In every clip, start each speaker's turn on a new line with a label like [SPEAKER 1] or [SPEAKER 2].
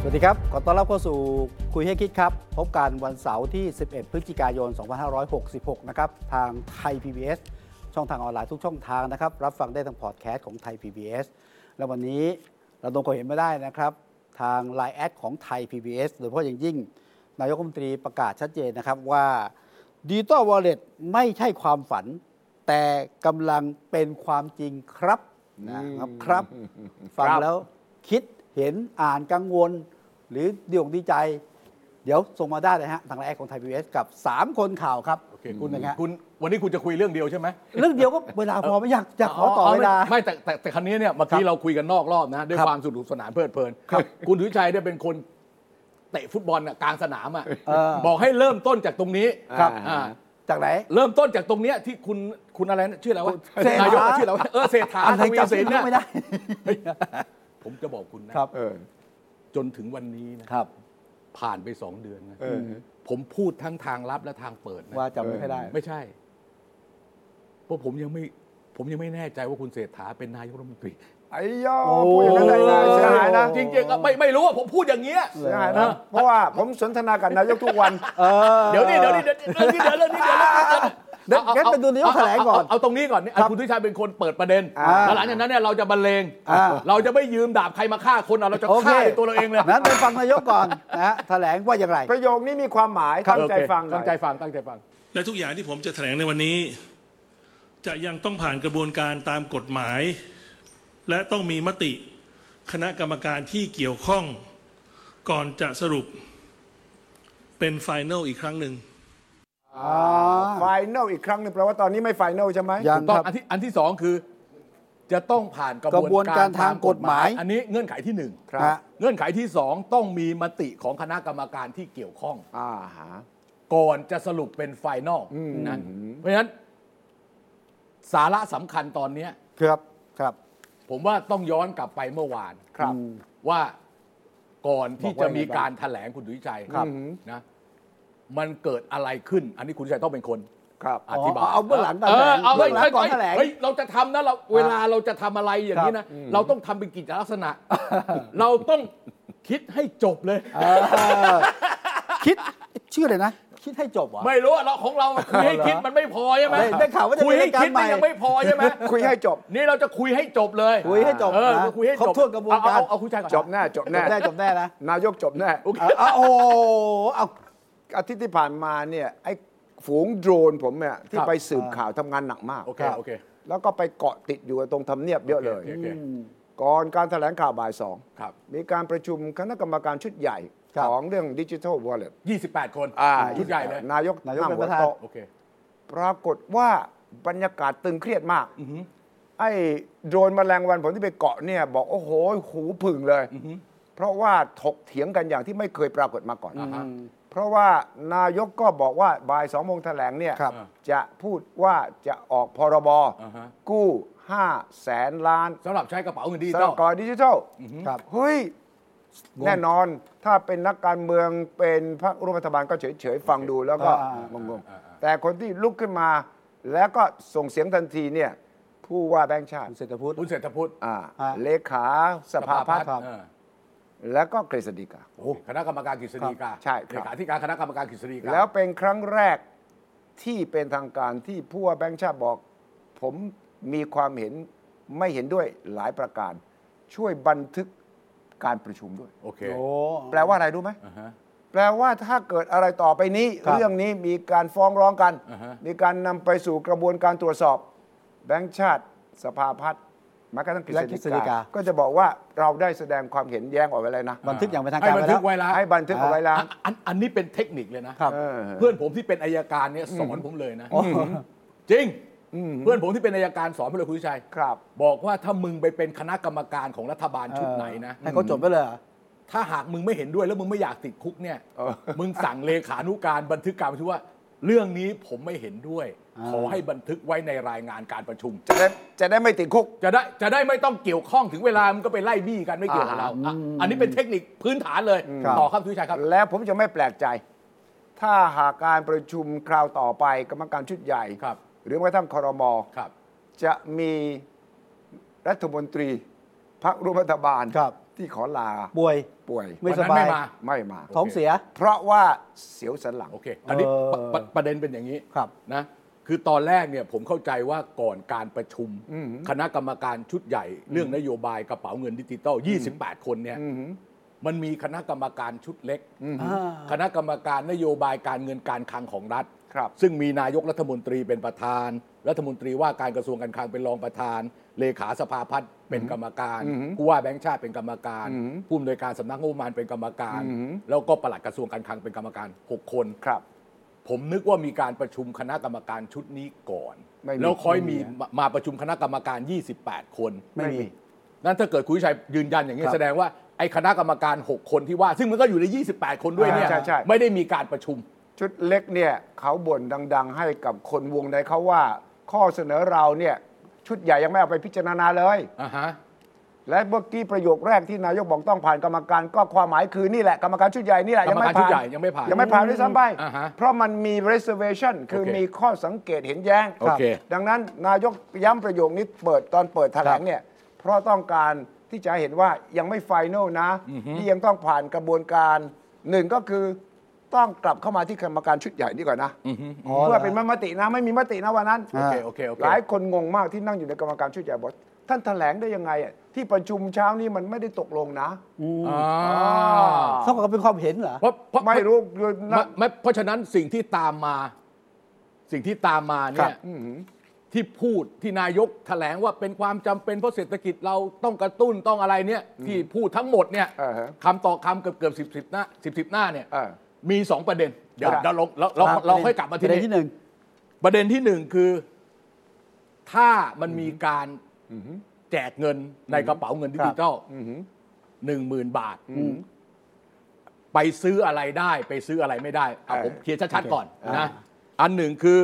[SPEAKER 1] สวัสดีครับ ขอต้อนรับเข้าสู่คุยให้คิดครับ พบกันวันเสาร์ที่ 11 พฤศจิกายน 2566 นะครับ ทางไทย PBS ช่องทางออนไลน์ทุกช่องทางนะครับ รับฟังได้ทางพอดแคสต์ของไทย PBS และวันนี้เราตรงก็เห็นไม่ได้นะครับ ทาง l ล n e แอดของไทย PBS โดยเฉพาะอย่างยิ่ง นายกรัฐมนตรีประกาศชัดเจนนะครับว่าดิจิตอลวอลเล็ตไม่ใช่ความฝัน แต่กำลังเป็นความจริงครับนะครับครับ ฟัง
[SPEAKER 2] ครับ
[SPEAKER 1] แล้วคิดเห็นอ่านกังวล หรือดีอกดีใจ เดี๋ยวส่งมาได้เลยฮะ ทางไลน์ของไทยพีเอสกับ 3 คนข่าวครับ
[SPEAKER 2] โอเคคุณ
[SPEAKER 1] หนะฮะ
[SPEAKER 2] คุณวันนี้คุณจะคุยเรื่องเดียวใช่ไหม
[SPEAKER 1] เรื่องเดียวก็ เวลาพอไม่อยากจะขอต่อเวลา
[SPEAKER 2] ไม่แต่แต่แต่ครั้นี้เนี่ยเมื่อ
[SPEAKER 1] ครั
[SPEAKER 2] กี้
[SPEAKER 1] บ
[SPEAKER 2] เราคุยกันนอกรอบนะ ด้วย
[SPEAKER 1] ครับ
[SPEAKER 2] ความสนุกสนานเพลิดเพลิน
[SPEAKER 1] ครับ
[SPEAKER 2] คุณถุชัยเนี่ยเป็นคนเตะฟุตบอลน่ะกลางสนามอ่ะ
[SPEAKER 1] เออ
[SPEAKER 2] บอกให้เริ่มต้นจากตรงนี้
[SPEAKER 1] ครับ
[SPEAKER 2] อ่า
[SPEAKER 1] จากไหน
[SPEAKER 2] เริ่มต้นจากตรงเนี้ยที่คุณคุณอะไรนะชื่ออะไรวะ
[SPEAKER 1] เศรษฐาน
[SPEAKER 2] ายกชื่ออะไรวะเออเศรษฐา
[SPEAKER 1] อะไร
[SPEAKER 2] ทวี
[SPEAKER 1] จำชื่
[SPEAKER 2] สิ
[SPEAKER 1] อน
[SPEAKER 2] เนี่ย
[SPEAKER 1] ไม่ได้
[SPEAKER 2] เฮ้ยผมจะบอกคุณนะครับ
[SPEAKER 3] เออ
[SPEAKER 2] จนถึงวันนี้นะครับ ผ่านไปสองเดือนนะ
[SPEAKER 3] เออ
[SPEAKER 2] ผมพูดทั้งทางลับและทางเปิดนะ
[SPEAKER 1] ว่าจำไม่ค่อยได้
[SPEAKER 2] ไม่ใช่ เพราะผมยังไม่ ผมยังไม่แน่ใจว่าคุณเศรษฐาเป็นนายกรัฐมนตรี
[SPEAKER 3] ไอ้ย่อ
[SPEAKER 1] โอ้
[SPEAKER 3] พูดอย่างนั้นได้ไงเสียหายนะ
[SPEAKER 2] จริงๆอะไม่ไม่รู้อะผมพูดอย่างเงี้ย
[SPEAKER 3] เสียหายนะเพราะว่าผมสนทนากับนายกทุกวัน
[SPEAKER 1] เออ
[SPEAKER 2] เดี๋ยวนี่เดี๋ยวนี่เดี๋ยวนี่เดี๋ยวนี่เดี๋ยวนี่
[SPEAKER 1] เดี๋ยวงั้นไปดูนายกแถลงก่อน
[SPEAKER 2] เาเาเอาตรงนี้ก่อนนี่
[SPEAKER 1] ครับ
[SPEAKER 2] คุณทุชัยเป็นคนเปิดประเด็น
[SPEAKER 1] อ่า
[SPEAKER 2] แล้วหลังจากนั้นเนี่ยเราจะบรรเลง
[SPEAKER 1] อ่า
[SPEAKER 2] เราจะไม่ยืมดาบใครมาฆ่าคนเอาเราจะ
[SPEAKER 1] โอเค
[SPEAKER 2] ฆ่าในตัวเราเองเลย
[SPEAKER 1] นั้นไปฟังนายกก่อนนะฮะแถลงว่าอย่างไร
[SPEAKER 3] ประโยคนี้มีความหมายตั้งใจ
[SPEAKER 2] โอเค
[SPEAKER 3] ฟังหน่อย
[SPEAKER 2] ตั้งใจฟังตั้งใจฟัง
[SPEAKER 4] และทุกอย่างที่ผมจะแถลงในวันนี้ จะยังต้องผ่านกระบวนการตามกฎหมาย และต้องมีมติคณะกรรมการที่เกี่ยวข้อง ก่อนจะสรุปเป็นไฟแนลอีกครั้งหนึ่ง
[SPEAKER 3] ไฟแนลอีกครั้งหนึ่งแปลว่าตอนนี้ไม่ไฟแนลใช่ไหม
[SPEAKER 1] ยัง
[SPEAKER 2] ถูกต้องอันที่อันที่สองคือจะต้องผ่านกระ
[SPEAKER 1] กระบบ ว
[SPEAKER 2] วน น
[SPEAKER 1] กา
[SPEAKER 2] การ ร
[SPEAKER 1] ทา
[SPEAKER 2] ทาง ง
[SPEAKER 1] ก
[SPEAKER 2] ก
[SPEAKER 1] ฎ
[SPEAKER 2] ฎ
[SPEAKER 1] หมาม
[SPEAKER 2] หาย ย อันนี้เงื่อนไขที่หนึ่ง
[SPEAKER 3] ครับ
[SPEAKER 1] ฮะ
[SPEAKER 2] เงื่อนไขที่สองต้องมีมติของคณะกรรมการที่เกี่ยวข้อง
[SPEAKER 3] อ่าฮะ
[SPEAKER 2] ก่อนจะสรุปเป็นไฟนอลนะเพราะฉะนั้น สาระสำคัญตอนเนี้ย
[SPEAKER 1] ครับครับ
[SPEAKER 2] ผมว่าต้องย้อนกลับไปเมื่อวาน
[SPEAKER 3] ครับ
[SPEAKER 2] ว่าก่อนที่
[SPEAKER 1] บอกว่า
[SPEAKER 2] จะ
[SPEAKER 1] ยังไง
[SPEAKER 2] มีการถแถลงคุณดุวิชัย
[SPEAKER 1] ครับ
[SPEAKER 2] นะ มันเกิดอะไรขึ้น อันนี้คุณดุวิชัยต้องเป็นคน
[SPEAKER 3] ครับ
[SPEAKER 2] อธิบาย
[SPEAKER 1] เอาเบื้องหลังก่อน
[SPEAKER 2] เออเอา
[SPEAKER 1] เบื้
[SPEAKER 2] เบื้
[SPEAKER 1] อ
[SPEAKER 2] อ
[SPEAKER 1] หลัง
[SPEAKER 2] งงหลัง
[SPEAKER 1] ก่
[SPEAKER 2] ก่
[SPEAKER 1] อ
[SPEAKER 2] อน น
[SPEAKER 1] แถล
[SPEAKER 2] แถล
[SPEAKER 1] ง
[SPEAKER 2] งเฮ้ยเราจะทำนะเราเวลาเราจะทำอะไรอย่างนี้นะ เราต้องทำเป็นกิจลักษ ณะ เราต้องคิดให้จบเลย
[SPEAKER 1] คิดชื่ออะไรนะ คิดให้จบเหรอ
[SPEAKER 2] ไม่รู้อะเราของเราคุยให้คิดมันไม่พอใช่ไหม
[SPEAKER 1] ได้ได้ข่าวว่าจะมี
[SPEAKER 2] คุยให้
[SPEAKER 1] รายการ
[SPEAKER 2] คิด
[SPEAKER 1] ใหม่
[SPEAKER 2] มันยังไม่พอใช่ไห ม
[SPEAKER 3] คุยให้จบ
[SPEAKER 2] นี่เราจะคุยให้จบเลย
[SPEAKER 1] คุยให้จบ
[SPEAKER 2] เออ
[SPEAKER 1] นะ
[SPEAKER 2] คุยให้จ
[SPEAKER 1] คร
[SPEAKER 2] บ
[SPEAKER 1] บถ้วนกระบวนการ
[SPEAKER 2] เอเอเอาคุณชายก่อน
[SPEAKER 3] จบแน่จบ
[SPEAKER 1] จ
[SPEAKER 3] แน่
[SPEAKER 1] บแน่จบแน่นะ
[SPEAKER 3] นายกจบแน่
[SPEAKER 1] เอาเอาโอ้โหเอา
[SPEAKER 3] อาทิตย์ที่ผ่านมาเนี่ยไอ้ฝูงโดรนผมเนี่ยที่ไปสืบข่าวทำงานหนักมาก
[SPEAKER 2] โอเคโอเค
[SPEAKER 3] แล้วก็ไปเกาะติดอยู่กับตรงทำเนียบเยอะเลย
[SPEAKER 2] โอคโอค
[SPEAKER 3] ก่อนการแถลงข่าวบ่ายสอง
[SPEAKER 2] ครับ
[SPEAKER 3] มีการประชุมคณะกรรมการชุดใหญ่ของเรื่องดิจิทัลวอลเล็ต
[SPEAKER 2] 28 คนชุดใหญ่เลย
[SPEAKER 3] นายก
[SPEAKER 1] นายก
[SPEAKER 3] ง
[SPEAKER 1] เป็นป
[SPEAKER 3] หัว
[SPEAKER 1] ระธาน
[SPEAKER 3] โต๊ะ
[SPEAKER 2] โอเค
[SPEAKER 3] ปรากฏว่าบรรยากาศตึงเครียดมาก ไอ้โดรนแมลงวันผมที่ไปเกาะเนี่ย บอกโอ้โห หูผึ่งเลย เพราะว่าถกเถียงกันอย่างที่ไม่เคยปรากฏมาก่อน
[SPEAKER 2] อ่าฮะ
[SPEAKER 3] เพราะว่านายกก็บอกว่าบ่ายสองโมงแถลงเนี่ย
[SPEAKER 1] ครับ
[SPEAKER 3] จะพูดว่าจะออกพรบ
[SPEAKER 2] อ่าฮะ
[SPEAKER 3] กู้ห้าแสนล้าน
[SPEAKER 2] สำหรับใช้กระเป๋าเงินดิจิ
[SPEAKER 3] สำห
[SPEAKER 2] ตอ
[SPEAKER 3] รั
[SPEAKER 2] ล
[SPEAKER 3] บกรดิจิทัล
[SPEAKER 1] ครับ
[SPEAKER 3] เฮ้ย แน่นอนถ้าเป็นนักการเมืองเป็นพรรคร่วมรัฐบาลก็เฉยๆ ฟังดูแล้วก็
[SPEAKER 1] อ่า
[SPEAKER 3] งงๆ แต่คนที่ลุกขึ้นมา แล้วก็ส่งเสียงทันทีเนี่ย ผู้ว่าแบงค์ชาติ
[SPEAKER 1] คุณเศรษฐพุทธ
[SPEAKER 2] คุณเศรษฐพุทธ
[SPEAKER 3] อ่า
[SPEAKER 1] อ่า
[SPEAKER 3] เลขาสภาพัฒน์
[SPEAKER 1] ครับ
[SPEAKER 2] เออ
[SPEAKER 3] แล้วก็กฤษฎีกา
[SPEAKER 2] คณะกรรมการกฤษฎีกา
[SPEAKER 3] ครับใช่ค
[SPEAKER 2] เล
[SPEAKER 3] รับ
[SPEAKER 2] ขาธิการคณะกรรมการกฤษฎีกา
[SPEAKER 3] แล้วเป็นครั้งแรกที่เป็นทางการที่ผู้ว่าแบงค์ชาติบอก ผมมีความเห็นไม่เห็นด้วยหลายประการ ช่วยบันทึกการประชุมด้วย
[SPEAKER 2] โอเค
[SPEAKER 1] โอ้
[SPEAKER 3] แปลว่าอะไรรู้ไหม
[SPEAKER 2] อ่าฮะ
[SPEAKER 3] แปลว่าถ้าเกิดอะไรต่อไปนี้
[SPEAKER 1] ครับ
[SPEAKER 3] เรื่องนี้มีการฟ้องร้องกัน
[SPEAKER 2] อ่าฮะ
[SPEAKER 3] มีการนำไปสู่กระบวนการตรวจสอบ แบงค์ชาติ สภาพัฒน์แม้กระทั่งกฤ
[SPEAKER 1] และกฤษ
[SPEAKER 3] ษ
[SPEAKER 1] ฎี
[SPEAKER 3] ฎี
[SPEAKER 1] กา
[SPEAKER 3] กา ก็จะบอกว่าเราได้แสดงความเห็นแย้งออกไปเลยนะ
[SPEAKER 1] บันทึกอย่างเป็นทาง
[SPEAKER 2] ให้
[SPEAKER 1] การ
[SPEAKER 2] บั
[SPEAKER 1] ไป
[SPEAKER 2] นทึ
[SPEAKER 1] แล้ว
[SPEAKER 2] กไว้แล้ว
[SPEAKER 3] ให้บันทึกเอาไว้แล้ว
[SPEAKER 2] อ่ะอันอันนี้เป็นเทคนิคเลยนะ
[SPEAKER 1] ครับ
[SPEAKER 3] เออ
[SPEAKER 2] เพื่อนผมที่เป็นอายการเนี่ยสอนผมเลยนะ
[SPEAKER 1] โอ้
[SPEAKER 2] จริง เพื่อนผมที่เป็นอายการสอนผมเลยคุณวิชัย
[SPEAKER 3] ครับ
[SPEAKER 2] บอกว่าถ้ามึงไปเป็นคณะกรรมการของรัฐบาลชุดไหนนะ
[SPEAKER 1] ให้เขาจดไปเลยเหรอ
[SPEAKER 2] ถ้าหากมึงไม่เห็นด้วยแล้วมึงไม่อยากติดคุกเนี่ย
[SPEAKER 3] เออ
[SPEAKER 2] มึงสั่งเลขานุการบันทึกการประชุมว่า เรื่องนี้ผมไม่เห็นด้วย ขอให้บันทึกไว้ในรายงานการประชุม
[SPEAKER 3] จะได้จะได้ไม่ติดคุก
[SPEAKER 2] จะได้จะได้ไม่ต้องเกี่ยวข้องถึงเวลามันก็ไปไล่บี้กันไม่เกี่ยวกับเราอ่ะอันนี้เป็นเทคนิคพื้นฐานเลย
[SPEAKER 3] ครับ
[SPEAKER 2] ต่อครับทุกชายครับ
[SPEAKER 3] แล้วผมจะไม่แปลกใจ ถ้าหากการประชุมคราวต่อไปกรรมการชุดใหญ่
[SPEAKER 2] ครับ
[SPEAKER 3] หรือแม้กระทั่งคอรมอ
[SPEAKER 2] ครับ
[SPEAKER 3] จะมีรัฐมนตรีพักรัฐบาล
[SPEAKER 1] ครับ
[SPEAKER 3] ที่ขอลา
[SPEAKER 1] ป่วย
[SPEAKER 3] ป่วย
[SPEAKER 1] ไม่
[SPEAKER 2] วัน
[SPEAKER 1] ส
[SPEAKER 2] นั้น
[SPEAKER 1] บา
[SPEAKER 2] ไม่
[SPEAKER 1] ย
[SPEAKER 2] มา
[SPEAKER 3] ไม่มา
[SPEAKER 1] ท้องเสีย
[SPEAKER 3] เพราะว่าเสียวสันหลัง
[SPEAKER 2] โอเคอันนี้
[SPEAKER 1] เอ่อ
[SPEAKER 2] ปะปะประเด็นเป็นอย่างนี้
[SPEAKER 1] ครับ
[SPEAKER 2] นะ คือตอนแรกเนี่ยผมเข้าใจว่าก่อนการประชุม คณะกรรมการชุดใหญ่ เรื่องนโยบายกระเป๋าเงินดิจิตอล 28 คนเนี่ยมันมีคณะกรรมการชุดเล็ก
[SPEAKER 1] อ่า
[SPEAKER 2] คณะกรรมการนโยบายการเงินการคลังของรัฐ
[SPEAKER 3] ครับ
[SPEAKER 2] ซึ่งมีนายกรัฐมนตรีเป็นประธาน รัฐมนตรีว่าการกระทรวงการคลังเป็นรองประธาน เลขาสภาพัฒน์เป็นกรรมการผู้ว่าแบงค์ชาติเป็นกรรมการผู้อำนวยการสำนักงบประมาณเป็นกรรมการ แล้วก็ปลัดกระทรวงการคลังเป็นกรรมการหกคน
[SPEAKER 3] ครับ
[SPEAKER 2] ผมนึกว่ามีการประชุมคณะกรรมการชุดนี้ก่อน
[SPEAKER 3] ไม่มี
[SPEAKER 2] แล้วค่อยมีมามาประชุมคณะกรรมการ 28 คน
[SPEAKER 1] ไม่มี
[SPEAKER 2] นั่นถ้าเกิดคุณวิชัยยืนยันอย่างนี้
[SPEAKER 1] ครับ
[SPEAKER 2] แสดงว่าไอ้คณะกรรมการ 6 คนที่ว่า ซึ่งมันก็อยู่ใน 28 คนด้วยเนี่ย
[SPEAKER 3] ใช่ใช่ใช่
[SPEAKER 2] ไม่ได้มีการประชุม
[SPEAKER 3] ชุดเล็กเนี่ยเขาบ่นดัง ๆ ให้กับคนวงในเขาว่า ข้อเสนอเราเนี่ยชุดใหญ่ยังไม่เอาไปพิจารณาเลย
[SPEAKER 2] อ่าฮะ
[SPEAKER 3] และเมื่อกี้ประโยคแรกที่นายกบอกต้องผ่านกรรมการก็ความหมายคือนี่แหละกรรมการชุดใหญ่นี่แหละยังไม่
[SPEAKER 2] กรรมการชุด
[SPEAKER 3] ผ่าน
[SPEAKER 2] ใหญ่ยังไม่ผ่าน
[SPEAKER 3] ยังไม่ผ่านด้วยซ้ำไป
[SPEAKER 2] อ่าฮะ
[SPEAKER 3] เพราะมันมี reservation คือ
[SPEAKER 2] โอเค
[SPEAKER 3] มีข้อสังเกตเห็นแย้ง
[SPEAKER 2] โอเค
[SPEAKER 3] ครับดังนั้นนายกย้ำประโยคนี้เปิดตอนเปิดแถลงเนี่ยเพราะต้องการที่จะเห็นว่ายังไม่ final นะที่ยังต้องผ่านกระบวนการหนึ่งก็คือต้องกลับเข้ามาที่กรรมการชุดใหญ่นี่ก่อนนะ
[SPEAKER 1] อ๋อ
[SPEAKER 3] เพื่อ
[SPEAKER 1] เหรอ
[SPEAKER 3] เป็นมตินะไม่มีมตินะวันนั้น
[SPEAKER 1] อ่า
[SPEAKER 2] โอเคโอเคโอเค
[SPEAKER 3] หลายคนงงมากที่นั่งอยู่ในกรรมการชุดใหญ่บอกท่านแถลงได้ยังไงอะที่ประชุมเช้านี้มันไม่ได้ตกลงนะ
[SPEAKER 2] อ่า
[SPEAKER 1] เท่ากับเป็นความเห็นเหรอ
[SPEAKER 2] เพราะเพราะ
[SPEAKER 3] ไม่รู้คือ
[SPEAKER 2] ไม่
[SPEAKER 3] นะ
[SPEAKER 2] ไม่เพราะฉะนั้นสิ่งที่ตามมา สิ่งที่ตามมา
[SPEAKER 1] ครั
[SPEAKER 2] เนี่ย
[SPEAKER 1] บ
[SPEAKER 3] อื้อหือ
[SPEAKER 2] ที่พูดที่นายกแถลงว่าเป็นความจำเป็นเพราะเศรษฐกิจเราต้องกระตุ้นต้องอะไรเนี่ยที่พูดทั้งหมดเนี่ย
[SPEAKER 3] อ่าฮะ
[SPEAKER 2] คำต่อคำเกือบเกือบสิบสิบหน้าสิบสิบหน้าเนี่ย
[SPEAKER 3] เออ
[SPEAKER 2] มีสองประเด็น เดี๋ยว
[SPEAKER 3] ครับ
[SPEAKER 2] เราลงเราเรา
[SPEAKER 1] ครับ
[SPEAKER 2] เราค่อยกลับมา
[SPEAKER 1] ป
[SPEAKER 2] ที่
[SPEAKER 1] ระเด็นที่ห
[SPEAKER 2] นี่
[SPEAKER 1] นึ่ง
[SPEAKER 2] ประเด็นที่หนึ่งคือ ถ้ามันมีการแจกเงินในกระเป๋าเงินดิจิตอลหนึ่งหมื่นบาท ไปซื้ออะไรได้ ไปซื้ออะไรไม่ได้เอา
[SPEAKER 3] เออ
[SPEAKER 2] ผมเคลียร์ชัดๆก่อนนะอันหนึ่งคือ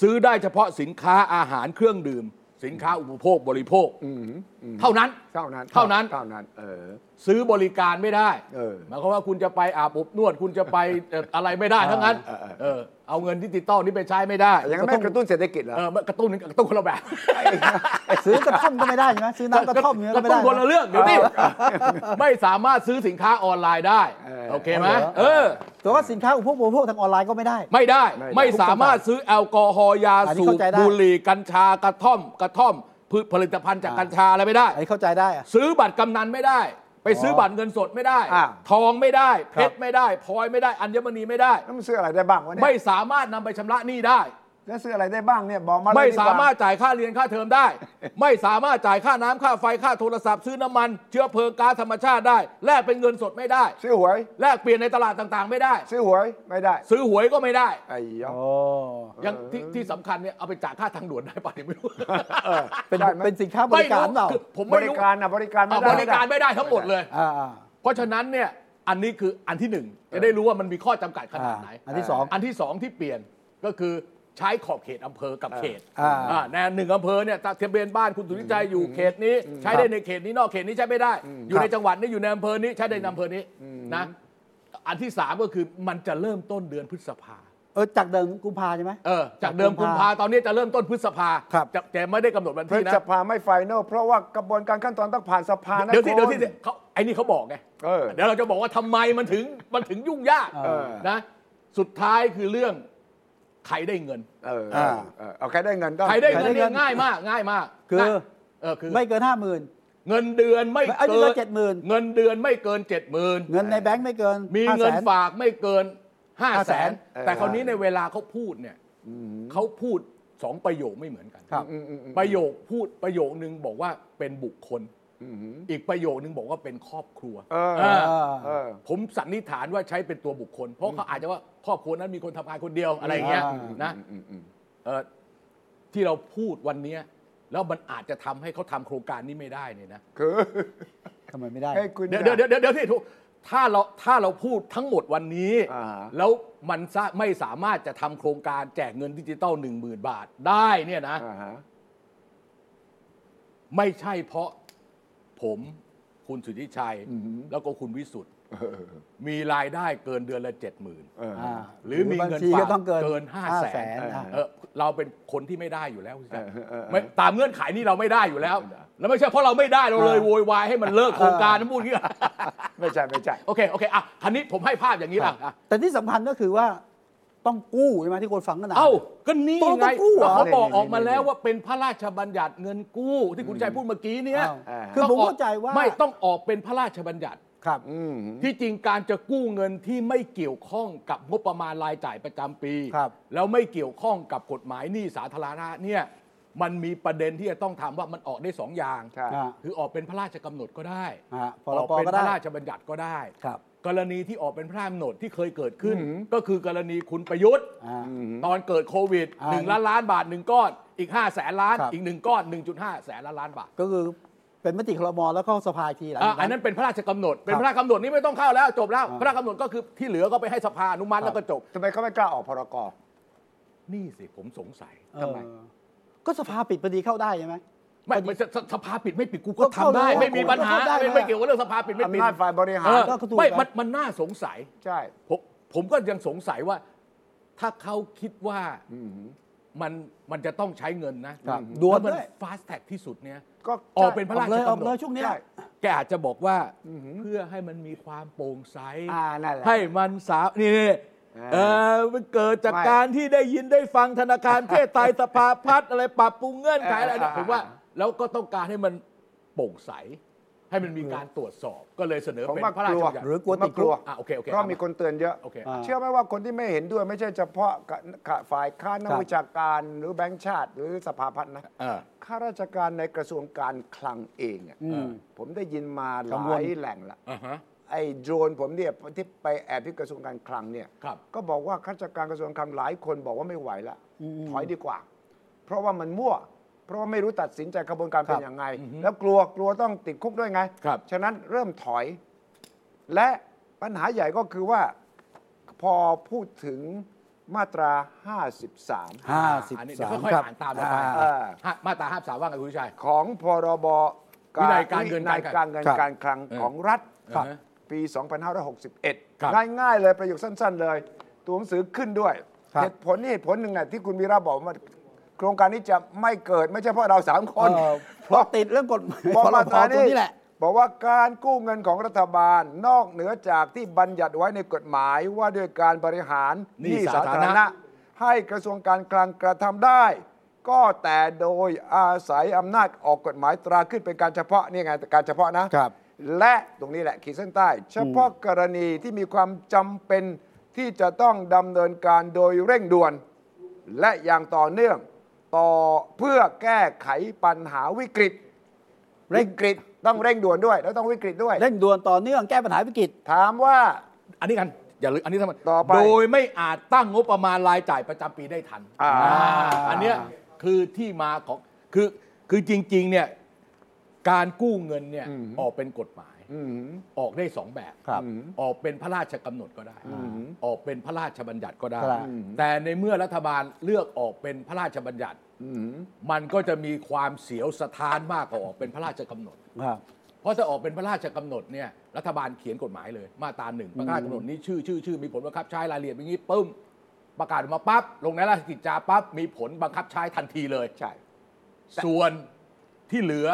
[SPEAKER 2] ซื้อได้เฉพาะสินค้าอาหารเครื่องดื่ม สินค้าอุปโภคบริโภค เท่านั้น
[SPEAKER 3] เท่านั้น
[SPEAKER 2] เท่านั้น
[SPEAKER 3] เท่านั้น เออ
[SPEAKER 2] ซื้อบริการไม่ได้
[SPEAKER 3] เออ
[SPEAKER 2] หมายความว่าคุณจะไปอาบอบนวด คุณจะไป เอ่ออะไรไม่ได้ทั้งนั้น
[SPEAKER 3] เออเออเออ
[SPEAKER 2] เออเอาเงินดิจิตอลนี้ไปใช้ไม่ได้
[SPEAKER 3] แต่ยังไม่กระตุ้นเศรษฐกิจเหรอ
[SPEAKER 2] เออมันกระตุ้นกระตุ้นคนละแบบ
[SPEAKER 1] ซื้อกระท่อมก็ไม่ได้ใช่ไหมซื้อน้ำกระท่อมเนี่ย
[SPEAKER 2] ก
[SPEAKER 1] ก็
[SPEAKER 2] ระ
[SPEAKER 1] ไม่
[SPEAKER 2] ตุ้
[SPEAKER 1] ได้
[SPEAKER 2] นคนละ
[SPEAKER 1] นะ
[SPEAKER 2] เรื่องเดี๋ยวนี้ไม่สามารถซื้อสินค้าออนไลน์ได้
[SPEAKER 3] เออ
[SPEAKER 2] โอเคไหม
[SPEAKER 1] เอาเหรอ
[SPEAKER 2] เออ
[SPEAKER 1] แต่ว่าสินค้าอุปโภคบริโภคทางออนไลน์ก็ไม่ได้
[SPEAKER 2] ไม่ได้
[SPEAKER 3] ไม่ได้
[SPEAKER 2] ไม่สามารถซื้อแอลกอฮอล์ยา
[SPEAKER 1] อันนี้
[SPEAKER 2] สูบ
[SPEAKER 1] เข้าใจได้
[SPEAKER 2] บุหรี่กัญชากระท่อม กระท่อมพืชผลิตภัณฑ์จากกัญชาอะไรไม่ได้
[SPEAKER 1] อันนี้เข้าใจได้อะ
[SPEAKER 2] ซื้อบัตรกำนันไม่ได้ ไปซื้อบัตรเงินสดไม่ได้
[SPEAKER 3] อ่า
[SPEAKER 2] ทองไม่ได้ เพชรไม่ได้พลอยไม่ได้อัญมณีไม่ได้
[SPEAKER 3] แล้วมันซื้ออะไรได้บ้างวะเนี่
[SPEAKER 2] ไม่
[SPEAKER 3] ย
[SPEAKER 2] สามารถนำไปชำระหนี้ได้
[SPEAKER 3] แล้วซื้ออะไรได้บ้างเนี่ยบอกมาเลย
[SPEAKER 2] ไม่
[SPEAKER 3] ดีกว่
[SPEAKER 2] สามารถจ่ายค่าเรียนค่าเทอม ได้ ไม่สามารถจ่ายค่าน้ำค่าไฟค่าโทรศัพท์ ซื้อน้ำมัน เชื้อเพลิงก๊าซธรรมชาติได้แลกเป็นเงินสดไม่ได้
[SPEAKER 3] ซื้อหวย
[SPEAKER 2] แลกเปลี่ยนในตลาดต่างๆ ไม่ได้
[SPEAKER 3] ซื้อหวยไม่ได้
[SPEAKER 2] ซื้อหวยก็ไม่ได้
[SPEAKER 3] ไอ้ยอ
[SPEAKER 2] ยังที่ที่สำคัญเนี่ยเอาไปจ่ายค่าทางด่วนได้ป่ะเนี่ยไม่รู้
[SPEAKER 1] เป็น
[SPEAKER 3] ได้ไหม
[SPEAKER 1] เป็นสินค้าบริการเปล่า
[SPEAKER 2] คือผม
[SPEAKER 3] บ
[SPEAKER 2] ไม่
[SPEAKER 3] ริ
[SPEAKER 2] รู้
[SPEAKER 3] การนะบริการไม่
[SPEAKER 2] เอา
[SPEAKER 3] ได้
[SPEAKER 2] บริการไม่ได้ทั้งหมดเลย
[SPEAKER 1] อ่าอ่า
[SPEAKER 2] เพราะฉะนั้นเนี่ยอันนี้คืออันที่หนึ่งจะได้รู้ว่ามันมีข้อจำกัดขนาดไหน
[SPEAKER 1] อันที่สอง
[SPEAKER 2] อันที่สองที่เปลี่ยนก็คือใช้ขอบเขตอำเภอกับเขต
[SPEAKER 1] อ่า
[SPEAKER 2] อ่าในหนึ่งอำเภอเนี่ยทะเบียนบ้านคุณสุทธิชัยอยู่เขตนี้ ใช้ได้ในเขตนี้นอกเขตนี้ใช้ไม่ได้ อยู่ในจังหวัดนี้อยู่ในอำเภอนี้ใช้ได้ในอำเภอนี้นะอันที่สามก็คือมันจะเริ่มต้นเดือนพฤษภา
[SPEAKER 1] เออจากเดิมกุมภาใช่ไหม
[SPEAKER 2] เออจากเดิมกุมภาตอนนี้จะเริ่มต้นพฤษภา
[SPEAKER 1] ครับ
[SPEAKER 2] จะแต่ไม่ได้กำหนดวัน
[SPEAKER 3] พฤ
[SPEAKER 2] ที่นะ
[SPEAKER 3] ษภาไม่ไฟนอลเพราะว่ากระบวนการขั้นตอนต้องผ่านสภานะ
[SPEAKER 2] เดี๋ยวที่
[SPEAKER 3] คุ
[SPEAKER 2] เดี๋ย
[SPEAKER 3] ณ
[SPEAKER 2] วที่เขาไอ้นี่เขาบอกไง
[SPEAKER 3] เออ
[SPEAKER 2] เดี๋ยวเราจะบอกว่าทำไมมันถึงมันถึงยุ่งยาก
[SPEAKER 3] เออ
[SPEAKER 2] นะ สุดท้ายคือเรื่องใครได้เงิน
[SPEAKER 3] เออเออเออเอาใครได้เงินได้
[SPEAKER 2] ใครได้
[SPEAKER 1] ใคร
[SPEAKER 2] เงิ
[SPEAKER 1] ได้เงิ
[SPEAKER 2] น
[SPEAKER 1] น
[SPEAKER 2] เนี่ยง่ายมากง่ายมาก
[SPEAKER 1] คือ
[SPEAKER 2] ง่ายเออคือ
[SPEAKER 1] ไม่เกินห้าหมื่น
[SPEAKER 2] เงินเดือนไม่
[SPEAKER 1] เอ้ยเดื
[SPEAKER 2] เกิน
[SPEAKER 1] อนละ70,000
[SPEAKER 2] เงินเดือนไม่เกินเจ็ดหมื่น
[SPEAKER 1] เงินในแบงค์ไม่เกิน
[SPEAKER 2] มี
[SPEAKER 1] ห้า
[SPEAKER 2] เงิน
[SPEAKER 1] แส
[SPEAKER 2] ฝากไม่เกินห้าแสน
[SPEAKER 1] 500,000
[SPEAKER 2] แต่คราวนี้ในเวลาเขาพูดเนี่ยเขาพูดสองประโยคไม่เหมือนกัน
[SPEAKER 1] ครับ
[SPEAKER 2] ประโยคพูดประโยคนึงบอกว่าเป็นบุคคล อีกประโยคนึงบอกว่าเป็นครอบครัว
[SPEAKER 3] เออ
[SPEAKER 2] เออ
[SPEAKER 1] เออ
[SPEAKER 3] เออ
[SPEAKER 2] ผมสันนิษฐานว่าใช้เป็นตัวบุคคล เพราะเขาอาจจะว่าครอบครัวนั้นมีคนทำงานคนเดียวอะไรอย่างเงี้ย
[SPEAKER 1] อ่าน
[SPEAKER 2] นะเออที่เราพูดวันเนี้ยแล้วมันอาจจะทำให้เขาทำโครงการนี้ไม่ได้เนี่ยนะ
[SPEAKER 3] คือ
[SPEAKER 1] ทำไมไม่ได้
[SPEAKER 3] ให้คุณ
[SPEAKER 2] เดี๋ยวเดี๋ยวเดี๋ยวเดี๋ยวที่ถูก ถ้าเราถ้าเราพูดทั้งหมดวันนี้
[SPEAKER 3] อ่าฮะ
[SPEAKER 2] แล้วมันสะไม่สามารถจะทำโครงการแจกเงินดิจิตอล1 0,000 บาทได้เนี่ยนะ
[SPEAKER 3] อ่าฮะ
[SPEAKER 2] ไม่ใช่เพราะผมคุณสุทธิชัย
[SPEAKER 3] อือหือ
[SPEAKER 2] แล้วก็คุณวิสุทธ์มีรายได้เกินเดือนละเจ็ดหมื่น
[SPEAKER 3] เออ
[SPEAKER 1] อ่า
[SPEAKER 2] หรือมี
[SPEAKER 1] บา
[SPEAKER 2] เงิน
[SPEAKER 1] ที
[SPEAKER 2] ฝา
[SPEAKER 1] ก็
[SPEAKER 2] ก
[SPEAKER 1] ต้องเกิน
[SPEAKER 2] เกินห้าแสน
[SPEAKER 1] 500,000อ่า
[SPEAKER 2] เออเราเป็นคนที่ไม่ได้อยู่แล้ว
[SPEAKER 3] เออเออเออ
[SPEAKER 2] ไม่ตามเงื่อนไขนี่เราไม่ได้อยู่แล้ว
[SPEAKER 3] ไม่ได้
[SPEAKER 2] แล้วไม่ใช่เพราะเราไม่ได้เราเลย
[SPEAKER 1] อ่า
[SPEAKER 2] โวยวายให้ มันเลิกโครงการนะพูดอย่างนี้
[SPEAKER 3] ไม่ใช่ไม่ใช่
[SPEAKER 2] โอเคโอเคอ่ะคันนี้ผมให้ภาพอย่างนี้ล่ะอ่ะ
[SPEAKER 1] แต่ที่สำคัญก็คือว่าต้องกู้ใช่ไหมที่คนฟังกันนะ
[SPEAKER 2] เอ้าก็นี่
[SPEAKER 1] ต้อง
[SPEAKER 2] ไง
[SPEAKER 1] กู้เหร
[SPEAKER 2] แล้ว
[SPEAKER 1] อ
[SPEAKER 2] เขาบอก
[SPEAKER 3] นี่
[SPEAKER 2] ออกมา
[SPEAKER 3] นี่
[SPEAKER 2] แล้ว
[SPEAKER 3] นี่
[SPEAKER 2] ว่าเป็นพระราชบัญญัติเงินกู้ ที่คุณชัยพูดเมื่อกี้เนี่ย
[SPEAKER 1] อ้าว
[SPEAKER 2] ต้ง
[SPEAKER 1] คือผม
[SPEAKER 2] ก
[SPEAKER 1] เข้าใจว่า
[SPEAKER 2] ไม่ต้องออกเป็นพระราชบัญญัติ
[SPEAKER 1] ครับ
[SPEAKER 3] อืม
[SPEAKER 2] ที่จริงการจะกู้เงินที่ไม่เกี่ยวข้องกับงบประมาณรายจ่ายประจำปี
[SPEAKER 1] ครับ
[SPEAKER 2] แล้วไม่เกี่ยวข้องกับกฎหมายหนี้สาธารณะเนี่ยมันมีประเด็นที่จะต้องทำว่ามันออกได้สองอย่าง
[SPEAKER 3] ครับ
[SPEAKER 1] อ่า
[SPEAKER 2] คือออกเป็นพระราชกำหนดก็ได้
[SPEAKER 1] อ่าพ
[SPEAKER 2] อ
[SPEAKER 1] ร
[SPEAKER 2] อก
[SPEAKER 1] บ
[SPEAKER 2] เป็น
[SPEAKER 1] ก็
[SPEAKER 2] พ
[SPEAKER 1] ได้
[SPEAKER 2] ระราชบัญญัติก็ได้
[SPEAKER 1] ครับ
[SPEAKER 2] กรณีที่ออกเป็นพระราชกำหนดที่เคยเกิดขึ้น ก็คือกรณีคุณประยุทธ์
[SPEAKER 1] อ่า
[SPEAKER 2] ตอนเกิดโควิด
[SPEAKER 1] อ่า
[SPEAKER 2] 1ล้านล้านบาทหนึ่งก้อนอีก5แสนล้าน
[SPEAKER 1] ครับ
[SPEAKER 2] อีกหนึ่งก้อน 1.5 แสนล้านล้านบาท
[SPEAKER 1] ก็คือเป็นมติครมแล้วเข้าสภาอีกทีหลัง
[SPEAKER 2] อ่ะ
[SPEAKER 1] จาก
[SPEAKER 2] อันนั้นเป็นพระราชกำหนด เป็นพระราชกำหนดนี่ไม่ต้องเข้าแล้วจบแล้ว
[SPEAKER 1] อ่า
[SPEAKER 2] พระราชกำหนดก็คือที่เหลือก็ไปให้สภาอนุมัติแล้วก็จบ
[SPEAKER 3] ทำไมเขาไม่กล้าออกพรกร
[SPEAKER 2] นี่สิผมสงสัย
[SPEAKER 1] เออ
[SPEAKER 3] ทำไม
[SPEAKER 1] ก็สภาปิดพอดีเข้าได้ใช่ไหม
[SPEAKER 2] ไม่ไม่สสสภาปิดไม่ปิดกู
[SPEAKER 1] ก็
[SPEAKER 2] ก็
[SPEAKER 1] เข้า
[SPEAKER 2] ทำได้
[SPEAKER 1] ได้
[SPEAKER 2] ไม่มีปัญหา
[SPEAKER 1] ก็เข้าได้
[SPEAKER 2] ไม่ไม่เกี่ยวกับเรื่องสภาปิดไม่ปิด
[SPEAKER 3] อำนาจฝ่ายบริหาร
[SPEAKER 2] เออ
[SPEAKER 1] ก็ถูก
[SPEAKER 2] ไม่
[SPEAKER 1] นะ
[SPEAKER 2] มันมันน่าสงสัย
[SPEAKER 3] ใช่
[SPEAKER 2] ผมผมก็ยังสงสัยว่า ถ้าเขาคิดว่า
[SPEAKER 3] อืม
[SPEAKER 2] มันมันจะต้องใช้เงินนะครับ แล้
[SPEAKER 1] ด่วน
[SPEAKER 2] มัน
[SPEAKER 1] ด้วย
[SPEAKER 2] ฟาสแท็กที่สุดเนี่ย
[SPEAKER 3] ก็
[SPEAKER 2] ออกเป็นพ
[SPEAKER 1] ออ
[SPEAKER 2] ระราก ช
[SPEAKER 1] เลยออก
[SPEAKER 2] กำหน
[SPEAKER 1] เลย
[SPEAKER 2] ด
[SPEAKER 1] ช่วงเนี้ย
[SPEAKER 2] แกอาจจะบอกว่าเพื่อให้มันมีความโปร่งใส
[SPEAKER 3] อ่านั่นแหละ
[SPEAKER 2] ให้มันสาวนี่นี่เออมันเกิดจาก
[SPEAKER 3] ไม่
[SPEAKER 2] การที่ได้ยินได้ฟังธนาคารเทศไทย สภาพัฒน์อะไรปรับปรุงเงื่อนไขอะไรเนี่ย
[SPEAKER 3] เออเออเออ
[SPEAKER 2] ผมว่าแล้วก็ต้องการให้มันโปร่งใส ให้มันมีการตรวจสอบก็เลยเสนอ
[SPEAKER 3] ผม
[SPEAKER 2] เป็น
[SPEAKER 3] ว่า
[SPEAKER 2] พระ
[SPEAKER 3] ก
[SPEAKER 2] ราช
[SPEAKER 3] ลัว
[SPEAKER 2] บัญญัติ
[SPEAKER 1] หรือกลัว
[SPEAKER 3] ผม
[SPEAKER 1] ติดคุก
[SPEAKER 2] อ่ะโอเคโอเค
[SPEAKER 3] เพราะมีคนเตือนเยอะ
[SPEAKER 2] โอเค
[SPEAKER 1] อ่า
[SPEAKER 3] เชื่อไหมว่าคนที่ไม่เห็นด้วยไม่ใช่เฉพาะกับกับฝ่ายค้านนัก
[SPEAKER 1] ครับ
[SPEAKER 3] วิชาการหรือแบงค์ชาติหรือสภาพัฒน์นะ
[SPEAKER 2] เออ
[SPEAKER 3] ข้าราชการในกระทรวงการคลังเองอะ
[SPEAKER 1] อืม
[SPEAKER 3] ผมได้ยินมาห
[SPEAKER 1] กังว
[SPEAKER 3] ลา
[SPEAKER 1] ล
[SPEAKER 3] ยแหล่งละ
[SPEAKER 2] อ่าฮะ
[SPEAKER 3] ไอ้โดรนผมเนี่ยที่ไปแอบที่กระทรวงการคลังเนี่ย
[SPEAKER 2] ครับ
[SPEAKER 3] ก็บอกว่าข้าราชการกระทรวงการคลังหลายคนบอกว่าไม่ไหวละ
[SPEAKER 1] อืม
[SPEAKER 3] ถอยดีกว่า เพราะว่ามันมั่ว เพราะว่าไม่รู้ตัดสินใจกระบวนการ
[SPEAKER 1] ครั
[SPEAKER 3] เป็
[SPEAKER 1] บ
[SPEAKER 3] นยังไง แล้วกลัวกลัวต้องติดคุกด้วยไง
[SPEAKER 2] ครับ
[SPEAKER 3] ฉะนั้นเริ่มถอย และปัญหาใหญ่ก็คือว่าพอพูดถึงมาตรา 53
[SPEAKER 1] ห้าสิบ
[SPEAKER 2] อันนี้
[SPEAKER 1] สา
[SPEAKER 2] เดี๋ยว
[SPEAKER 1] ม
[SPEAKER 2] ค่อย
[SPEAKER 1] ครั
[SPEAKER 2] ๆ
[SPEAKER 1] บ
[SPEAKER 2] อ่านตามกันไป
[SPEAKER 1] อ่
[SPEAKER 3] เออ
[SPEAKER 2] ฮะมาตราห้าสามว่าไงคุณวิชัย
[SPEAKER 3] ของพรบ
[SPEAKER 2] วินัยการเงิน
[SPEAKER 3] วิยการเงิน
[SPEAKER 1] ครับ
[SPEAKER 3] การคลัง
[SPEAKER 2] เออ
[SPEAKER 3] ของรัฐ
[SPEAKER 2] ครับ
[SPEAKER 3] ปี
[SPEAKER 2] ครับ
[SPEAKER 3] 2561 ง่ายๆเลยประโยคสั้นๆเลย ตัวหนังสือขึ้นด้วย
[SPEAKER 1] ครับ
[SPEAKER 3] เหตุผลนี่เหตุผลหนึ่งนะที่คุณวีระบอกว่า โครงการนี้จะไม่เกิดไม่ใช่เพราะเราสามคนา
[SPEAKER 1] เพราะติดเรื่องกฎหมาย
[SPEAKER 3] บอก
[SPEAKER 1] พร
[SPEAKER 3] มา
[SPEAKER 1] บ
[SPEAKER 3] ตรา
[SPEAKER 1] ตัวนี้แหละ
[SPEAKER 3] บอกว่าการกู้เงินของรัฐบาล นอกเหนือจากที่บัญญัติไว้ในกฎหมายว่าด้วยการบริหาร
[SPEAKER 2] หนี้สาธารณะ
[SPEAKER 3] ให้กระทรวงการคลังกระทำได้ ก็แต่โดยอาศัยอำนาจออกกฎหมายตราขึ้นเป็นการเฉพาะนี่ไงแต่การเฉพาะนะครับ และตรงนี้แหละขีดเส้นใต้ เฉพาะกรณีที่มีความจำเป็นที่จะต้องดำเนินการโดยเร่งด่วน และอย่างต่อเนื่องต่อเพื่อแก้ไขปัญหาวิกฤต
[SPEAKER 1] เร่ง
[SPEAKER 3] วิกฤตต้องเร่งด่วนด้วย แล้วต้องวิกฤตด้วย
[SPEAKER 1] เร่งด่วนต่อเนื่องแก้ปัญหาวิกฤต
[SPEAKER 3] ถามว่า
[SPEAKER 2] อันนี้กันอย่าลืมอันนี้สำคัญ
[SPEAKER 3] ต่อไป
[SPEAKER 2] โดยไม่อาจตั้งงบประมาณรายจ่ายประจำปีได้ทัน
[SPEAKER 3] อ่า
[SPEAKER 2] อ่าอันเนี้ยคือที่มาของคือคือจริงๆเนี่ยการกู้เงินเนี่ยออกเป็นกฎหมาย
[SPEAKER 3] อืม
[SPEAKER 2] ออกได้สองแบบ
[SPEAKER 1] ครับ
[SPEAKER 2] ออกเป็นพระราชกำหนดก็ได้ ออกเป็นพระราชบัญญัติก็ได้
[SPEAKER 1] ครับ
[SPEAKER 2] แต่ในเมื่อรัฐบาลเลือกออกเป็นพระราชบัญญัติ
[SPEAKER 3] อืม
[SPEAKER 2] มันก็จะมีความเสียวสะท้านมากกว่าออกเป็นพระราชกำหนด
[SPEAKER 1] ครับ
[SPEAKER 2] เพราะถ้าออกเป็นพระราชกำหนดเนี่ยรัฐบาลเขียนกฎหมายเลย มาตราหนึ่งพระราชกำหนดนี้ชื่อชื่อชื่อมีผลบังคับใช้รายละเอียดอย่างนี้ปึ้มประกาศออกมาปั๊บลงในราชกิจจาปั๊บมีผลบังคับใช้ทันทีเลย
[SPEAKER 3] ใช่
[SPEAKER 2] ส่วนที่เหลือ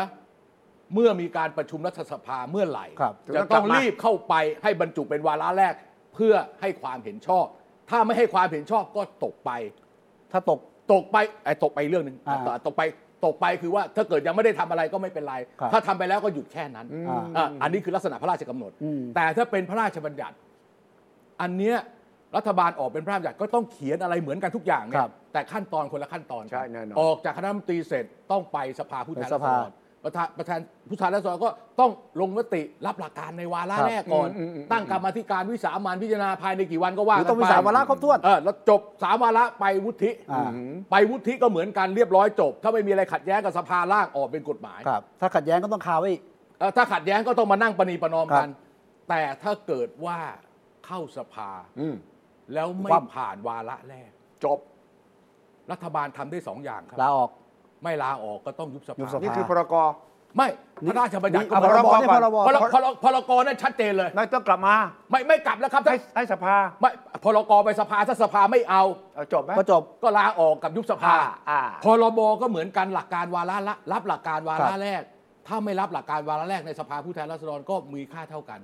[SPEAKER 2] เมื่อมีการประชุมรัฐสภาเมื่อไหร่
[SPEAKER 1] ครับ
[SPEAKER 2] จะต้องรีบเข้าไปให้บรรจุเป็นวาระแรกเพื่อให้ความเห็นชอบ ถ้าไม่ให้ความเห็นชอบก็ตกไป
[SPEAKER 1] ถ้าตก
[SPEAKER 2] ตกไปไอ้ตกไปเรื่องหนึ่ง
[SPEAKER 1] อ่า
[SPEAKER 2] ตกตกไปตกไปคือว่าถ้าเกิดยังไม่ได้ทำอะไรก็ไม่เป็นไร
[SPEAKER 1] ครับ
[SPEAKER 2] ถ้าทำไปแล้วก็หยุดแค่นั้น
[SPEAKER 1] อ่า
[SPEAKER 2] อ่ะอันนี้คือลักษณะพระราชกำหนด
[SPEAKER 1] อืม
[SPEAKER 2] แต่ถ้าเป็นพระราชบัญญัติ อันเนี้ยรัฐบาลออกเป็นพระราชบัญญัติก็ต้องเขียนอะไรเหมือนกันทุกอย่างเนี่
[SPEAKER 1] ครั
[SPEAKER 2] ย
[SPEAKER 1] บ
[SPEAKER 2] แต่ขั้นตอนคนละขั้นตอน
[SPEAKER 3] ใช่แน่นอน
[SPEAKER 2] ออกจากคณะรัฐมนตรีเสร็จต้องไปสภาผู้แทน
[SPEAKER 1] ไปสภา
[SPEAKER 2] ราษฎรประธานประธานผู้แทนราษฎรก็ต้องลงมติรับหลักการในวาระ
[SPEAKER 1] ครับ
[SPEAKER 2] แรกก่อน ตั้งกรรมาธิการวิสามันพิจารณาภายในกี่วันก็ว่า
[SPEAKER 1] หรือ
[SPEAKER 2] กัน
[SPEAKER 1] ต้องมี
[SPEAKER 2] ไป
[SPEAKER 1] สามวาระครบถ้วน
[SPEAKER 2] เออแล้วจบสามวาระไปวุฒิ
[SPEAKER 1] อ่า
[SPEAKER 2] ไปวุฒิก็เหมือนกันเรียบร้อยจบ ถ้าไม่มีอะไรขัดแย้งกับสภาร่างออกเป็นกฎหมาย
[SPEAKER 1] ครับ ถ้าขัดแย้งก็ต้องคาไว้อีก
[SPEAKER 2] เอ่อถ้าขัดแย้งก็ต้องมานั่งประนีประนอมกัน
[SPEAKER 1] ครั
[SPEAKER 2] แต่ถ้าเกิดว่าเข้าสภา
[SPEAKER 3] อืม
[SPEAKER 2] แล้วไม่
[SPEAKER 3] ความ
[SPEAKER 2] ผ่านวาระแรก
[SPEAKER 3] จบ
[SPEAKER 2] รัฐบาลทำได้สองอย่างครั
[SPEAKER 1] ลาออก
[SPEAKER 2] ไม่ลาออกก็ต้องยุบส
[SPEAKER 1] ยุบส
[SPEAKER 2] ภา
[SPEAKER 1] ภา
[SPEAKER 3] นี่คือพรก
[SPEAKER 2] ไม่พระราชบัญญัติก็
[SPEAKER 3] นี่
[SPEAKER 2] พร
[SPEAKER 3] เอา
[SPEAKER 2] ก
[SPEAKER 3] พรก
[SPEAKER 2] พรกพรกพ
[SPEAKER 3] ก่อน
[SPEAKER 2] รกนั่นชัดเจนเลย
[SPEAKER 3] นายต้องกลับมา
[SPEAKER 2] ไม่ไม่กลับแล้วครับ
[SPEAKER 3] ให้
[SPEAKER 2] ถ้า
[SPEAKER 3] ให้สภา
[SPEAKER 2] ไม่พรกไปสภาถ้าสภาไม่เอา
[SPEAKER 3] เอาจบไหม
[SPEAKER 1] ก็จบ
[SPEAKER 2] ก็ลาออกกับยุบสภา
[SPEAKER 3] อ่าอ่า
[SPEAKER 2] พรบก็เหมือนกันหลักการวาระละรับหลักการวา
[SPEAKER 1] ครั
[SPEAKER 2] ระ
[SPEAKER 1] บ
[SPEAKER 2] แรก ถ้าไม่รับหลักการวาระแรกในสภาผู้แทนราษฎรก็มีค่าเท่ากัน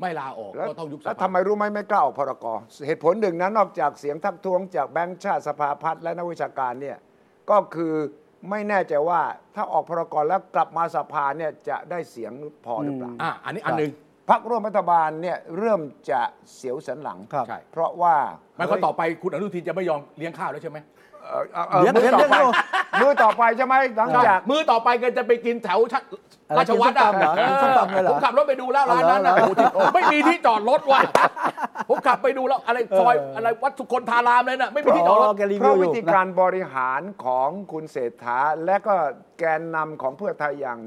[SPEAKER 2] ไม่ลาออก
[SPEAKER 3] แล้ว
[SPEAKER 2] ก็ต้องยุบส
[SPEAKER 3] แล้ว
[SPEAKER 2] ภา
[SPEAKER 3] ทำไมรู้ไหมไม่กล้าออกพรก เหตุผลหนึ่งนะนอกจากเสียงทักท้วงจากแบงค์ชาติสภาพัฒน์และนักวิชาการเนี่ยก็คือไม่แน่ใจว่าถ้าออกพรกแล้วกลับมาสภาเนี่ยจะได้เสียงพอหรือเปล่า
[SPEAKER 2] อ่ะอันนี้อันหนึ่ง
[SPEAKER 3] พักร่วมรัฐบาลเนี่ยเริ่มจะเสียวสันหลัง
[SPEAKER 1] ครับ
[SPEAKER 2] ใช่
[SPEAKER 3] เพราะว่า
[SPEAKER 2] มันก็ต่อไปคุณอนุทินจะไม่ยอมเลี้ยงข้าวแล้วใช่ไหม
[SPEAKER 3] เอ่อเอ่อเอ่อ
[SPEAKER 1] เดี๋ยว
[SPEAKER 3] มือ
[SPEAKER 1] เดี๋ยว
[SPEAKER 3] ต่อไป
[SPEAKER 1] เดี๋ยว
[SPEAKER 3] มือต่อไปใช่ไหมหลัง
[SPEAKER 2] ใช่
[SPEAKER 3] จาก
[SPEAKER 2] มือต่อไปก็จะไปกินแถวชัด
[SPEAKER 1] อะไร
[SPEAKER 2] ราชวัฒน์อ่ะ
[SPEAKER 1] กินส้มตำเหรอกินส้มตำเลยเหรอ
[SPEAKER 2] ผมขับรถไปดูแล้วร้านนั้นอ่ะ
[SPEAKER 1] เอาเหรอ
[SPEAKER 2] โอ้โหที่ไม่มีที่จอดรถว่ะผมขับไปดูแล้วอะไรซอยอะไรวัดสุคนธารามเลยน่ะไม่มีที่จอดรถ
[SPEAKER 1] แกรี
[SPEAKER 3] เพ
[SPEAKER 1] วิว
[SPEAKER 3] ราะ
[SPEAKER 1] อ
[SPEAKER 3] วิ
[SPEAKER 1] ยู่
[SPEAKER 3] ธี
[SPEAKER 1] นะ
[SPEAKER 3] การบริหารของคุณเศรษฐาและก็แกนนำของเพื่อไทยอย่าง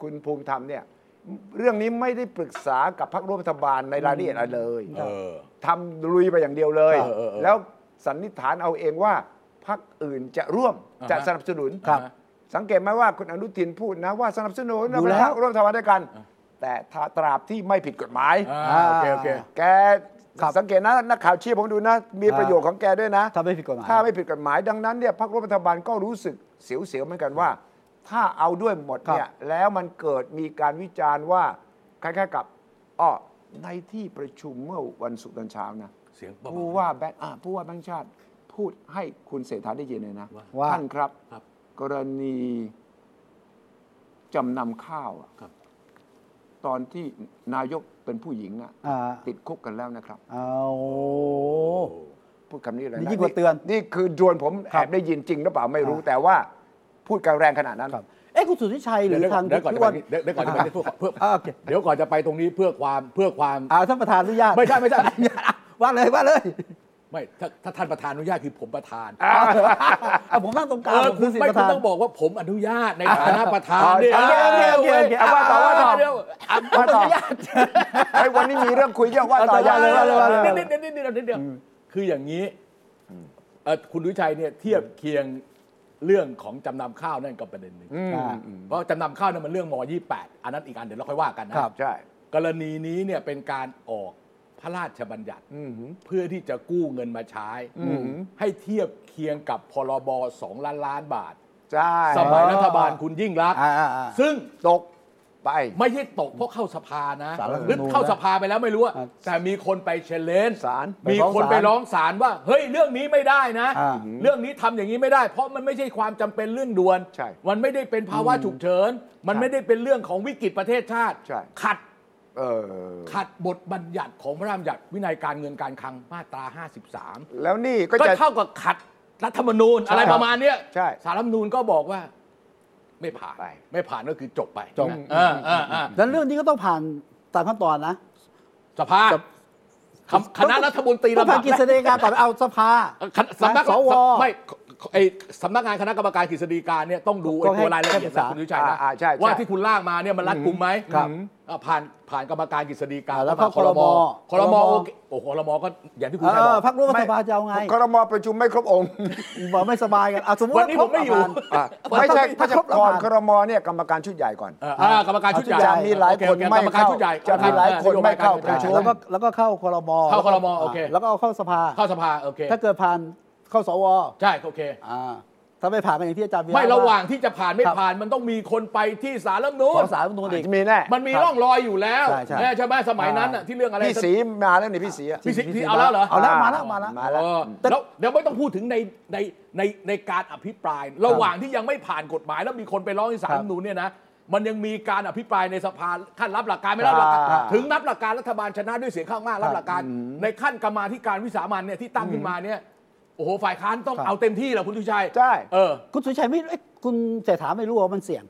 [SPEAKER 3] คุณภูมิธรรมเนี่ยเรื่องนี้ไม่ได้ปรึกษากับพรรคร่วมรัฐบาลในรายละเอียดอะไรเลย
[SPEAKER 2] เออ
[SPEAKER 3] ทำลุยไปอย่างเดียวเลย
[SPEAKER 2] เออเออเออ
[SPEAKER 3] แล้วสันนิษฐานเอาเองว่าพรรคอื่นจะร่วม
[SPEAKER 2] อ่าฮะ
[SPEAKER 3] จะสนับสนุน
[SPEAKER 2] ครับ
[SPEAKER 3] สังเกตไหมว่าคุณอนุทินพูดนะว่าสนับสนุนนะ
[SPEAKER 1] อยู่แล้ว
[SPEAKER 3] พรรคร่วมรัฐบาลด้วยกัน แต่ถ้าตราบที่ไม่ผิดกฎหมาย
[SPEAKER 2] อ่า
[SPEAKER 1] อ่า
[SPEAKER 2] โเคโอเค
[SPEAKER 3] แก
[SPEAKER 1] ครับ
[SPEAKER 3] สังเกตนะนักข่าวเชียร์ผมดูนะ มี
[SPEAKER 1] ครับ
[SPEAKER 3] ประโยชน์ของแกด้วยนะ
[SPEAKER 1] ถ้าไม่ผิดกฎหมาย
[SPEAKER 3] ถ้าไม่ผิดกฎหมายดังนั้นเนี่ยพรรคร่วมรัฐบาลก็รู้สึกเสียวๆเหมือนกันว่า ถ้าเอาด้วยหมดเนี่ยแล้วมันเกิดมีการวิจารณ์ว่าคล้ายๆกับอ้อในที่ประชุมเมื่อวันศุกร์ตอนเช้านะ
[SPEAKER 2] เสียงประมาณ
[SPEAKER 3] ผู้ว่าแบงค์อ่าผู้ว่าแบงค์ชาติพูดให้คุณเศรษฐาได้ยินเลยนะ
[SPEAKER 2] ว่า
[SPEAKER 1] ว่า
[SPEAKER 3] ท่านครับ
[SPEAKER 2] ครับ
[SPEAKER 3] กรณีจำนำข้าวอะ
[SPEAKER 2] ครับ
[SPEAKER 3] ตอนที่นายกเป็นผู้หญิงอะ
[SPEAKER 1] อ่า
[SPEAKER 3] ติดคุกกันแล้วนะครับ
[SPEAKER 1] เอาโห
[SPEAKER 3] พูดคำนี้เลย
[SPEAKER 1] นี่
[SPEAKER 3] นะ
[SPEAKER 1] ยิ่งกว่าเตือน
[SPEAKER 3] นี่คือดวนผมแอบได้ยินจริงหรือเปล่าไม่รู้
[SPEAKER 1] ครับ
[SPEAKER 3] แต่ว่าพูดกันแรงขนาดนั้น
[SPEAKER 1] ครับเอ้คุณสุทธิชัยหรื
[SPEAKER 2] เดี๋ยว
[SPEAKER 1] อ
[SPEAKER 2] เดี๋ยว
[SPEAKER 1] ทาง
[SPEAKER 2] เดี๋ยวก่อนจะ
[SPEAKER 1] พี่
[SPEAKER 2] ไป
[SPEAKER 1] อ้วน
[SPEAKER 2] เดี๋ยวเดี๋ยวก่อนจะไปเพื่อ
[SPEAKER 1] อ่าโอเค
[SPEAKER 2] เพื่อเดี๋ยวก่อนจะไปตรงนี้เพื่อความเพื่อความ
[SPEAKER 1] อ่าท่านประธานอนุญาต
[SPEAKER 2] ไม่ใช่ไม่ใช่
[SPEAKER 1] ว่าเลยว่าเลย
[SPEAKER 2] ไม่ถ้าถ้าท่านประธานอนุญาตคือผมประธาน
[SPEAKER 1] เอาผมนั่งตรงกลาง
[SPEAKER 2] เออ
[SPEAKER 1] ผม
[SPEAKER 2] คุณ
[SPEAKER 1] อสิท
[SPEAKER 2] ไม่
[SPEAKER 1] ธิ์ประ
[SPEAKER 2] คุณ
[SPEAKER 1] ธาน
[SPEAKER 2] ต้องบอกว่าผมอนุญาตในฐานะประธาน
[SPEAKER 3] อ่า
[SPEAKER 2] เนี่ย
[SPEAKER 3] โอเคโอเคโอเคโอเคเอาว่าต่อว่าต่อ
[SPEAKER 2] เดี๋ยว
[SPEAKER 3] ว่าต่อไอ้ยวันนี้มีเรื่องคุยเยอะว่าต่
[SPEAKER 1] เอา
[SPEAKER 3] อ
[SPEAKER 1] ต่อ
[SPEAKER 3] ยาเลยว่าเลยว่าเลย
[SPEAKER 2] เดี๋ยวเดี๋ยวเดี๋ยวเดี๋ยวเดี๋ยวเดี๋ยวคืออย่างนี้เอ่อคุณดุชัยเนี่ยเทียบเคียงเรื่องของจำนำข้าวนั่นกับประเด็นหนึ่ง
[SPEAKER 1] อ่า
[SPEAKER 2] เพราะจำนำข้าวนั่นมันเรื่องม .28 อันนั้นอีกอันเดี๋ยวเราค่อยว่ากันนะ
[SPEAKER 1] ครับ
[SPEAKER 3] ใช่
[SPEAKER 2] กรณีนี้เนี่ยเป็นการออกพระราชบัญญัติเพื่อที่จะกู้เงินมาใช้ ให้เทียบเคียงกับพรบสองล้านล้านบาท
[SPEAKER 3] ใช่
[SPEAKER 2] สมัย
[SPEAKER 1] อ๋อ
[SPEAKER 2] รัฐบาลคุณยิ่งรักษณ์
[SPEAKER 1] อ่าอ่าอ่า
[SPEAKER 2] ซึ่ง
[SPEAKER 3] ตกไป
[SPEAKER 2] ไม่ใช่ตกเพราะเข้าสภานะ
[SPEAKER 1] สารรัฐธรรมนูญ
[SPEAKER 2] หรือเข้าสภาไปแล้วไม่รู้อะ
[SPEAKER 1] อ่า
[SPEAKER 2] แต่มีคนไปเชลเลน
[SPEAKER 3] ศาล
[SPEAKER 2] มีคนไป
[SPEAKER 1] ไปฟ้องศาล
[SPEAKER 2] ร้องศาลว่า เฮ้ยเรื่องนี้ไม่ได้นะ
[SPEAKER 1] อ่า
[SPEAKER 2] เรื่องนี้ทำอย่างนี้ไม่ได้ เพราะมันไม่ใช่ความจำเป็นเรื่องด่วน
[SPEAKER 3] ใช่
[SPEAKER 2] มันไม่ได้เป็นภาวะฉุกเฉิน มัน
[SPEAKER 3] ใช่
[SPEAKER 2] ไม่ได้เป็นเรื่องของวิกฤตประเทศชาติ
[SPEAKER 3] ใช่
[SPEAKER 2] ขัด
[SPEAKER 3] เออ
[SPEAKER 2] ขัดบทบัญญัติของพระราชบัญญัติวินัยการเงินการคลังมาตรา
[SPEAKER 3] แล้วนี่ก็
[SPEAKER 2] 53 ก็
[SPEAKER 3] จะ
[SPEAKER 2] เท่ากับขัดรัฐธรรมนูญอะไรประมาณเนี้ย
[SPEAKER 3] ใช่
[SPEAKER 2] สารรัฐธรรมนูญก็บอกว่า ไม่ผ่าน
[SPEAKER 3] ไป
[SPEAKER 2] ไม่ผ่านก็คือจบไป
[SPEAKER 1] จบ
[SPEAKER 2] นะเออเออเออ
[SPEAKER 1] แล้วเรื่องนี้ก็ต้องผ่านตามขั้นตอนนะ
[SPEAKER 2] สภาคำคณะรัฐมนตรี
[SPEAKER 1] ต้องผ่านกฤษฎีกาต่อไปเอาสภา
[SPEAKER 2] คณะสำนัก
[SPEAKER 1] สว
[SPEAKER 2] ไม่ไอสำนักงานคณะกรรมการกฤษฎีกาเนี่ยต้องดูไอ้
[SPEAKER 1] ต้องให้
[SPEAKER 2] ตัวรายละเอียด
[SPEAKER 1] ให้ศึก
[SPEAKER 2] นะ
[SPEAKER 1] ษา
[SPEAKER 2] คุณวิชัยนะ
[SPEAKER 3] อ่าอ่าใช่ใช่
[SPEAKER 2] ว่าที่คุณล่างมาเนี่ยมันรัดกุมไหม
[SPEAKER 1] ครับ
[SPEAKER 2] อ่าผ่านผ่านกรรมการกฤษฎีกา
[SPEAKER 1] อ่าแล้ว
[SPEAKER 2] มา
[SPEAKER 1] เข้าครม
[SPEAKER 2] ครมโอเคโอ้โหครมก็อย่างที่คุณ
[SPEAKER 1] เอ
[SPEAKER 2] ชัยบ
[SPEAKER 1] อ
[SPEAKER 2] อก
[SPEAKER 1] พักร่วมรัฐบาลจะเอาไง
[SPEAKER 3] ครมประชุมไม่ครบองค์
[SPEAKER 1] บอกไม่สบายกันเอาสมมติ
[SPEAKER 2] วันนี้ผมไม่อยู่
[SPEAKER 1] ผ่าน
[SPEAKER 3] อ่ะไม่ใช่
[SPEAKER 1] ถ้าคร
[SPEAKER 3] ถ้าค
[SPEAKER 1] บ
[SPEAKER 3] ร
[SPEAKER 1] แล้ว
[SPEAKER 3] ก่อน
[SPEAKER 1] ผ่าน
[SPEAKER 3] ครมเนี่ยกรรมการชุดใหญ่ก่อน
[SPEAKER 2] เอ่ออ่ากรรมการชุดใหญ่
[SPEAKER 3] จะมีหลาย
[SPEAKER 2] โอเค
[SPEAKER 3] คนไม่
[SPEAKER 2] โอเคกรรมการ
[SPEAKER 3] เข้า
[SPEAKER 2] ชุดใหญ่
[SPEAKER 3] จะมีหลายคนไม่เข้า
[SPEAKER 2] กรรมกรชุดใหญ่
[SPEAKER 1] แล้วก็แล้วก็เข้าครม
[SPEAKER 2] เข้าครมโอเค
[SPEAKER 1] แล้วก็เอาเข้าสภา
[SPEAKER 2] เข้าสภาโอเค
[SPEAKER 1] ถ้าเกิดผ่านเข้าสว
[SPEAKER 2] ใช่โอเค
[SPEAKER 1] อ่าถ้าไม่ผ่านไปอย่างที่อาจารย์วีระ
[SPEAKER 2] ไม่ระหว่า
[SPEAKER 1] ว่
[SPEAKER 2] งที่จะผ่านไม่
[SPEAKER 1] ครับ
[SPEAKER 2] ผ่านมันต้องมีคนไปที่ศาลรัฐธรรมนู
[SPEAKER 1] ข
[SPEAKER 2] ญ
[SPEAKER 1] อสารรัฐธรรมนูญอีก
[SPEAKER 3] มีแน่
[SPEAKER 2] มันมีร่องรอยอยู่แล้ว
[SPEAKER 1] ใช่ใช่
[SPEAKER 2] แน่ใช่ไหมสมัยนั้นน่ะที่เรื่องอะไร
[SPEAKER 3] พี่สีมาแล้วนี่พี่สีอะ
[SPEAKER 2] พี่ศรีพี่เอาแล้วเหรอ
[SPEAKER 1] เอาแล้วมาแล้วมาแล้ว
[SPEAKER 3] มาแล้ว
[SPEAKER 2] เออ
[SPEAKER 1] แต่
[SPEAKER 2] แล้วเดี๋ยวไม่ต้องพูดถึงในในในในการอภิปราย ระหว่างที่ยังไม่ผ่านกฎหมายแล้วมีคนไปร้องที่ศาลรัฐธรรมนูญเนี่ยนะมันยังมีการอภิปรายในสภาขั้นรับหลักการไม่รับหลักการ
[SPEAKER 3] ครับ
[SPEAKER 2] ถึงนับหลักการรัฐบาลชนะด้วยเสียงข้างมากรับหลักการ ในขั้นกรรมาธิการวิสามันเนี่ยที่ตั้งขึ้นมาเนี่ยโอ้โหฝ่ายค้านต้องเอาเต็มที่แหละคุณทุชัย
[SPEAKER 3] ใช่
[SPEAKER 2] เออ
[SPEAKER 1] คุณสุชัยไม่เอ้ยคุณเศรษฐาไม่รู้ว่ามันเสี่ยง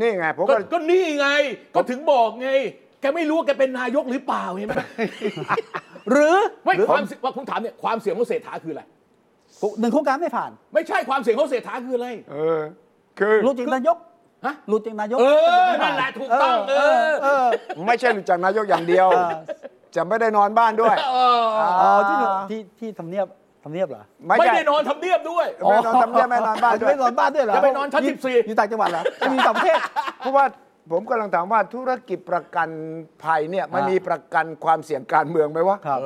[SPEAKER 3] นี่ไงผม
[SPEAKER 2] ก็
[SPEAKER 3] ก็
[SPEAKER 2] ก็นี่ไงก็ถึงบอกไง แกไม่รู้ว่าแกเป็นนายกหรือเปล่าเห็นไหม
[SPEAKER 1] หรือ
[SPEAKER 2] ไม่
[SPEAKER 1] หรือ
[SPEAKER 2] ความเสี่ยงว่าผมถามเนี่ยความเสี่ยงของเศรษฐาคืออะไร
[SPEAKER 1] หนึ่งโครงการไม่ผ่าน
[SPEAKER 2] ไม่ใช่ความเสี่ยงของเศรษฐาคืออะไร
[SPEAKER 3] เออคือ
[SPEAKER 1] รู้จริงนายก
[SPEAKER 2] ฮะ
[SPEAKER 1] หลุดจากนายก
[SPEAKER 2] เออ
[SPEAKER 1] ไม่ได้
[SPEAKER 2] นั่นแหละถูกต้องเออ
[SPEAKER 1] เออ
[SPEAKER 3] ไม่ใช่หลุดจากนายกอย่างเดียว จะไม่ได้นอนบ้านด้วย
[SPEAKER 2] เออ
[SPEAKER 1] เออที่หนูที่ที่ทำเนียบทำเนียบเหรอ
[SPEAKER 3] ไม่
[SPEAKER 2] ไม่
[SPEAKER 3] ใช่
[SPEAKER 2] ได้นอนทำเนียบด้วย
[SPEAKER 3] ไม่นอนทำเนียบไม่นอนบ้านด้วย
[SPEAKER 1] ไม่นอนบ้านด้วยเหรอ
[SPEAKER 2] จะไปนอนชั้น
[SPEAKER 1] ยู่
[SPEAKER 2] 14
[SPEAKER 1] อยู่ต่างจังหวัดเหรอจะมีต่างประเทศ
[SPEAKER 3] เพราะว่าผมกำลังถามว่าธุรกิจประกันภัยเนี่ยมัน
[SPEAKER 1] อ่ามี
[SPEAKER 3] มีประกันความเสี่ยงการเมืองไหมวะ
[SPEAKER 1] ครับ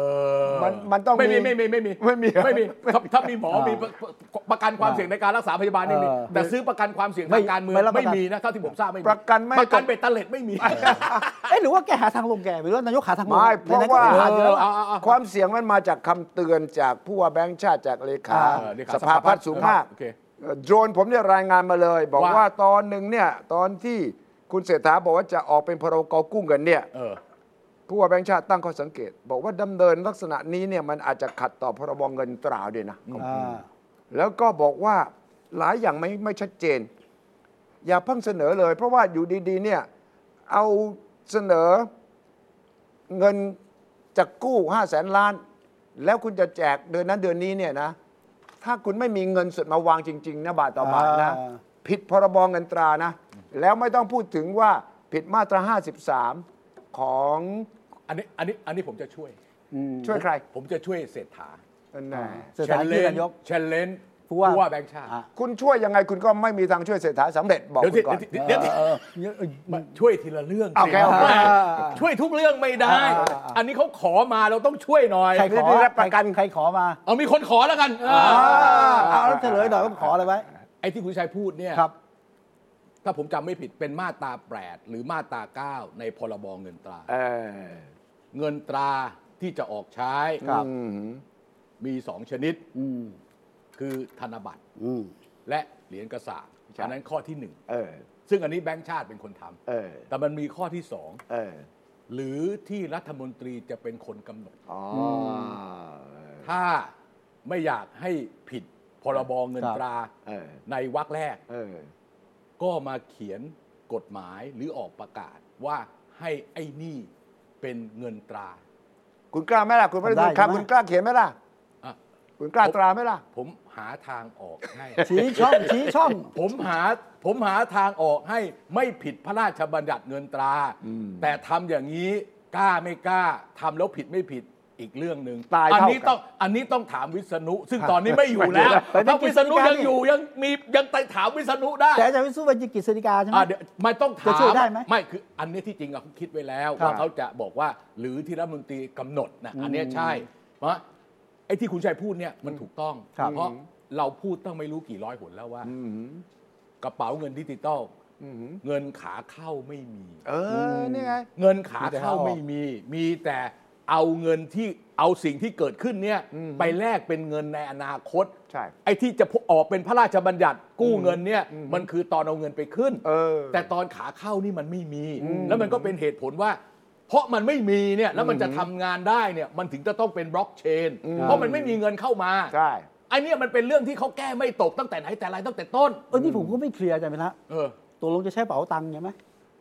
[SPEAKER 3] มันมันต้อง
[SPEAKER 2] ไม่มี
[SPEAKER 3] มี
[SPEAKER 2] ไม่มีไม่มี
[SPEAKER 3] ไม่มี
[SPEAKER 2] ไม่มีถ้าถ้ามีหมอ
[SPEAKER 1] อ่ามี
[SPEAKER 2] มีประประกันความเสี่ยงในการรักษาพยาบาลนี่มี
[SPEAKER 1] เออ
[SPEAKER 2] แต่ซื้อประกันความเสี่ยง
[SPEAKER 1] ไม่
[SPEAKER 2] ทางการเมือง
[SPEAKER 1] ไม่รับประกั
[SPEAKER 2] ไม่
[SPEAKER 1] น
[SPEAKER 2] มีนะเท่าที่ผมทราบไม่มี
[SPEAKER 3] ประกันไม่
[SPEAKER 2] ประกันเบ็ดเตล็ดไม่มี
[SPEAKER 1] เอ๊ะหรือว่าแกหาทางลงแกหรือว่านายกหาทางลง
[SPEAKER 3] ไม่เพราะ
[SPEAKER 1] ไหนๆก็
[SPEAKER 3] ว่า
[SPEAKER 1] ไปหอยู่แล้ว
[SPEAKER 2] เอ
[SPEAKER 1] อะ
[SPEAKER 2] อ
[SPEAKER 3] ความเสี่ยงมันมาจากคำเตือนจากผู้ว่าแบงค์ชาติจากเลขา
[SPEAKER 2] เออเลขา
[SPEAKER 3] สภาพัฒน์สูงภาค
[SPEAKER 2] โอเค
[SPEAKER 3] เอ่อโดรนผมเนี่ยรายงานมาเลย บอก
[SPEAKER 2] ว่า
[SPEAKER 3] ว่าตอนหนึ่งเนี่ยตอนที่คุณเศรษฐาบอกว่าจะออกเป็นพรกกู้เงินเนี่ย
[SPEAKER 2] เออ
[SPEAKER 3] ผู้ว่าแบงค์ชาติตั้งข้อสังเกต บอกว่าดำเนินลักษณะนี้เนี่ยมันอาจจะขัดต่อพรบเงินตราด้วยนะ แล้วก็บอกว่าหลายอย่างไม่ไม่ชัดเจน อย่าเพิ่งเสนอเลย เพราะว่าอยู่ดีๆเนี่ยเอาเสนอเงินจะกู้ห้าแสนล้าน แล้วคุณจะแจกเดือนนั้นเดือนนี้เนี่ยนะ ถ้าคุณไม่มีเงินสดมาวางจริง ๆนะบาทต่อบาทนะ
[SPEAKER 1] อ่า
[SPEAKER 3] ผิดพรบเงินตรานะ แล้วไม่ต้องพูดถึงว่าผิดมาตรา 53 ของ
[SPEAKER 2] อันนี้อันนี้อันนี้ผมจะช่วย
[SPEAKER 1] อืม
[SPEAKER 3] ช่วยใคร
[SPEAKER 2] ผมจะช่วยเศรษฐา
[SPEAKER 3] แน่
[SPEAKER 1] เสถานที่นายก
[SPEAKER 2] เชลเลน
[SPEAKER 1] ผู้ว่า
[SPEAKER 2] ว่าแบงค์ชาติ
[SPEAKER 1] อ่ะ
[SPEAKER 3] คุณช่วยยังไงคุณก็ไม่มีทางช่วยเศรษฐาสำเร็จบอก
[SPEAKER 2] เดี๋ยว
[SPEAKER 3] คุ
[SPEAKER 2] สิ
[SPEAKER 3] ณก่อน
[SPEAKER 2] เดี๋ยวสิเดี๋ยวสิ
[SPEAKER 1] เออเยอะเอ้ย
[SPEAKER 2] มาช่วยทีละเรื่องสิ
[SPEAKER 3] โอเคโอเค
[SPEAKER 2] แม่ช่วยทุกเรื่องไม่ได้
[SPEAKER 1] อ่าอ่าอ่า
[SPEAKER 2] อันนี้เขาขอมาเราต้องช่วยหน่อย
[SPEAKER 1] ใครขอ
[SPEAKER 3] ได้รับประกัน
[SPEAKER 1] ใครขอมา
[SPEAKER 2] เอามีคนขอแล้วกันเออ
[SPEAKER 1] อ่ะเอาแล้วเฉลยหน่อยว่าขออะไรไว้
[SPEAKER 2] ไอ้ที่คุณชัยพูดเนี่ย
[SPEAKER 1] ครับ
[SPEAKER 2] ถ้าผมจำไม่ผิดเป็นมาตรา8หรือมาตรา 9 ในพรบเงินตรา
[SPEAKER 3] เออ
[SPEAKER 2] เงินตราที่จะออกใช้
[SPEAKER 1] ครับ
[SPEAKER 3] อืม
[SPEAKER 2] มีสองชนิด
[SPEAKER 1] อืม
[SPEAKER 2] คือธนบัตร
[SPEAKER 1] อืม
[SPEAKER 2] และเหรียญกระสาบอันนั้นข้อที่หนึ่ง
[SPEAKER 3] เออ
[SPEAKER 2] ซึ่งอันนี้แบงค์ชาติเป็นคนทำ
[SPEAKER 3] เออ
[SPEAKER 2] แต่มันมีข้อที่สอง
[SPEAKER 3] เออ
[SPEAKER 2] หรือที่รัฐมนตรีจะเป็นคนกำหนด
[SPEAKER 3] อ๋อ
[SPEAKER 2] ถ้าไม่อยากให้ผิดพรบเงินตรา
[SPEAKER 3] เออ
[SPEAKER 2] ในวรรคแรก
[SPEAKER 3] เออ
[SPEAKER 2] ก็มาเขียนกฎหมายหรือออกประกาศว่าให้ไอ้นี่เป็นเงินตรา
[SPEAKER 3] คุณกล้าไหมล่ะ คุณไม่ได้
[SPEAKER 1] ได้
[SPEAKER 3] ดูครับ
[SPEAKER 1] ใช่ไหม
[SPEAKER 3] คุณกล้าเขียนไหมล่ะ
[SPEAKER 2] อ่ะ
[SPEAKER 3] คุณกล้า
[SPEAKER 2] ผม
[SPEAKER 3] ตราไหมล่ะ
[SPEAKER 2] ผมหาทางออกให้
[SPEAKER 1] ชี้ช่องชี้ช่อง
[SPEAKER 2] ผมหาผมหาทางออกให้ไม่ผิดพระราชบัญญัติเงินตรา แต่ทำอย่างนี้กล้าไม่กล้าทำแล้วผิดไม่ผิดอีกเรื่องหนึ่ง
[SPEAKER 3] ตาย
[SPEAKER 2] อั
[SPEAKER 3] เท่า
[SPEAKER 2] นี้
[SPEAKER 3] กัน
[SPEAKER 2] ต้องอันนี้ต้องถามวิษณุ ซึ่งตอนนี้ไม่อยู่แล้ว
[SPEAKER 1] ไม่ได้
[SPEAKER 2] ถ้าวิษณุ
[SPEAKER 1] กิจการ
[SPEAKER 2] ยัง
[SPEAKER 1] นี่
[SPEAKER 2] อยู่ยังมียังไปถามวิษณุได้
[SPEAKER 1] แต่อาจารย์วิศนุเป็นกฤษฎีกาใช่ไหม
[SPEAKER 2] อ่ะเดี๋ยวมันต้องถาม
[SPEAKER 1] จะช่วยได้ไหม
[SPEAKER 2] ไม่คืออันนี้ที่จริงอะเขาคิดไว้แล้ว
[SPEAKER 1] ครับ
[SPEAKER 2] ว่าเขาจะบอกว่าหรือที่รัฐมนตรีกำหนดนะอันเนี้ยใช่เพราะไอ้ที่คุณชัยพูดเนี่ยมันถูกต้อง
[SPEAKER 1] ครับ
[SPEAKER 2] เพราะเราพูดต้องไม่รู้กี่ร้อยหนแล้วว่า
[SPEAKER 3] อืม
[SPEAKER 2] กระเป๋าเงินดิจิตอลเงินขาเข้าไม่มี
[SPEAKER 3] เออ นี่ไง
[SPEAKER 2] เงินขาเข้าไม่มี มีแต่เอาเงินที่เอาสิ่งที่เกิดขึ้นเนี่ยไปแลกเป็นเงินในอนาคต
[SPEAKER 3] ใช่
[SPEAKER 2] ไอ้ที่จะออกเป็นพระราชบัญญัติกู้เงินเนี่ยมันคือตอนเอาเงินไปขึ้น
[SPEAKER 3] เออ
[SPEAKER 2] แต่ตอนขาเข้านี่มันไม่มี แล้วมันก็เป็นเหตุผลว่า เพราะมันไม่มีเนี่ยแล้วมันจะทำงานได้เนี่ยมันถึงจะต้องเป็นบล็อกเชน เพราะมันไม่มีเงินเข้ามา
[SPEAKER 3] ใช่
[SPEAKER 2] ไอ้เนี่ยมันเป็นเรื่องที่เขาแก้ไม่ตกตั้งแต่ไหนแต่ไรตั้งแต่ต้น
[SPEAKER 1] เออนี่ผมก็ไม่เคลียร์อาจารย์พินะ
[SPEAKER 2] เออ
[SPEAKER 1] ตัวลงจะใช้เป๋าตังค์ใช่ไหม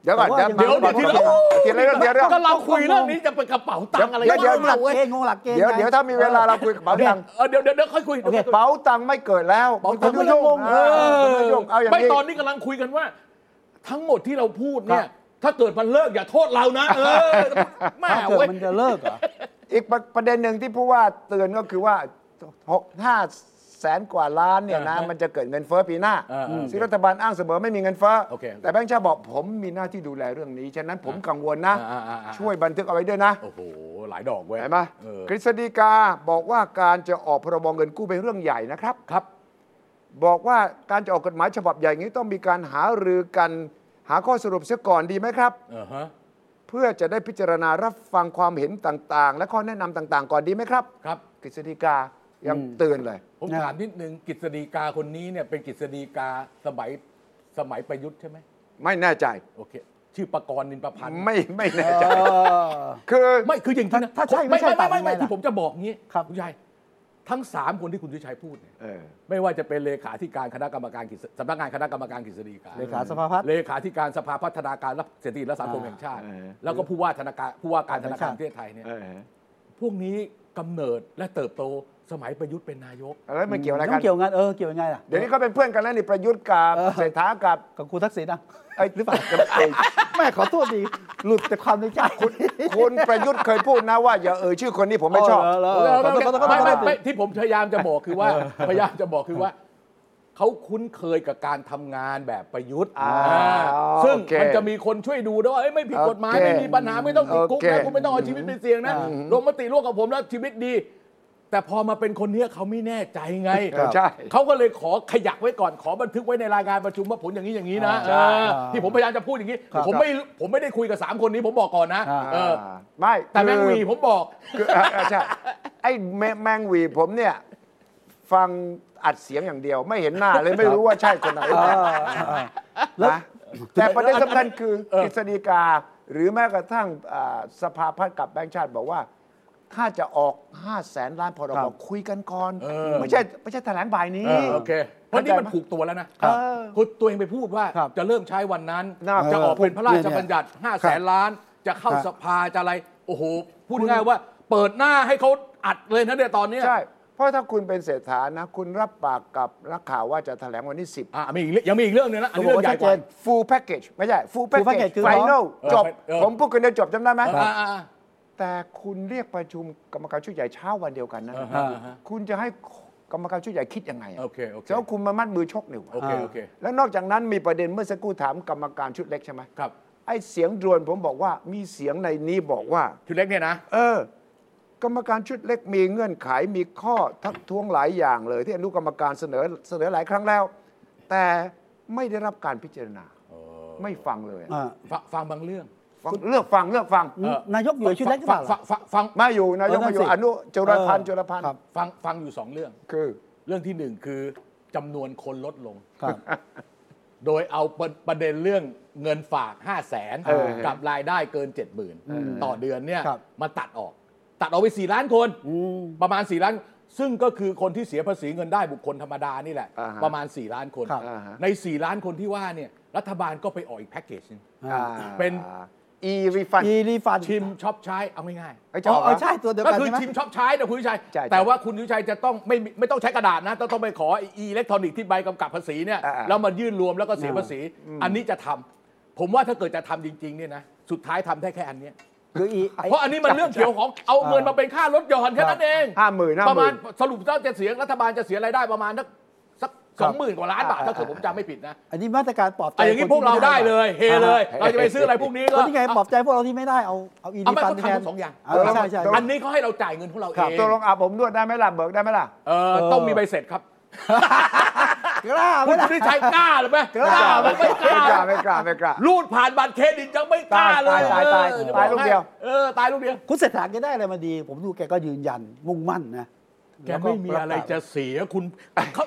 [SPEAKER 3] เดี๋ยวก่อน
[SPEAKER 1] แต่ว่า
[SPEAKER 2] เดี๋ยว
[SPEAKER 3] มา
[SPEAKER 2] เดี๋ยวทีละ
[SPEAKER 3] ก่อนทีละเรื่องทีละเรื่อง
[SPEAKER 2] ก็เราคุยเรื่องนี้จะเป็นกระเป๋าตังค์อะไร
[SPEAKER 3] เดี๋ยวเดี๋ยว
[SPEAKER 1] งงหลักเกณฑ์งงหลักเกณฑ์
[SPEAKER 3] เดี๋ยวเดี๋ยวถ้ามีเวลาเราคุยกับเป๋าตังค์
[SPEAKER 2] เออเดี๋ยวเดี๋ยวเดี๋ยวค่อยคุย
[SPEAKER 1] โอเค
[SPEAKER 3] เป๋าตังค์ไม่เกิดแล้ว
[SPEAKER 2] เป๋าตังค์
[SPEAKER 3] คุณยุ่ง
[SPEAKER 1] เอ
[SPEAKER 3] เออคุณยุ่งเอาอย่าง
[SPEAKER 2] ไม่
[SPEAKER 3] นี้
[SPEAKER 2] ตอนนี้กำลังคุยกันว่า ทั้งหมดที่เราพูดเนี่ย ถ้าเกิดมันเลิกอย่าโทษเรานะ เออแม่
[SPEAKER 1] ถ้าเกิด
[SPEAKER 2] เว้ย
[SPEAKER 1] มันจะเลิกเหรอ
[SPEAKER 3] อีกประประเด็นหนึ่งที่ผู้ว่าเตือนก็คือว่าหกห้าแสนกว่าล้านเนี่ยนะ มันจะเกิดเงินเฟ้อปีหน้า
[SPEAKER 2] าอ่า
[SPEAKER 3] ซึ่งรัฐบาลอ้างเสมอไม่มีเงินเฟ้อ
[SPEAKER 2] โอเคโอเค
[SPEAKER 3] แต่แบงค์ชาติบอกผมมีหน้าที่ดูแลเรื่องนี้ ฉะนั้นผมกังวลนะ
[SPEAKER 2] อ่าอ่าอ่า
[SPEAKER 3] ช่วยบันทึกเอาไว้ด้วยนะ
[SPEAKER 2] โอ้โห หลายดอกเว้ย
[SPEAKER 3] เห็นไหม
[SPEAKER 2] เออก
[SPEAKER 3] ฤษฎีกาบอกว่าการจะออกพรบเงินกู้เป็นเรื่องใหญ่นะครับ
[SPEAKER 2] ครับ
[SPEAKER 3] บอกว่าการจะออกกฎหมายฉบับใหญ่นี้ต้องมีการหารือกัน หาข้อสรุปเสียก่อนดีไหมครับ
[SPEAKER 2] เออฮะ
[SPEAKER 3] เพื่อจะได้พิจารณารับฟังความเห็นต่างๆ และข้อแนะนำต่างๆ ก่อนดีไหมครับ
[SPEAKER 2] ครับ
[SPEAKER 3] กฤษฎีกายังเตือนเลย
[SPEAKER 2] ผม
[SPEAKER 1] นะ
[SPEAKER 2] ถามนิดนึงกฤษฎีกาคนนี้เนี่ยเป็นกฤษฎีกาสมัยสมัยประยุทธ์ใช่ไหม
[SPEAKER 3] ไม่แน่ใจ
[SPEAKER 2] โอเค ชื่อประกรณ์นินประพันธ์
[SPEAKER 3] ไม่ไม่แน่
[SPEAKER 1] เอ
[SPEAKER 3] ใจ
[SPEAKER 1] อ
[SPEAKER 3] คือ
[SPEAKER 2] ไม่คืออย่างที่นะ
[SPEAKER 1] ถ้าใช่ไม่ใช่
[SPEAKER 2] ไม่ไม่
[SPEAKER 1] ต่าง
[SPEAKER 2] ไม่
[SPEAKER 1] ยังไงล่ะ
[SPEAKER 2] ที่ผมจะบอกงี้
[SPEAKER 1] ครับ
[SPEAKER 2] ณชัยทั้งสามคนที่คุณชัยพูดเนี่ย
[SPEAKER 3] เออ
[SPEAKER 2] ไม่ว่าจะเป็นเลขาธิการคณะกรรมการกฤษสำนักงานคณะกรรมการกฤษฎีกา
[SPEAKER 1] เลขาสภาพัฒน์
[SPEAKER 2] เลขาธิการสภาพัฒนาการและเศรษฐกิจและสังคมแห่งชาติ
[SPEAKER 3] เออ
[SPEAKER 2] แล้วก็ผู้ว่าธนาคารผู้ว่าการธนาคารประเทศไทยเนี่ย
[SPEAKER 3] เออ
[SPEAKER 2] พวกนี้กำเนิดและเติบโต สมัยประยุทธ์เป็นนายก
[SPEAKER 3] แล้วมันเกี่ยวอะไร
[SPEAKER 1] ต้
[SPEAKER 3] กั
[SPEAKER 1] อน งเกี่ยวงานเออเกี่ยวยังไงล่ะ
[SPEAKER 3] เดี๋ยวนี้เขาเป็นเพื่อนกันแล้วนี่ประยุทธ์กับ
[SPEAKER 1] เออ
[SPEAKER 3] เศรษฐากับ
[SPEAKER 1] กับครูทักษิณนะ
[SPEAKER 3] ไอ้หรือเปล่า
[SPEAKER 1] แม่ขอโทษดีหลุดแต่ความในใจคุณ
[SPEAKER 3] คุณประยุทธ์เคยพูดนะว่าอย่าเอ่ยชื่อคนนี้ผมไม่ชอบ
[SPEAKER 2] ไม่ไม่
[SPEAKER 1] ไม่
[SPEAKER 2] ไม่ไม่ที่ผมพยายามจะบอกคือว่า พยายามจะบอกคือว่า เขาคุ้นเคยกับการทำงานแบบประยุทธ์
[SPEAKER 3] อ่า
[SPEAKER 2] อ่าซึ่ง
[SPEAKER 3] โอเค
[SPEAKER 2] มันจะมีคนช่วยดูด้วยว่าเอ้ยไม่ผิดกฎหมาย
[SPEAKER 3] โอเค
[SPEAKER 2] ไม่มีปัญหาไม่ต้องติดคุก
[SPEAKER 3] โอ
[SPEAKER 2] นะ
[SPEAKER 3] เค
[SPEAKER 2] คุณไม่ต้องเอาชีวิตเป็นเสี่ยงนะลงมติร่วมกับผมแล้วชีวิตดี แต่พอมาเป็นคนเนี้ยเขาไม่แน่ใจไง
[SPEAKER 3] เออใช่
[SPEAKER 2] เขาก็เลยขอขยักไว้ก่อนขอบันทึกไว้ในรายงานประชุมว่าผลอย่างนี้อย่างนี้นะ
[SPEAKER 1] ใช่
[SPEAKER 2] เออ
[SPEAKER 1] ใช่
[SPEAKER 2] ที่ผมพยายามจะพูดอย่างนี้
[SPEAKER 1] ครับ
[SPEAKER 2] ผมไม่ผมไม่ได้คุยกับสามคนนี้ผมบอกก่อนนะ
[SPEAKER 1] อ่า
[SPEAKER 2] เออ
[SPEAKER 3] ไม่
[SPEAKER 2] แต่แม่ง
[SPEAKER 3] คือ
[SPEAKER 2] วีผมบอก
[SPEAKER 3] คืออ่ะอ่ะใช่ไอ้แมแมงหวีผมเนี่ย ฟังอัดเสียงอย่างเดียวไม่เห็นหน้าเลยไม่รู้ว่าใช่คนไหน
[SPEAKER 1] เออเออแล้ว
[SPEAKER 3] นะแต่ประเด็นสำคัญคือ
[SPEAKER 2] เออ
[SPEAKER 3] กฤษฎีกา หรือแม้กระทั่งอ่าสภาพัฒน์กับแบงค์ชาติบอกว่า ถ้าจะออก 5 0 0แสนล้านพอร
[SPEAKER 1] ครับ บ
[SPEAKER 3] คุยกันก่อน
[SPEAKER 2] เออ
[SPEAKER 3] ไม่ใช่ไม่ใช่แถลงบ่ายนี้
[SPEAKER 2] เออโอเคเพราะนี่มันผูกตัวแล้วนะครับ
[SPEAKER 3] เออ
[SPEAKER 2] คุณตัวเองไปพูดว่า
[SPEAKER 1] ครับ
[SPEAKER 2] จะเริ่มใช้วันนั้น
[SPEAKER 3] น่า
[SPEAKER 2] จะออกเป็นพระราชบัญญัติ5 0 0แสนล้าน จะเข้า
[SPEAKER 1] ครับ
[SPEAKER 2] สภาจะอะไร โอ้โห พูดง่ายๆว่า เปิดหน้าให้เขาอัดเลยนะเนี่ยตอนเนี้ย
[SPEAKER 3] ใช่ เพราะถ้าคุณเป็นเศรษฐานะ คุณรับปากกับนักข่าวว่าจะแถลงวันที่10
[SPEAKER 2] อ่ะมีอีกเรื่องยังมีอีกเรื่องหนึงนะอันนี้
[SPEAKER 1] เขาบอกว่า
[SPEAKER 2] เรื่องใหญ่กว่า
[SPEAKER 1] ชัดเจน
[SPEAKER 3] full package ไม่ใช่ full
[SPEAKER 1] full package
[SPEAKER 3] package
[SPEAKER 1] คือ
[SPEAKER 3] final
[SPEAKER 2] เออ
[SPEAKER 3] จบ
[SPEAKER 2] เออ
[SPEAKER 3] ผมพูดคนเดียวจบจำได้ไหม
[SPEAKER 2] อ่ะอ่ะอ่ะ
[SPEAKER 3] แต่คุณเรียกประชุมกรรมการชุดใหญ่เช้าวันเดียวกันนะ
[SPEAKER 2] อ่าฮะอ่าฮะ
[SPEAKER 3] คุณจะให้กรรมการชุดใหญ่คิดยังไงะ
[SPEAKER 2] โอเคโอเค
[SPEAKER 3] แล้วคุณมามัดมือชกหนิวะ
[SPEAKER 2] โอเคโอเค
[SPEAKER 3] แล้วนอกจากนั้นมีประเด็นเมื่อสักครู่ถามกรรมการชุดเล็กใช่ไหม
[SPEAKER 2] ครับ
[SPEAKER 3] ไอ้เสียงดวนผมบอกว่ามีเสียงในนี้บอกว่า
[SPEAKER 2] ชุดเล็กเนี่ยนะ
[SPEAKER 3] เออ กรรมการชุดเล็กมีเงื่อนไขมีข้อทักท้วงหลายอย่างเลย ที่อนุกรรมการเสนอเสนอหลายครั้งแล้ว แต่ไม่ได้รับการพิจารณาไม่ฟังเลยอะ
[SPEAKER 1] อ่า
[SPEAKER 2] ฟังฟังบางเรื่อง
[SPEAKER 3] ฟังเลือกฟังเลือกฟัง
[SPEAKER 2] เออ
[SPEAKER 1] นายกอยู่ในชุดเล็กหรือเปล่า
[SPEAKER 2] ฟั
[SPEAKER 1] ล่ะ
[SPEAKER 2] งฟังฟัง
[SPEAKER 3] มาอยู่นายก
[SPEAKER 1] เออนั่
[SPEAKER 3] มาน อยู่
[SPEAKER 1] สิ
[SPEAKER 3] อนุจุลพันธ์
[SPEAKER 1] เออ
[SPEAKER 3] จุลพันธ์
[SPEAKER 1] ครับ
[SPEAKER 2] ฟังฟังอยู่สองเรื่อง
[SPEAKER 3] คือ
[SPEAKER 2] เรื่องที่หนึ่งคือจำนวนคนลดลง
[SPEAKER 1] ครับ
[SPEAKER 2] โดยเอาประประเด็นเรื่องเงินฝาก 5 0 0แสน
[SPEAKER 3] เออ
[SPEAKER 2] กับรายได้เกิน 7 0,000 ต่อเดือนเนี่ย
[SPEAKER 1] ครับ
[SPEAKER 2] มาตัดออก ตัดออกไป 4 ล้านคน ประมาณ 4 ล้าน ซึ่งก็คือคนที่เสียภาษีเงินได้บุคคลธรรมดานี่แหละ
[SPEAKER 3] อ่าฮะ
[SPEAKER 2] ประมาณ 4 ล้านคน
[SPEAKER 1] ครับ
[SPEAKER 3] อ่าฮะ
[SPEAKER 2] ใน 4 ล้านคนที่ว่าเนี่ยรัฐบาลก็ไปออกอีกแพ็กเกจหนึง
[SPEAKER 3] อ่า
[SPEAKER 2] เป็น
[SPEAKER 3] อีริฟัน
[SPEAKER 1] อีรีฟัน
[SPEAKER 2] ชิมช็อปใช้เอาง่ายๆ
[SPEAKER 3] ไอ้
[SPEAKER 1] อ๋
[SPEAKER 3] เจ้า
[SPEAKER 1] อ
[SPEAKER 3] เหร
[SPEAKER 1] เอา
[SPEAKER 3] อ
[SPEAKER 1] ใช่ตัวเดียว
[SPEAKER 2] ก็
[SPEAKER 1] กัน
[SPEAKER 2] คือ
[SPEAKER 1] ใช่ไหม
[SPEAKER 2] ชิมช็อปใช้นะคุณวิชัย
[SPEAKER 3] ใช่ใช่
[SPEAKER 2] แต่ว่าคุณวิชัยจะต้องไม่มีไม่ต้องใช้กระดาษนะ ต้องต้องไปขออีเล็กทรอนิกส์ที่ใบกำกับภาษีเนี่ย
[SPEAKER 3] อ่าๆ
[SPEAKER 2] แล้วมันยื่นรวมแล้วก็เสียภาษี อันนี้จะทำผมว่าถ้าเกิดจะทำจริงๆเนี่ยนะสุดท้ายทำได้แค่อันเนี้ย
[SPEAKER 1] คืออีไ
[SPEAKER 2] เพราะอันนี้มันเรื่องเกี่ยวของเอาเงินมาเป็นค่าลดหย่อนแค่นั้นเอง
[SPEAKER 3] ห้าหมื่นห้า
[SPEAKER 2] ประ
[SPEAKER 3] ห
[SPEAKER 2] มาณ
[SPEAKER 3] มื่น
[SPEAKER 2] สรุปแล้วจะเสียรัฐบาลจะเสียรายได้ประมาณสักสัก
[SPEAKER 1] ค
[SPEAKER 2] ส
[SPEAKER 1] รั
[SPEAKER 2] อบ งหมื่นกว่าล้านบาทถ้าเกิดผมจำไม่ผิดนะ
[SPEAKER 1] อันนี้มาตรการปลอบใจ
[SPEAKER 2] แต่อย่างนี้พวกเราได้เลยเฮเลย
[SPEAKER 3] อ่า
[SPEAKER 2] เราจะไปซื้ออะไรพวกนี้
[SPEAKER 1] ค
[SPEAKER 2] ก็
[SPEAKER 1] นที่ไงปลอบใจพวกเราที่ไม่ได้เอาเอาอี
[SPEAKER 2] เอา
[SPEAKER 1] รี
[SPEAKER 2] ไม่
[SPEAKER 1] ฟัน
[SPEAKER 2] เขา
[SPEAKER 1] แทน
[SPEAKER 2] ทำทั้งสองอย่าง
[SPEAKER 1] เออใช่ใช่
[SPEAKER 2] อันนี้เขาให้เราจ่ายเงินของเราเอง
[SPEAKER 3] ตัวลงอาบผมนวดได้ไหมล่ะ เบิกได้ไหมล่ะ
[SPEAKER 2] เออต้องมีใบเสร็จครับ
[SPEAKER 1] กล้าไหม
[SPEAKER 2] คุณ
[SPEAKER 1] ล่ะ
[SPEAKER 2] สุทธิชัยกล้าหรือไม่
[SPEAKER 1] กล้า
[SPEAKER 2] ไหมไม่กล้า
[SPEAKER 3] ไม่กล้า ไม่กล้าไม่กล้า
[SPEAKER 2] รูดผ่านบัตรเครดิตยังไม่กล้าเลย
[SPEAKER 3] ตายตาย
[SPEAKER 2] ออ
[SPEAKER 3] ตายตาย
[SPEAKER 2] จะบอ
[SPEAKER 3] ลูกเดียว
[SPEAKER 2] ให้เออตายลูกเดียว
[SPEAKER 1] คุณเศรษฐาแกได้อะไรมาดี ผมดูแกก็ยืนยันมุ่งมั่นนะ
[SPEAKER 2] แกไม่มีอะไรจะเสียคุณเขา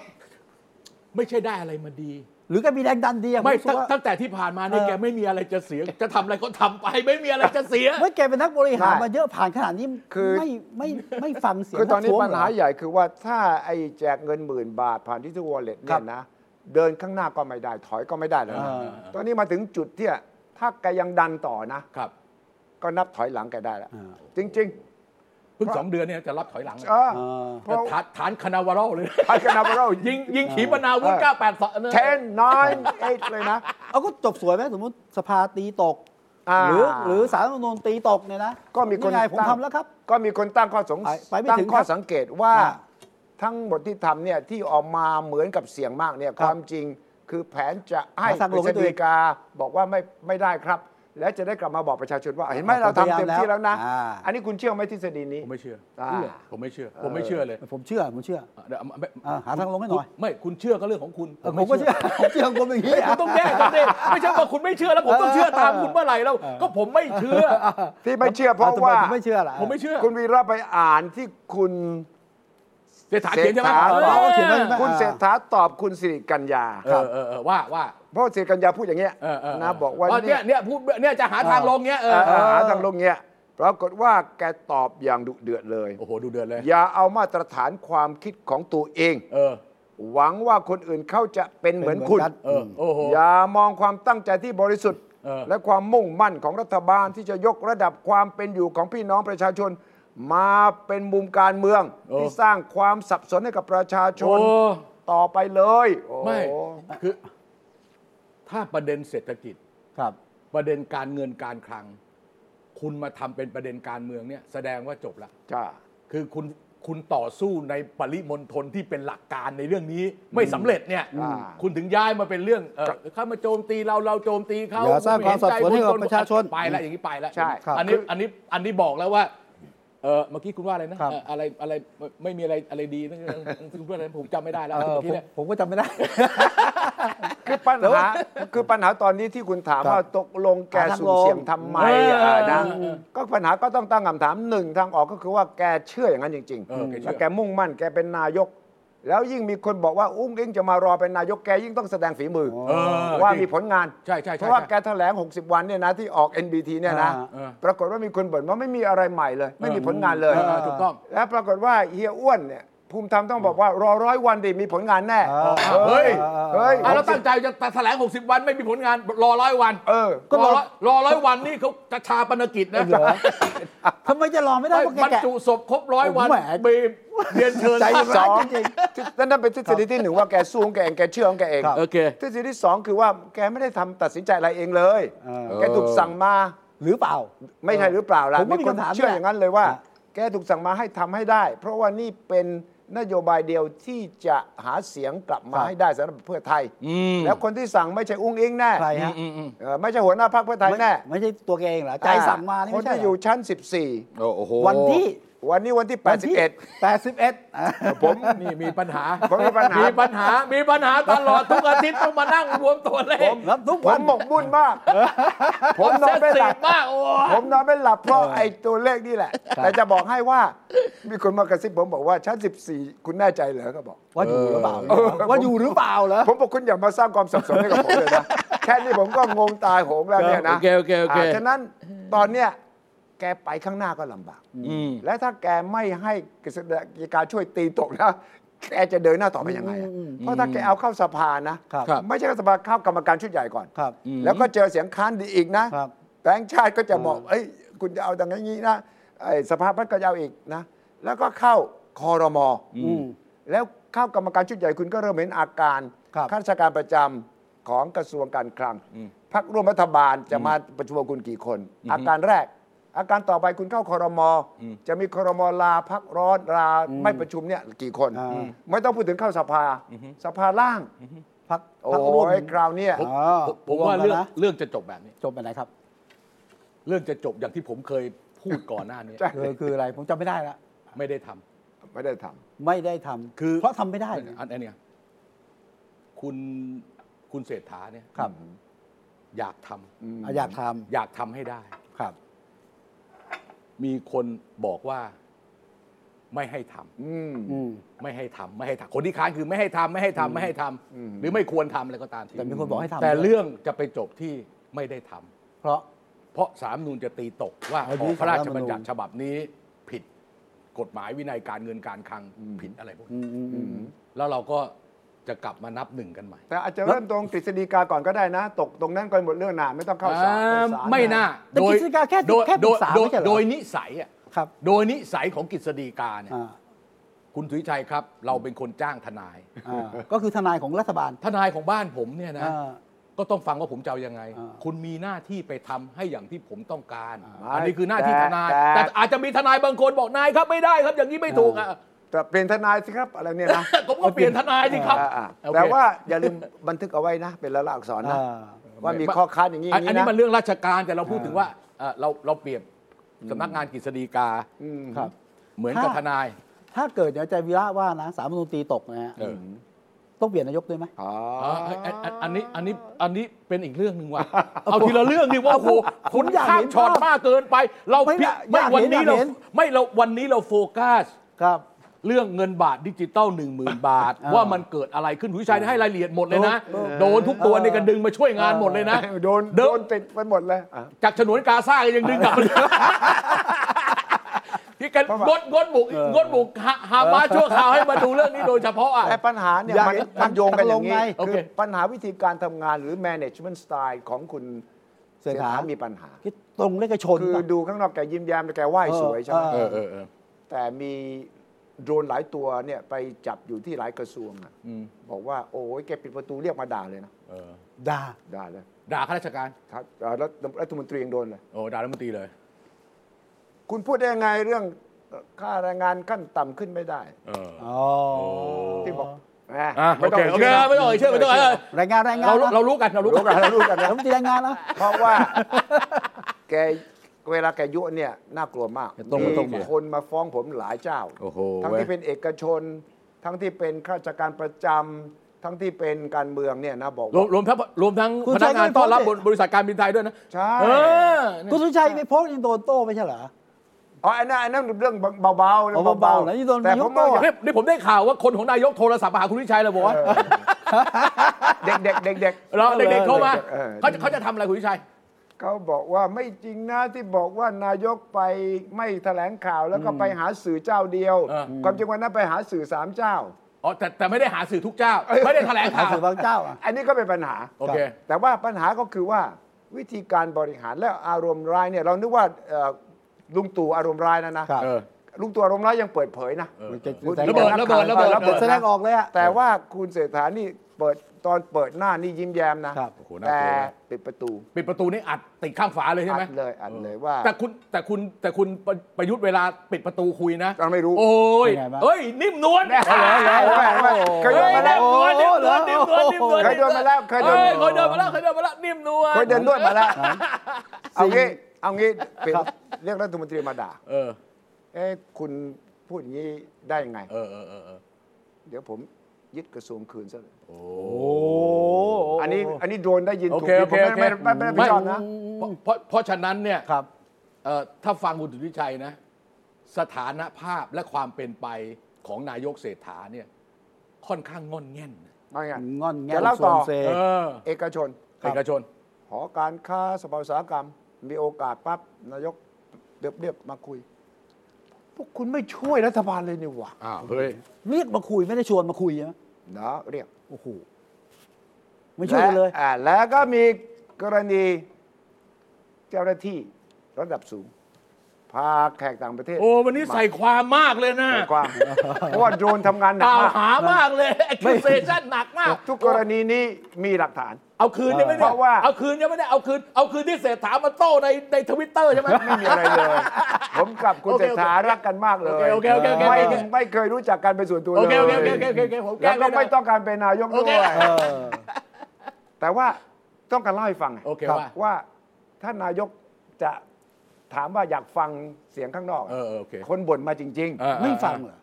[SPEAKER 2] ไม่ใช่ได้อะไรมาดี
[SPEAKER 1] หรือแกมีแรงดันดีอะผ
[SPEAKER 2] ไม่
[SPEAKER 1] รู้สึกว่า
[SPEAKER 2] ตั้งแต่ที่ผ่านมาเนี่ย
[SPEAKER 1] เออ
[SPEAKER 2] แกไม่มีอะไรจะเสีย จะทำอะไรก็ทำไป ไม่มีอะไรจะเสีย
[SPEAKER 1] เมื่อแกเป็นนักบริหาร
[SPEAKER 3] ได้
[SPEAKER 1] มาเยอะผ่านขนาดนี้
[SPEAKER 3] คือ
[SPEAKER 1] ไม่ไม่ไม่ฟังเสียง
[SPEAKER 3] คือตอนนี้
[SPEAKER 1] ทักท้วง
[SPEAKER 3] ปัญหา
[SPEAKER 1] เรอ
[SPEAKER 3] ใหญ่คือว่าถ้าไอ้แจกเงินหมื่นบาทผ่านที่ท w a l เล็ต
[SPEAKER 1] ครับ
[SPEAKER 3] เนี่ยนะ เดินข้างหน้าก็ไม่ได้ถอยก็ไม่ได้แล้วนะ
[SPEAKER 1] อ่า
[SPEAKER 3] ตอนนี้มาถึงจุดที่ถ้าแกยังดันต่อนะ
[SPEAKER 2] ครับ
[SPEAKER 3] ก็นับถอยหลังแกได้แล้ว
[SPEAKER 1] อ่า
[SPEAKER 3] จริง
[SPEAKER 2] เพิ่งสองเดือนเนี่ยจะรับถอยหลังเลย
[SPEAKER 3] ๆเออ
[SPEAKER 1] เออ
[SPEAKER 3] เพราะ
[SPEAKER 2] ฐานฐานคานาวาโร่เลย
[SPEAKER 3] ไอ้คานาบาโร
[SPEAKER 2] ยิงยิงขีปนาวุธ982เนี่ย
[SPEAKER 3] เทนนอยเอ็เลยนะ
[SPEAKER 1] เอาก็จบสวยไหมสมมติสภาตีตก
[SPEAKER 3] อ่า
[SPEAKER 1] หรือหรือสารรัฐธรรมนูญตีตกเนี่ยนะ
[SPEAKER 3] ก็มีคน
[SPEAKER 1] ไงผม
[SPEAKER 3] ตั้ง
[SPEAKER 1] ทำแล้วครับ
[SPEAKER 3] ก็มีคนตั้งข้อสง
[SPEAKER 1] ไป
[SPEAKER 3] สัย
[SPEAKER 1] ไปไม่
[SPEAKER 3] ตั้
[SPEAKER 1] ถึ
[SPEAKER 3] ง
[SPEAKER 1] ง
[SPEAKER 3] ข้
[SPEAKER 1] ค
[SPEAKER 3] อ
[SPEAKER 1] รับ
[SPEAKER 3] สังเกตว่า
[SPEAKER 1] อ่า
[SPEAKER 3] ทั้งหมดที่ทำเนี่ยที่ออกมาเหมือนกับเสียงมากเนี่ย
[SPEAKER 1] ค
[SPEAKER 3] ครับ วามจริงคือแผนจะให้
[SPEAKER 1] หาทาง
[SPEAKER 3] ก
[SPEAKER 1] ล
[SPEAKER 3] ฤ
[SPEAKER 1] ง
[SPEAKER 3] ษ
[SPEAKER 1] ให้ตัวเอ
[SPEAKER 3] ฎี
[SPEAKER 1] ง
[SPEAKER 3] กาบอกว่าไม่ไม่ได้ครับ และจะได้กลับมาบอกประชาชนว่า เห็นไหม
[SPEAKER 1] อ่า
[SPEAKER 3] เราทำ
[SPEAKER 1] ผมพยายาม
[SPEAKER 3] เต็มที่แล้วนะ
[SPEAKER 1] แล้วอ่า
[SPEAKER 3] อันนี้คุณเชื่อไหมทฤษฎีนี้
[SPEAKER 2] ผมไม่เชื่อ
[SPEAKER 3] อ่า
[SPEAKER 2] ผมไม่เชื่อ ผมไม่เชื่อเลย
[SPEAKER 1] ผมเชื่อผมเชื่อ
[SPEAKER 2] อ่ะเดี๋ยวเอามา
[SPEAKER 1] อ่ะหาทางลงให้หน่อย
[SPEAKER 2] ไม่ คุณเชื่อก็เรื่องของคุณ
[SPEAKER 1] เออผมก็เชื่อผมเชื่อผมอย่างนี้
[SPEAKER 2] เฮ้ยคุ
[SPEAKER 1] อะ
[SPEAKER 2] ณต้องแยกกันดิไม่ใช่ว่าคุณไม่เชื่อแล้วผมต้องเชื่อตามคุณเมื่อไหร่แล้ว ก็ผมไม่เชื่อ
[SPEAKER 3] ที่ไม่เชื่อเพราะ
[SPEAKER 1] ทำไม
[SPEAKER 3] ว่า
[SPEAKER 1] ถึงไม่เชื่อล่ะ
[SPEAKER 2] ผมไม่เชื่อ
[SPEAKER 3] คุณวีระไปอ่านที่คุณ
[SPEAKER 2] เศรษฐาเขียนใช่ไหม
[SPEAKER 3] เศรษฐา
[SPEAKER 1] บอกว่าเขียนไว้ใช่ไหม
[SPEAKER 3] คุณเศรษฐาตอบคุณสิริกัญญา
[SPEAKER 2] เออเออเออว่าว่า
[SPEAKER 3] เพราะสิริกัญญาพูดอย่างเงี้ย
[SPEAKER 2] เออเออ
[SPEAKER 3] นะบอกว่า
[SPEAKER 2] เนี่ยเนี่ยพูดเนี่ยจะหาทางลงเนี้ยเอ
[SPEAKER 3] เอ
[SPEAKER 2] อ
[SPEAKER 3] อ
[SPEAKER 2] เออ
[SPEAKER 3] หาทางลงเงี้ยปรากฏว่าแกตอบอย่างดุเดือดเลย
[SPEAKER 2] โอ้โหดูเดือดเลย
[SPEAKER 3] อย่าเอามาตรฐานความคิดของตัวเอง
[SPEAKER 2] เออ
[SPEAKER 3] หวังว่าคนอื่นเขาจะเป็นเหมือนคุณ
[SPEAKER 1] เป็นเหมือนกัน
[SPEAKER 2] เออโอ้โห
[SPEAKER 3] อย่ามองความตั้งใจที่บริสุทธิ์
[SPEAKER 2] เออ
[SPEAKER 3] และความมุ่งมั่นของรัฐบาลที่จะยกระดับความเป็นอยู่ของพี่น้องประชาชน มาเป็นมุมการเมือง
[SPEAKER 2] โอ้
[SPEAKER 3] ที่สร้างความสับสนให้กับประชาช
[SPEAKER 2] โอ้
[SPEAKER 3] นต่อไปเลยโอ้
[SPEAKER 2] ไม่คือถ้าประเด็นเศรษฐกิจ
[SPEAKER 1] ครับ
[SPEAKER 2] ประเด็นการเงินการคลัง คุณมาทำเป็นประเด็นการเมืองเนี่ย แสดงว่าจบละ
[SPEAKER 3] จ้า
[SPEAKER 2] คือคุณคุณต่อสู้ในปริมณฑลที่เป็นหลักการในเรื่องนี้ไม่สำเร็จเนี่ย
[SPEAKER 3] อ่า
[SPEAKER 2] คุณถึงย้ายมาเป็นเรื่อง เออเข้ามาโจมตีเราเราโจมตีเขา
[SPEAKER 1] อย่าสร้างความสับสนให้กับประชาชน
[SPEAKER 2] ไปแล้วอย่างนี้ไปแล้ว
[SPEAKER 3] ใช่
[SPEAKER 1] ครับ
[SPEAKER 2] อันนี้
[SPEAKER 3] คืออั
[SPEAKER 2] อันนี้อันนี้บอกแล้วว่าเออเมื่อกี้คุณว่าอะไรนะครับ เอ่ออะไรอะไรไม่ไม่มีอะไรอะไรดีนะคุณพูดอะไรผมจำไม่ได้แล้ว
[SPEAKER 1] เอ่อผ
[SPEAKER 2] เมื่อกี้
[SPEAKER 1] ม
[SPEAKER 2] เนี่ย
[SPEAKER 1] ผมก็จำไม่ได้
[SPEAKER 3] คือปัญ
[SPEAKER 1] แต่
[SPEAKER 3] หา
[SPEAKER 1] ว่า
[SPEAKER 3] คือปัญหาตอนนี้ที่คุณถาม
[SPEAKER 1] ครับ
[SPEAKER 3] ว่าตกลงแก
[SPEAKER 1] หาทาง
[SPEAKER 3] สุ่มเสี่ยง
[SPEAKER 1] ลง
[SPEAKER 3] ทำไม
[SPEAKER 2] เออ
[SPEAKER 3] เออนะ
[SPEAKER 2] เออ
[SPEAKER 3] ก็ปัญหาก็ต้องตั้งคำถามหนึ่งทางออกก็คือว่าแกเชื่ออย่างนั้นจริง
[SPEAKER 2] เออแกเชื่อ
[SPEAKER 3] แล้วแกมุ่งมั่นแกเป็นนายก แล้วยิ่งมีคนบอกว่าอุ้งอิงจะมารอเป็นนายกแกยิ่งต้องแสดงฝีมือ
[SPEAKER 2] เออ
[SPEAKER 3] ว่ามี
[SPEAKER 2] จริง
[SPEAKER 3] ผลงาน
[SPEAKER 2] ใช่ใช่ใช่
[SPEAKER 3] เพราะว่า
[SPEAKER 2] ใช่
[SPEAKER 3] แกแถลง 60 วันเนี่ยนะที่ออก NBT เนี่ยนะ
[SPEAKER 1] อ่า
[SPEAKER 2] เออ
[SPEAKER 3] ปรากฏว่ามีคนบ่นว่าไม่มีอะไรใหม่เลย ไม่มีผลงานเลย
[SPEAKER 2] เออถูกต้อง
[SPEAKER 3] แล้วปรากฏว่าเฮียอ้วนเนี่ยภูมิธรรมต้องบอกว่ารอร้อยวันดิมีผลงานแน่
[SPEAKER 1] เออ
[SPEAKER 3] เฮ้ย
[SPEAKER 1] เออ
[SPEAKER 3] เฮ้ย
[SPEAKER 2] อ่ะแล้วตั้งใจจะแถลง 60 วันไม่มีผลงานรอร้อยวัน
[SPEAKER 3] เออ
[SPEAKER 2] รอร้อยรอร้อยวันนี่เขาจะชาปนกิจนะ
[SPEAKER 1] เหรอทำไมจะรอไม่ได้เพราะแก
[SPEAKER 2] บรร
[SPEAKER 1] แกะ
[SPEAKER 2] จุศพครบร้อยวัน
[SPEAKER 1] โอ้โหแหม
[SPEAKER 2] บีบเรียนเชิญ
[SPEAKER 1] ใจ
[SPEAKER 2] ภาค
[SPEAKER 1] ร้า
[SPEAKER 2] ส
[SPEAKER 1] ย
[SPEAKER 2] อง
[SPEAKER 1] จริง
[SPEAKER 3] นั่นนั่นเป็นทฤษฎีที่หนึ่งว่าแกสู้ของแกเองแกเชื่อของแกเอง
[SPEAKER 1] ครับ
[SPEAKER 2] โอเค
[SPEAKER 3] ทฤษฎีที่สองคือว่าแกไม่ได้ทำตัดสินใจอะไรเองเลย
[SPEAKER 1] เออ
[SPEAKER 3] แกถูกสั่งมา
[SPEAKER 1] ๆหรือเปล่า
[SPEAKER 3] ไม่ใช่หรือเปล่าล่ะ
[SPEAKER 1] ผมก็มี
[SPEAKER 3] คน
[SPEAKER 1] คำถาม
[SPEAKER 3] เชื่อ
[SPEAKER 1] ด้วย
[SPEAKER 3] อย่างนั้นเลยว่า
[SPEAKER 1] อ่ะ
[SPEAKER 3] แกถูกสั่งมาให้ทำให้ได้ เพราะว่านี่เป็นนโยบายเดียวที่จะหาเสียงกลับมาให้ได้สำหรับเพื่อไทย แล้วคนที่สั่งไม่ใช่อุ้งอิงแน่
[SPEAKER 1] ใครฮะ
[SPEAKER 3] เออไม่ใช่หัวหน้าพรรคเพื่อไทย
[SPEAKER 1] ไม่
[SPEAKER 3] แน่
[SPEAKER 1] ไม่ใช่ตัวแกเองเหรอใจสั่งมานี่
[SPEAKER 3] ค
[SPEAKER 1] ไม่
[SPEAKER 3] น
[SPEAKER 1] ใช่เห
[SPEAKER 3] ที่
[SPEAKER 1] ร
[SPEAKER 3] อยู่ชั้น
[SPEAKER 2] โอ้โห
[SPEAKER 1] วันที่
[SPEAKER 3] 14 วันนี้วันที่
[SPEAKER 1] วันที่
[SPEAKER 3] 81
[SPEAKER 1] แปดสิบเอ็ดอ่ะ
[SPEAKER 2] ผมนี่มีปัญหา
[SPEAKER 3] ผมมีปัญหามี
[SPEAKER 2] ปัญหา มีปัญหาตลอดทุกอาทิตย์ต้องมานั่งรวมตัวเลข
[SPEAKER 1] รับทุก
[SPEAKER 3] ผ
[SPEAKER 1] วัน
[SPEAKER 3] มหมกมุ่นมาก ผมนอนไม่หลับ
[SPEAKER 2] มากโอ้โห
[SPEAKER 3] ผมนอนไม่หลับเพราะไอ้ตัวเลขนี่แหละ แต่จะบอกให้ว่า มีคนมากระซิบผมบอกว่าชั้น 14 คุณแน่ใจเหรอก็บอก
[SPEAKER 1] ว่าอยู่หรือเปล่าว่าอยู่หรือเปล่าเหรอ
[SPEAKER 3] ผมบอกคุณอย่ามาสร้างความสับสนให้กับผมเลยนะ แค่นี้ผมก็งงตายโหงแล้วเนี่ยนะ
[SPEAKER 2] โอเคโอเคโอเค
[SPEAKER 3] าฉะนั้นตอนเนี้ยแกไปข้างหน้าก็ลำบาก
[SPEAKER 2] อืม
[SPEAKER 3] และถ้าแกไม่ให้กฤษฎีกาช่วยตีตกนะ แกจะเดินหน้าต่อไปยังไงอะเพราะถ้าแกเอาเข้าสภานะ
[SPEAKER 1] ครับ
[SPEAKER 3] ไม่ใช่เข้าสภาเข้ากรรมการชุดใหญ่ก่อน
[SPEAKER 1] ครับ
[SPEAKER 3] แล้วก็เจอเสียงค้านดีอีกนะครับ แบงค์ชาติก็จะบอก เอ้ย คุณจะเอาอย่างนี้นะไอ้สภาพัฒน์ก็จะเอาอีกนะ แล้วก็เข้าคอรมออ
[SPEAKER 1] ม
[SPEAKER 3] แล้วเข้ากรรมการชุดใหญ่คุณก็เริ่มเห็นอาการ
[SPEAKER 1] ครับ
[SPEAKER 3] ข้าราชการประจำของกระทรวงการคลัง พักร่วมรัฐบาลจะมาประชุมกับคุณกี่คน อาการแรก อาการต่อไปคุณเข้าคอรมอจะมีคอรมอลาพักร้อนลาไม่ประชุมเนี่ยกี่คน
[SPEAKER 1] อ่า
[SPEAKER 3] ไม่ต้องพูดถึงเข้าสภาสภาล่าง
[SPEAKER 1] พัก
[SPEAKER 3] โอ้
[SPEAKER 1] พักร่วม
[SPEAKER 3] ยคราวเนี้ย
[SPEAKER 2] ผม
[SPEAKER 1] อ๋อ
[SPEAKER 2] ผมผมว่าเรื่
[SPEAKER 1] รวม
[SPEAKER 2] อง
[SPEAKER 1] แล้วนะ
[SPEAKER 2] เรื่องจะจบแบบนี้
[SPEAKER 1] จบไปไหนครับ
[SPEAKER 2] เรื่องจะจบอย่างที่ผมเคยพูดก่อนหน้านี้
[SPEAKER 3] ใช่
[SPEAKER 1] คือคืออะไรผมจำไม่ได้ละ
[SPEAKER 2] ไม่ได้ทำ
[SPEAKER 3] ไม่ได้ทำ
[SPEAKER 1] ไม่ได้ทำ
[SPEAKER 2] คือ
[SPEAKER 1] เพราะทำไม่ได้
[SPEAKER 2] อันอันเนี้ยคุณคุณเศรษฐาเนี่ย
[SPEAKER 1] ครับ
[SPEAKER 2] อยากทำ
[SPEAKER 1] อ่ะอยากทำ
[SPEAKER 2] อยากทำให้ได้
[SPEAKER 1] ครับ
[SPEAKER 2] มีคนบอกว่าไม่ให้ทำ
[SPEAKER 3] อืม
[SPEAKER 1] อืม
[SPEAKER 2] ไม่ให้ทำไม่ให้ทำคนที่ค้านคือไม่ให้ทำไม่ให้ทำไม่ให้ทำหรือไม่ควรทำอะไรก็ตามที
[SPEAKER 1] แต่มีคนบอกให้ทำ
[SPEAKER 2] แต่
[SPEAKER 1] ด้วย
[SPEAKER 2] เรื่องจะไปจบที่ไม่ได้ทำ
[SPEAKER 1] เพราะ
[SPEAKER 2] เพราะสามนูนจะตีตกว่า
[SPEAKER 1] เอา
[SPEAKER 2] อ
[SPEAKER 1] ที่
[SPEAKER 2] อกพระราชบัญญั
[SPEAKER 1] สารรัฐธรรมนูญ
[SPEAKER 2] ติฉบับนี้ผิดกฎหมายวินัยการเงินการคลังผิดอะไรพวก
[SPEAKER 1] อื
[SPEAKER 2] นี้
[SPEAKER 1] มอืมอืม
[SPEAKER 2] แล้วเราก็จะกลับมานับหนึ่งกันใหม่
[SPEAKER 3] แต่อาจจะเริ่มตรงกฤษฎีกาก่อนก็ได้นะ ตกตรงนั้นก่อนหมดเรื่องนานไม่ต้องเข้าศาล
[SPEAKER 2] อ่า
[SPEAKER 3] เข้าศาล
[SPEAKER 2] ไม่น่า
[SPEAKER 1] แต่กฤษฎีกาแค่
[SPEAKER 2] โดย
[SPEAKER 1] แค่ปรึ
[SPEAKER 2] โดย
[SPEAKER 1] กษา
[SPEAKER 2] โด
[SPEAKER 1] ไม่ใช่เหรอ
[SPEAKER 2] ยโดยนิสัยอ่ะ
[SPEAKER 1] ครับ
[SPEAKER 2] โดยนิสัยของกฤษฎีกาเนี่ย
[SPEAKER 1] อ่า
[SPEAKER 2] คุณสุวิชัยครับ เราเป็นคนจ้างทนาย
[SPEAKER 1] อ่าก็คือทนายของรัฐบาล
[SPEAKER 2] ทนายของบ้านผมเนี่ยนะ
[SPEAKER 1] อ่า
[SPEAKER 2] ก็ต้องฟังว่าผมจะเอายังไง
[SPEAKER 1] อ่า
[SPEAKER 2] คุณมีหน้าที่ไปทำให้อย่างที่ผมต้องการ
[SPEAKER 3] ไม่
[SPEAKER 2] อันนี้คือหน้าที่ทนาย
[SPEAKER 3] แต่
[SPEAKER 2] แต่
[SPEAKER 3] แต่
[SPEAKER 2] อาจจะมีทนายบางคนบอกนายครับไม่ได้ครับอย่างนี้ไม่ถูกอ่ะ
[SPEAKER 3] แต่เปลี่ยนทนายสิครับอะไรเนี่ยนะ
[SPEAKER 2] ผมก็เปลี่ยนทนายสิครับ
[SPEAKER 3] อ่าๆ
[SPEAKER 2] โอเค
[SPEAKER 3] แต่ว่าอย่าลืมบันทึกเอาไว้นะ เป็นลายลักษณ์อักษรนะ
[SPEAKER 1] อ่า
[SPEAKER 3] ว่ามีข้อค้านอย่างนี้อ
[SPEAKER 2] อัน
[SPEAKER 3] ย่าง
[SPEAKER 2] อัน
[SPEAKER 3] นี้
[SPEAKER 2] นี้
[SPEAKER 3] นะ
[SPEAKER 2] มันเรื่องราชการแต่เราพูดถึงว่าเอ่อเราเราเปรียบสำนักงานกฤษฎีกา
[SPEAKER 1] ครับ
[SPEAKER 2] เหมือนกับ
[SPEAKER 1] ถ้า
[SPEAKER 2] ทนาย
[SPEAKER 1] ถ้าเกิดเดี๋ยวอาจารย์วีระว่านะสามนุนตีตกนะฮะ
[SPEAKER 2] เออ
[SPEAKER 1] ต้องเปลี่ยนนายกด้วยไหม
[SPEAKER 3] อ๋อ
[SPEAKER 2] อ๋ออันอันอันนี้อันนี้อันนี้เป็นอีกเรื่องหนึ่งว่ะ เอาทีละเรื่องดิว่าโอ้โหคุณ
[SPEAKER 1] อยาก
[SPEAKER 2] ข้าม
[SPEAKER 1] เห็น
[SPEAKER 2] ช็อต
[SPEAKER 1] ภาพ
[SPEAKER 2] มากเกินไป เรา
[SPEAKER 1] ไม่
[SPEAKER 2] พิ
[SPEAKER 1] อยาก
[SPEAKER 2] ไม่
[SPEAKER 1] อยาก
[SPEAKER 2] วันนี้
[SPEAKER 1] เห็น
[SPEAKER 2] เรา
[SPEAKER 1] อยากเห็น
[SPEAKER 2] ไม่เราวันนี้เราโฟกัส
[SPEAKER 1] ครับ
[SPEAKER 2] เรื่องเงินบาทดิจิตอล1 0,000 บาท
[SPEAKER 1] อ่า
[SPEAKER 2] ว่ามันเกิดอะไรขึ้นคุณวิชัยให้รายละเอียดหมดเลยนะ
[SPEAKER 1] เออ
[SPEAKER 2] โดนทุกตัวในกระดึงมาช่วยงาน
[SPEAKER 1] เออ
[SPEAKER 2] หมดเลยนะ
[SPEAKER 3] โดน
[SPEAKER 2] เดิ
[SPEAKER 3] โดนติดไปหมดเลยอ่ะ
[SPEAKER 2] จากฉนวนกาซาก็ยังดึงกลับมาที่กัน
[SPEAKER 3] เพราะว่า
[SPEAKER 2] งดงดบุกงดบุกฮาฮามาสชั่วคราวให้มาดูเรื่องนี้โดยเฉพาะอ่ะ
[SPEAKER 3] แต่ปัญหาเนี่ย
[SPEAKER 1] อยาก
[SPEAKER 3] มัน
[SPEAKER 1] เห็น
[SPEAKER 3] มันโยงกันอย่างนี้
[SPEAKER 1] ทางลงไง
[SPEAKER 2] โอ
[SPEAKER 3] คื
[SPEAKER 2] เค
[SPEAKER 3] อปัญหาวิธีการทำงานหรือ management style ของคุณ
[SPEAKER 1] เศรษฐา
[SPEAKER 3] มีปัญหา
[SPEAKER 1] ที่ตรงเลขชน
[SPEAKER 3] คือ
[SPEAKER 1] ป่ะ
[SPEAKER 3] ดูข้างนอกแกยิ้มแย้มแกไหว้สวยใช่ไหม
[SPEAKER 1] เ
[SPEAKER 2] เออเออเออ
[SPEAKER 3] แต่มีโดรนหลายตัวเนี่ยไปจับอยู่ที่หลายกระทรวงอะ
[SPEAKER 2] อืม
[SPEAKER 3] บอกว่าโอ้ยแกปิดประตูเรียกมาด่าเลยนะ
[SPEAKER 2] เออ
[SPEAKER 1] ด่า
[SPEAKER 3] ด่าเลย
[SPEAKER 2] ด่าข้าราชการ
[SPEAKER 3] ครับเอ่อรัฐรัฐมนตรียังโดนเลย
[SPEAKER 2] โอ้ด่ารัฐมนตรีเลย
[SPEAKER 3] คุณพูดได้ยังไงเรื่องเอ่อค่าแรงงานขั้นต่ำขึ้นไม่ได้
[SPEAKER 2] เออ
[SPEAKER 1] อ๋อ
[SPEAKER 3] ที่บอกแหม
[SPEAKER 2] อ่ะโอเคโอเคไม่ต้องเอ่ยชื่อไม่ต้องเอ่ย
[SPEAKER 1] รายงานรายงาน
[SPEAKER 2] เรารู้
[SPEAKER 1] นะ
[SPEAKER 2] เรารู้กันเรารู้
[SPEAKER 3] รู้
[SPEAKER 2] กั
[SPEAKER 3] กัน นรู้กัน
[SPEAKER 1] รั
[SPEAKER 3] นะ
[SPEAKER 1] ฐมนตรีรายงานนะ
[SPEAKER 3] เพราะว่า แกเวลาแกยุเนี่ยน่ากลัวมาก
[SPEAKER 2] ตรงมาตรงมามี
[SPEAKER 3] มีคนมาฟ้องผมหลายเจ้า
[SPEAKER 2] โอ้โห
[SPEAKER 3] ทั้งที่เป็นเอกชน ทั้งที่เป็นข้าราชการประจำทั้งที่เป็นการเมืองเนี่ยนะบอก
[SPEAKER 2] รว
[SPEAKER 3] ว่าม
[SPEAKER 2] รวมทั้งรวมทั้ง
[SPEAKER 1] คุณ
[SPEAKER 2] พ
[SPEAKER 1] ชั
[SPEAKER 2] นั
[SPEAKER 1] ย
[SPEAKER 2] กงาน
[SPEAKER 1] ก็ไม่
[SPEAKER 2] ต้อนรับ
[SPEAKER 1] พ้น
[SPEAKER 2] บ
[SPEAKER 1] สิ
[SPEAKER 2] นบริษัทการบินไทยด้วยนะ
[SPEAKER 3] ใช่
[SPEAKER 2] เออ
[SPEAKER 1] คุณสุชัยไปโพสต์ยังโดนโต้ไม่ใช่เหรอ
[SPEAKER 3] อ๋อไอ้นั่นไอ้นั่นเรื่องเบาๆเรื่อง
[SPEAKER 1] อ๋อเบาๆนะที่โดน
[SPEAKER 3] แต่
[SPEAKER 1] นาย
[SPEAKER 3] ผ
[SPEAKER 1] ก
[SPEAKER 3] ม
[SPEAKER 1] โต้
[SPEAKER 3] ว่าอย่า
[SPEAKER 2] นี่นี่ผมได้ข่าวว่าคนของนายกโทรศัพท์มาหาคุณวิชัยเลยบอกว่า
[SPEAKER 3] เด็กเด็กเด็กเด็ก
[SPEAKER 2] เราเด็กๆเข้ามา
[SPEAKER 3] เออ
[SPEAKER 2] เขาจะเขาจะทำอะไรคุณวิชัย
[SPEAKER 3] ๆเขาบอกว่าไม่จริงนะที่บอกว่านายกไปไม่แถลงข่าวแล้วก็ไปหาสื่อเจ้าเดียว
[SPEAKER 2] เออ
[SPEAKER 3] ความจริงวันนั้นไปหาสื่อสามเจ้า
[SPEAKER 2] อ๋อแต่แต่ไม่ได้หาสื่อทุกเจ้า ไม่ได้แถลง
[SPEAKER 1] หา
[SPEAKER 2] ข่าว
[SPEAKER 1] สื่อบางเจ้าอ่ะ
[SPEAKER 3] อันนี้ก็เป็นปัญหา
[SPEAKER 2] โอเค
[SPEAKER 3] แต่ว่าปัญหาก็คือว่าวิธีการบริหารและอารมณ์ร้ายเนี่ยเรานึกว่าเอ่อลุงตู่อารมณ์ร้ายนะนะครับ
[SPEAKER 2] เออ
[SPEAKER 3] ลุงตู่อารมณ์ร้ายยังเปิดเผยนะ
[SPEAKER 2] เออ
[SPEAKER 1] มันจะ
[SPEAKER 3] ระเบิดระเบิดระเบิด
[SPEAKER 1] ระเบิดแสดงออกเลยอ่ะ
[SPEAKER 3] แต่ว่าคุณเศรษฐานี่เปิดตอนเปิดหน้านี่ยิ้มแย้มนะครับ
[SPEAKER 2] โอ้โหน่ากลัวนะ
[SPEAKER 3] แต่ปิดประตู
[SPEAKER 2] ปิดประตูนี่อัดติดข้างฝาเลยใช่
[SPEAKER 3] อั
[SPEAKER 2] ไหม
[SPEAKER 3] ดเลยอัดเลยว่า
[SPEAKER 2] แต่คุณแต่คุณแต่คุณประประยุทธ์เวลาปิดประตูคุยนะ
[SPEAKER 3] เราไม่รู้
[SPEAKER 2] โอ้ย
[SPEAKER 1] เป็นไงบ้าง
[SPEAKER 2] เฮ้ยนิ่มนวล
[SPEAKER 3] เอาไว้เอาไว้เคยโด
[SPEAKER 2] เฮ้ย
[SPEAKER 3] นมาแล้ว
[SPEAKER 2] นิ่มนวลนิ่มนวลนิ่มนวลนิ่มนวล
[SPEAKER 3] เคยโดนมาแล้วเคยโดน
[SPEAKER 2] เฮ้เคยโดนมาแล้วเคยโดนมาแล้วนิ่มนวล
[SPEAKER 3] เคยเดินด้วยมาแล้ว เอางี้เอางี้เป็น
[SPEAKER 1] ครับ
[SPEAKER 3] เรียกรัฐมนตรีมาด่า
[SPEAKER 2] เออ
[SPEAKER 3] เอ้คุณพูดอย่างนี้ได้ยังไง
[SPEAKER 2] เออเออเออเออ
[SPEAKER 3] เดี๋ยวผมยึดกระทรวงคืนซะเลย
[SPEAKER 2] โอ้
[SPEAKER 1] โอ้
[SPEAKER 3] อันนี้อันนี้โดนได้ยิน
[SPEAKER 2] โอ
[SPEAKER 3] ถูก
[SPEAKER 2] เค
[SPEAKER 3] ผิ
[SPEAKER 2] โอเค
[SPEAKER 3] ดผม
[SPEAKER 2] โอเค
[SPEAKER 3] ไม่ไม่ไม่ไม่ไม่ชอบนะ
[SPEAKER 2] เพราะเพราะเพราะฉะนั้นเนี่ย
[SPEAKER 1] ครับ
[SPEAKER 2] เอ่อถ้าฟังคุณสุทธิชัยนะ สถานภาพและความเป็นไปของนายกเศรษฐาเนี่ยค่อนข้างงอนแง่นนะ
[SPEAKER 3] ไม่ไง
[SPEAKER 1] งอนแง่
[SPEAKER 3] จะเล่า
[SPEAKER 1] ส่
[SPEAKER 3] ต่อ
[SPEAKER 1] วนเซ
[SPEAKER 2] เออ
[SPEAKER 3] เอกชน
[SPEAKER 2] เอกชน
[SPEAKER 3] หอการค้าสภาอุตสาหกรรม มีโอกาสปั๊บนายกเรียบเรียบมาคุย พวกคุณไม่ช่วยรัฐบาลเลยนี่หว่า
[SPEAKER 2] อ้าวเฮ้ย
[SPEAKER 1] เรียกมาคุยไม่ได้ชวนมาคุยนะ
[SPEAKER 3] เนาะเรียก
[SPEAKER 1] โอ้โหไม่ช่วยกันเลย
[SPEAKER 3] แะอ่าแล้วก็มีกรณีเจ้าหน้าที่ระดับสูง พาแขกต่างประเทศ
[SPEAKER 2] โอ้วันนี้ใส่ความมากเลยนะ
[SPEAKER 3] ใส่กว้างเพราะว่าโดรนทำงาน
[SPEAKER 2] ก
[SPEAKER 3] หนัก
[SPEAKER 2] ล่าว
[SPEAKER 3] มาก
[SPEAKER 2] หามากเลยแอคคิวเซชันหนักมาก
[SPEAKER 3] ทุกกรณีนี้มีหลักฐาน
[SPEAKER 2] เอาคืนยังไม่ได้
[SPEAKER 3] เพราะว่า
[SPEAKER 2] เอาคืนยังไม่ได้เอาคืนเอาคืนที่เศรษฐามาโต้ในในทวิตเตอร์ใช่ไหม
[SPEAKER 3] ไม่มีอะไรเลย ผมกับคุณ
[SPEAKER 2] โอ
[SPEAKER 3] เศ
[SPEAKER 2] เค
[SPEAKER 3] รษฐารักกันมากเลย
[SPEAKER 2] โอเคโอเคโอเคโอเค
[SPEAKER 3] ไม่
[SPEAKER 2] โอเค
[SPEAKER 3] ไม่เคยรู้จักกันเป็นส่วนตัว
[SPEAKER 2] โอเคโอเค
[SPEAKER 3] เล
[SPEAKER 2] โอเค
[SPEAKER 3] ย
[SPEAKER 2] โอเคโอเคโอเคผม
[SPEAKER 3] แล้ว
[SPEAKER 2] แก้
[SPEAKER 3] ก็ไม่
[SPEAKER 2] ด้
[SPEAKER 3] ต้องการเป็นนายก
[SPEAKER 2] โอ
[SPEAKER 3] ด้ว
[SPEAKER 2] เค
[SPEAKER 3] ย
[SPEAKER 1] เออ
[SPEAKER 3] แต่ว่าต้องการเล่าให้ฟังไง
[SPEAKER 2] โอเค
[SPEAKER 3] ครับ
[SPEAKER 2] ว่า
[SPEAKER 3] ว่าท่านนายกจะถามว่าอยากฟังเสียงข้างนอก
[SPEAKER 2] เออโอเค
[SPEAKER 3] คนบ่นมาจริง ๆ
[SPEAKER 2] เออเออ
[SPEAKER 1] ไม่ฟังเหรอ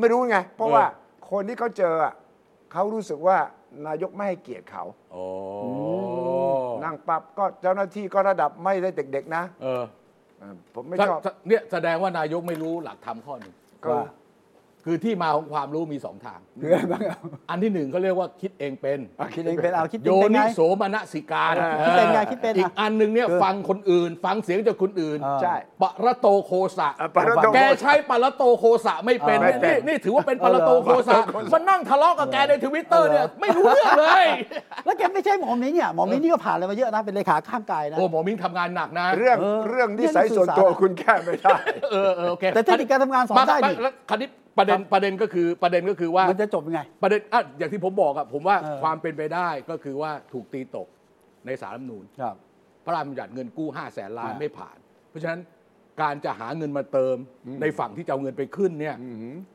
[SPEAKER 3] ไม่รู้ไง เพราะว่า
[SPEAKER 2] เอ
[SPEAKER 3] คนที่เขาเจออะเขารู้สึกว่านายกไม่ให้เกียรติเขา
[SPEAKER 2] โอ้
[SPEAKER 3] นั่งปรับก็เจ้าหน้าที่ก็ระดับไม่ได้เด็ก ๆ นะ
[SPEAKER 2] เออ
[SPEAKER 3] เออผมไม่
[SPEAKER 2] ถ้า
[SPEAKER 3] ชอบ
[SPEAKER 2] ถ้าเนี่ยแสดงว่านายกไม่รู้หลักธรรมข้อหนึ่ง
[SPEAKER 3] ก็
[SPEAKER 1] ว่า
[SPEAKER 2] คือที่มาของความรู้มีสองทาง
[SPEAKER 1] คืออะไรบ้างอ่ะ
[SPEAKER 2] อันที่หนึ่งเขาเรียกว่าคิดเองเป็น
[SPEAKER 1] อ่ะคิดเองเป็นเอาคิด
[SPEAKER 2] โย
[SPEAKER 1] เป็นไง
[SPEAKER 2] นิโสมนสิการ
[SPEAKER 1] คิดเป็นไงคิดเป็น
[SPEAKER 2] อีกอันหนึ่งเนี่ย
[SPEAKER 1] คือ
[SPEAKER 2] ฟังคนอื่น ฟังเสียงจากคนอื่น
[SPEAKER 1] เออ
[SPEAKER 3] ใช่
[SPEAKER 2] ปะระโตโคสะ
[SPEAKER 3] อ่ะปะระโตโคสะ
[SPEAKER 2] แกใช้ปะระโตโคสะไม่เป็น
[SPEAKER 3] เออไม่เป็น
[SPEAKER 2] นี่นี่ถือว่าเป็นปะระโตโคสะมันนั่งทะเลาะกับแกในทวิตเตอร์เนี่ยไม่รู้เรื่องเลย
[SPEAKER 1] แล้วแกไม่ใช่หมอมิ้งอ่ะหมอมิ้งนี่ก็ผ่านอะไรมาเยอะนะเป็นเลขาข้างกายนะ
[SPEAKER 2] โอ้หมอมิ้งทำงานหนักนะ
[SPEAKER 3] เรื่อง
[SPEAKER 1] เออ
[SPEAKER 3] เรื่องนิสัยส่วนตัว
[SPEAKER 1] เรื่องสื่อสาร
[SPEAKER 3] คุณแก้ไม่ได้
[SPEAKER 2] เออเออโอเค
[SPEAKER 1] แต่เทคนิคการทำงานสอนได้
[SPEAKER 2] มา
[SPEAKER 1] นี่
[SPEAKER 2] แล้วคราวนี้ประเด็นประเด็นก็คือประเด็นก็คือว่า
[SPEAKER 1] มันจะจบยังไง
[SPEAKER 2] ประเด็นอ่ะอย่างที่ผมบอกอะผมว่า
[SPEAKER 1] เออ
[SPEAKER 2] ความเป็นไปได้ก็คือว่าถูกตีตกในสารรัฐธรรมนูญ
[SPEAKER 1] ครับ
[SPEAKER 2] พระราชบัญญัติเงินกู้5 0 0แสนล้าน
[SPEAKER 1] อ่า
[SPEAKER 2] ไม่ผ่าน เพราะฉะนั้นการจะหาเงินมาเติมในฝั่งที่จะเอาเงินไปขึ้นเนี่ย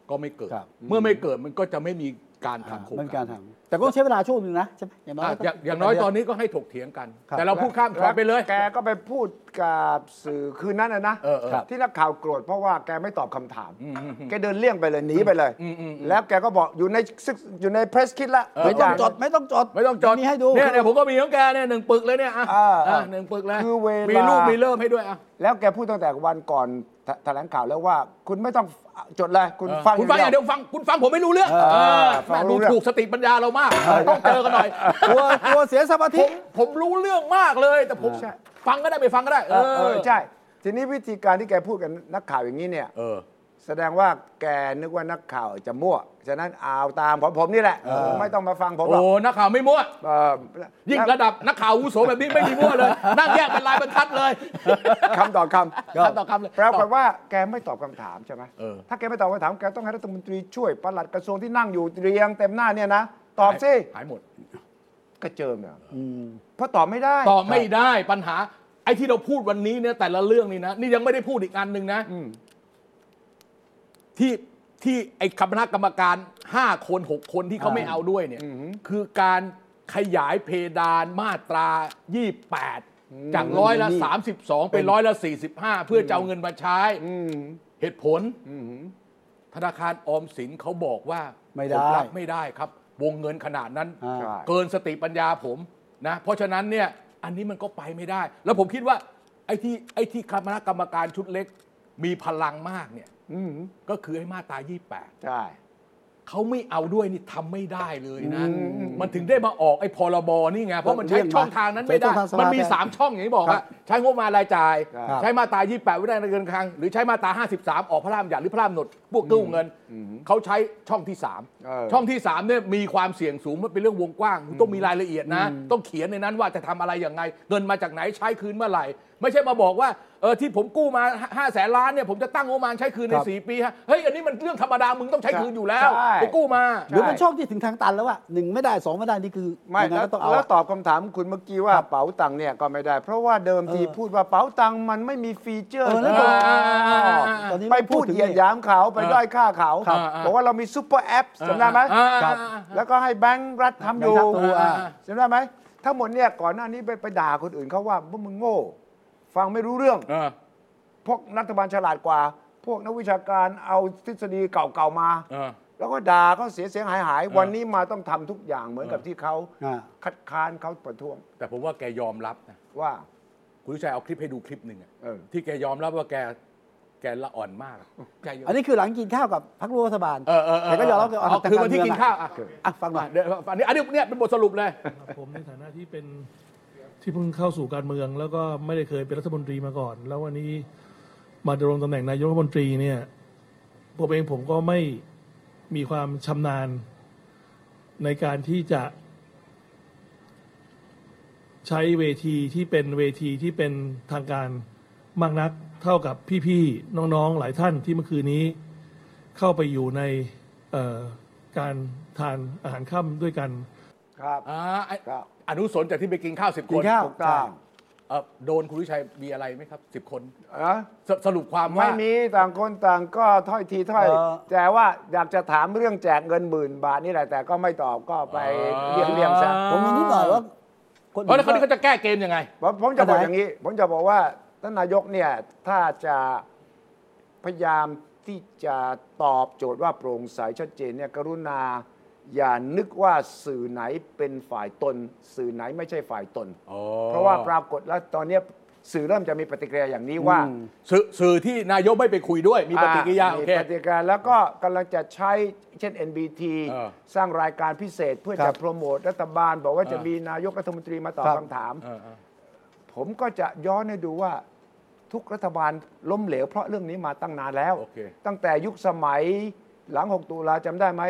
[SPEAKER 2] ก็ไม่เกิด
[SPEAKER 1] ครับ
[SPEAKER 2] เมื่อไม่เกิดมันก็จะไม่มีการทำโครง
[SPEAKER 1] มันเป็นกา
[SPEAKER 2] กา
[SPEAKER 1] ร รทำแต่ก็ต้องใช้เวลาช่วงหนึงนะใช่ไหมอย่างน้อย
[SPEAKER 2] อ่ะ
[SPEAKER 1] ก็
[SPEAKER 2] อย่างอย่างน้อยตอนนี้ก็ให้ถกเถียงกัน
[SPEAKER 1] ครับ
[SPEAKER 2] แต่เราพูดข้ามขอไปเลย
[SPEAKER 3] แกก็ไปพูดกับสื่อคืนนั้นนะนะ
[SPEAKER 2] เออเออครับ
[SPEAKER 3] ที่นักข่าวโกรธเพราะว่าแกไม่ตอบคำถาม แกเดินเลี่ยงไปเลยหนีไปเลย
[SPEAKER 2] อืมอืมอืม
[SPEAKER 3] แล้วแกก็บอกอยู่ในซึกอยู่ในเพรสคิดละ
[SPEAKER 1] ไม่
[SPEAKER 3] อ
[SPEAKER 1] ต้อง
[SPEAKER 3] ย่าง
[SPEAKER 1] จดไม่ต้องจด
[SPEAKER 2] ไม่ต้องจอด
[SPEAKER 1] มีให้ดู
[SPEAKER 2] เนี่ยเนี่ยผมก็มีของแกเนี่ยหนึ่งปึกเลยเนี่ยอ่ะ
[SPEAKER 3] อ่า
[SPEAKER 2] อ่ะหนึ่งปึกเลย
[SPEAKER 3] คือเวลามี
[SPEAKER 2] มีรูปมีเริ่มให้ด้วยอ่ะ
[SPEAKER 3] แล้วแกพูดตั้งแต่วันก่อนแถแถลงข่าวแล้วว่า คุณไม่ต้องจดเลยคุณ
[SPEAKER 2] เออ
[SPEAKER 3] ฟัง
[SPEAKER 2] คุณฟังอย่างเดียวฟังคุณฟังผมไม่รู้เรื่อง
[SPEAKER 1] เออ
[SPEAKER 2] เออ
[SPEAKER 3] ฟัง
[SPEAKER 2] แม่ดู
[SPEAKER 3] รู้เรื่อง
[SPEAKER 2] ถูกสติปัญญาเรามากต้องเจอกันหน่อย
[SPEAKER 1] กลัวกลัวเสียสมา
[SPEAKER 2] ผ
[SPEAKER 1] ธิ
[SPEAKER 2] มผมรู้เรื่องมากเลย แต่ผม
[SPEAKER 3] ใช่
[SPEAKER 2] ฟังก็ได้ไม่ฟังก็ได้ เอ
[SPEAKER 3] เอ
[SPEAKER 2] อ
[SPEAKER 3] อใช่ ทีนี้วิธีการที่แกพูดกับนักข่าวอย่างนี้เนี่ย
[SPEAKER 2] เออ
[SPEAKER 3] แสดงว่าแกนึกว่านักข่าวจะมั่ว ฉะนั้นเอาตามของผมนี่แหละ ไม่ต้องมาฟังผมหรอก
[SPEAKER 2] โอ้นักข่าวไม่มั่ว
[SPEAKER 3] เอ่อ
[SPEAKER 2] ยิ่งระดับนักข่าวอาวุโสแบบนี้ไม่มีมั่วเลย นั่งแยกเป็นลายบรรทัดเลย
[SPEAKER 3] คำต่อคำ
[SPEAKER 2] คำต่อคำเลย
[SPEAKER 3] ปรากฏว่าแกไม่ตอบคำถามใช่ไหม
[SPEAKER 2] เออ
[SPEAKER 3] ถ้าแกไม่ตอบคำถาม แกต้องให้รัฐมนตรีช่วยปลัดกระทรวงที่นั่งอยู่เรียงเต็มหน้าเนี่ยนะ ตอบสิ
[SPEAKER 2] หายหมด
[SPEAKER 3] กระเจิงเนี่ยเพราะตอบไม่ได้
[SPEAKER 2] ตอบไม่ได้ปัญหา ไอ้ที่เราพูดวันนี้เนี่ยแต่ละเรื่องนี่นะ นี่ยังไม่ได้พูดอีกอันหนึ่งนะที่ที่ไอ้คณะกรรมการห้าคนหกคนที่เขาไม่เอาด้วยเนี่ยคือการขยายเพดานมาตรา 28 จากร้อยละ 32 เป็นร้อยละ 45 เพื่อจะเอาเงินมาใช้เหตุผลธนาคารออมสินเขาบอกว่า
[SPEAKER 1] ไม่ได้
[SPEAKER 2] ผรับไม่ได้ครับ วงเงินขนาดนั้น
[SPEAKER 1] อ่า
[SPEAKER 3] ใช่
[SPEAKER 2] เกินสติปัญญาผมนะ เพราะฉะนั้นเนี่ยอันนี้มันก็ไปไม่ได้ แล้วผมคิดว่าไอ้ที่ไอ้ที่คณะกรรมการชุดเล็กมีพลังมากเนี่ย
[SPEAKER 3] อืม
[SPEAKER 2] ก็คือไอ้มาตรา
[SPEAKER 3] ใช่
[SPEAKER 2] 28เขาไม่เอาด้วยนี่ทำไม่ได้เลยนะ มันถึงได้มาออกไอ้พรบนี่ไง เพราะมันใช้
[SPEAKER 1] เลี่ยงมา
[SPEAKER 2] ช่องทางนั้นไม่ได้
[SPEAKER 1] ใช้ช่องทางสภามั
[SPEAKER 2] มันมี
[SPEAKER 1] ได้
[SPEAKER 2] 3 ช่องอย่างที่บอก
[SPEAKER 1] ครับ
[SPEAKER 2] อะใช้งบประมาณรายจ่าย
[SPEAKER 1] ครับ
[SPEAKER 2] ใช้มาตรา28ไว้ได้ในเงินคลังหรือใช้มาตรา53 ออกพระรามหยาดหรือพระรามหนดพวกกู้เงินเขาใช้ช่องที่สาม
[SPEAKER 3] เออ
[SPEAKER 2] ช่องที่3เนี่ยมีความเสี่ยงสูงมันเป็นเรื่องวงกว้างคุณต้องมีรายละเอียดนะ ต้องเขียนในนั้นว่าจะทำอะไรอย่างไง เงินมาจากไหนใช้คืนเมื่อไหร่ ไม่ใช่มาบอกว่าเออที่ผมกู้มา5้าแสนล้านเนี่ยผมจะตั้งงบประมาณใช้คืนใน
[SPEAKER 1] ครับ
[SPEAKER 2] 4 ปีฮะเฮ้ยอันนี้มันเรื่องธรรมดามึงต้องใช้คืนอยู่แล้ว
[SPEAKER 3] ใช่
[SPEAKER 2] ไปกู้มา
[SPEAKER 1] หรือมันช่องที่ถึงทางตันแล้วอะหนึ่งไม่ได้สองไม่ได้นี่คือ
[SPEAKER 3] ไม่
[SPEAKER 1] ยังง
[SPEAKER 3] แล้ว
[SPEAKER 1] ก็ต้องเอา
[SPEAKER 3] แล้ว
[SPEAKER 1] อะ
[SPEAKER 3] ตอบคำถามคุณเมื่อกี้ว่าเป๋าตังค์เนี่ยก็ไม่ได้ เพราะว่าเดิมที
[SPEAKER 1] เออ
[SPEAKER 3] พูดว่าเป๋าตังค์มันไม่มีฟีเจอร์
[SPEAKER 1] เออแล้วก็
[SPEAKER 2] อ่าอ่าอ่าอ่า
[SPEAKER 1] ตอนนี้
[SPEAKER 3] ไปพูด
[SPEAKER 1] ถึง
[SPEAKER 3] เหยียด
[SPEAKER 1] นี่
[SPEAKER 3] หยามเขาไปด้อยค่าเขา
[SPEAKER 2] ครับ
[SPEAKER 3] บอกว่าเรามีซูเปอร์แอปจำได้ไหม
[SPEAKER 2] อ่าอ่า
[SPEAKER 3] ครับ
[SPEAKER 2] อ่า
[SPEAKER 3] แล้วก็ให้แบงค์รัฐทำอยู่
[SPEAKER 1] แบงค์รัฐทำอยู่อ่า
[SPEAKER 3] จำได้ไหมทั้งหมดเนี่ยก่อนหน้านี้ไปไปด่าคนอื่นเขาว่าพวกมึงโง่ ฟังไม่รู้เรื่อง
[SPEAKER 2] เออ
[SPEAKER 3] พวกรัฐบาลฉลาดกว่า พวกนักวิชาการเอาทฤษฎีเก่าๆมา
[SPEAKER 2] เออ
[SPEAKER 3] แล้วก็ด่าก็เสียเสียงหายหายๆวันนี้มาต้องทำทุกอย่างเหมือนกับที่เขา
[SPEAKER 1] อ่า
[SPEAKER 3] คัดค้านเขาประท้วง
[SPEAKER 2] แต่ผมว่าแกยอมรับนะ
[SPEAKER 3] ว่า
[SPEAKER 2] คุณวิชัยเอาคลิปให้ดูคลิปหนึ่งอะ
[SPEAKER 3] เออ
[SPEAKER 2] ที่แกยอมรับว่าแกแกละอ่อนมากใจเย็น
[SPEAKER 1] อันนี้คือหลังกินข้าวกับพักรัฐบาล
[SPEAKER 2] เออเออเออ
[SPEAKER 1] แต่ก็ยอมรับว่า
[SPEAKER 2] เอา
[SPEAKER 1] ทง
[SPEAKER 2] คืน
[SPEAKER 1] ร
[SPEAKER 2] วันที่
[SPEAKER 1] เมื
[SPEAKER 2] กิ
[SPEAKER 1] อง
[SPEAKER 2] น
[SPEAKER 1] อะ
[SPEAKER 2] ข้าวอ่ะ
[SPEAKER 1] อ่ะฟังหน่อย
[SPEAKER 2] เดี๋ยวอันนี้อันนี้เนี่ยเป็นบทสรุปเลย
[SPEAKER 4] ครับผมในฐานะที่เป็นที่เพิ่งเข้าสู่การเมือง แล้วก็ไม่ได้เคยเป็นรัฐมนตรีมาก่อน แล้ววันนี้มาดำรงตำแหน่งนายกรัฐมนตรีเนี่ยผมเองผมก็ไม่มีความชำนาญในการที่จะ ใช้เวทีที่เป็นเวทีที่เป็นทางการมากนักเท่ากับพี่ๆน้องๆหลายท่านที่เมื่อคืนนี้ เข้าไปอยู่ในเอ่อการทานอาหารค่ำด้วยกัน
[SPEAKER 3] ครับ
[SPEAKER 2] อ่าไอ้
[SPEAKER 3] ครับ
[SPEAKER 2] อนุสรณ์จากที่ไปกินข้าวสิบค
[SPEAKER 1] กิ
[SPEAKER 2] น
[SPEAKER 1] นข้าว
[SPEAKER 3] ถูกต้อง
[SPEAKER 2] เอ่อโดนคุณวิชัยมีอะไรไหมครับสิบคน
[SPEAKER 3] นะ
[SPEAKER 2] สสรุปความว่า
[SPEAKER 3] ไม่มีต่างคนต่างก็ถ้อยทีถ้อย
[SPEAKER 1] เออ
[SPEAKER 3] แต่ว่าอยากจะถามเรื่องแจกเงินหมื่นบาทนี่แหละแต่ก็ไม่ตอบก็ไปเลี่ยงเลี่ยงๆซะ
[SPEAKER 1] ผมมีนิดหน่อยว่าคน
[SPEAKER 2] เออแล้วคราว
[SPEAKER 1] อื่
[SPEAKER 2] นี้
[SPEAKER 1] นก็
[SPEAKER 2] เขาจะแก้เกมยังไง
[SPEAKER 3] ผมผมจะบอก
[SPEAKER 1] กระดาษ
[SPEAKER 3] อย่างนี้ ผมจะบอกว่าท่านนายกเนี่ยถ้าจะพยายามที่จะตอบโจทย์ว่าโปร่งใสชัดเจนเนี่ยกรุณา อย่านึกว่าสื่อไหนเป็นฝ่ายตน สื่อไหนไม่ใช่ฝ่ายตน
[SPEAKER 2] อ๋อ
[SPEAKER 3] เพราะว่าปรากฏแล้วตอนเนี้ยสื่อเริ่มจะมีปฏิกิริยาอย่างนี้ว่า
[SPEAKER 2] สื่อสื่อที่นายกไม่ไปคุยด้วย มีปฏิกิริยา
[SPEAKER 3] อ่
[SPEAKER 2] โอ
[SPEAKER 3] มี
[SPEAKER 2] เค
[SPEAKER 3] ปฏิกิริยาแล้วก็กำลังจะใช้เช่น NBT
[SPEAKER 2] เออ
[SPEAKER 3] สร้างรายการพิเศษเพื่อ
[SPEAKER 1] ครั
[SPEAKER 3] จะ
[SPEAKER 1] บ
[SPEAKER 3] โปรโมทรัฐบาล บอกว่า
[SPEAKER 2] เออ
[SPEAKER 3] จะมีนายกรัฐมนตรีมาตอบคำถาม
[SPEAKER 2] เออเออ
[SPEAKER 3] ผมก็จะย้อนให้ดูว่าทุกรัฐบาลล้มเหลวเพราะเรื่องนี้มาตั้งนานแล้ว
[SPEAKER 2] โอเค
[SPEAKER 3] ตั้งแต่ยุคสมัยหลัง 6 ตุลาจำได้ไหม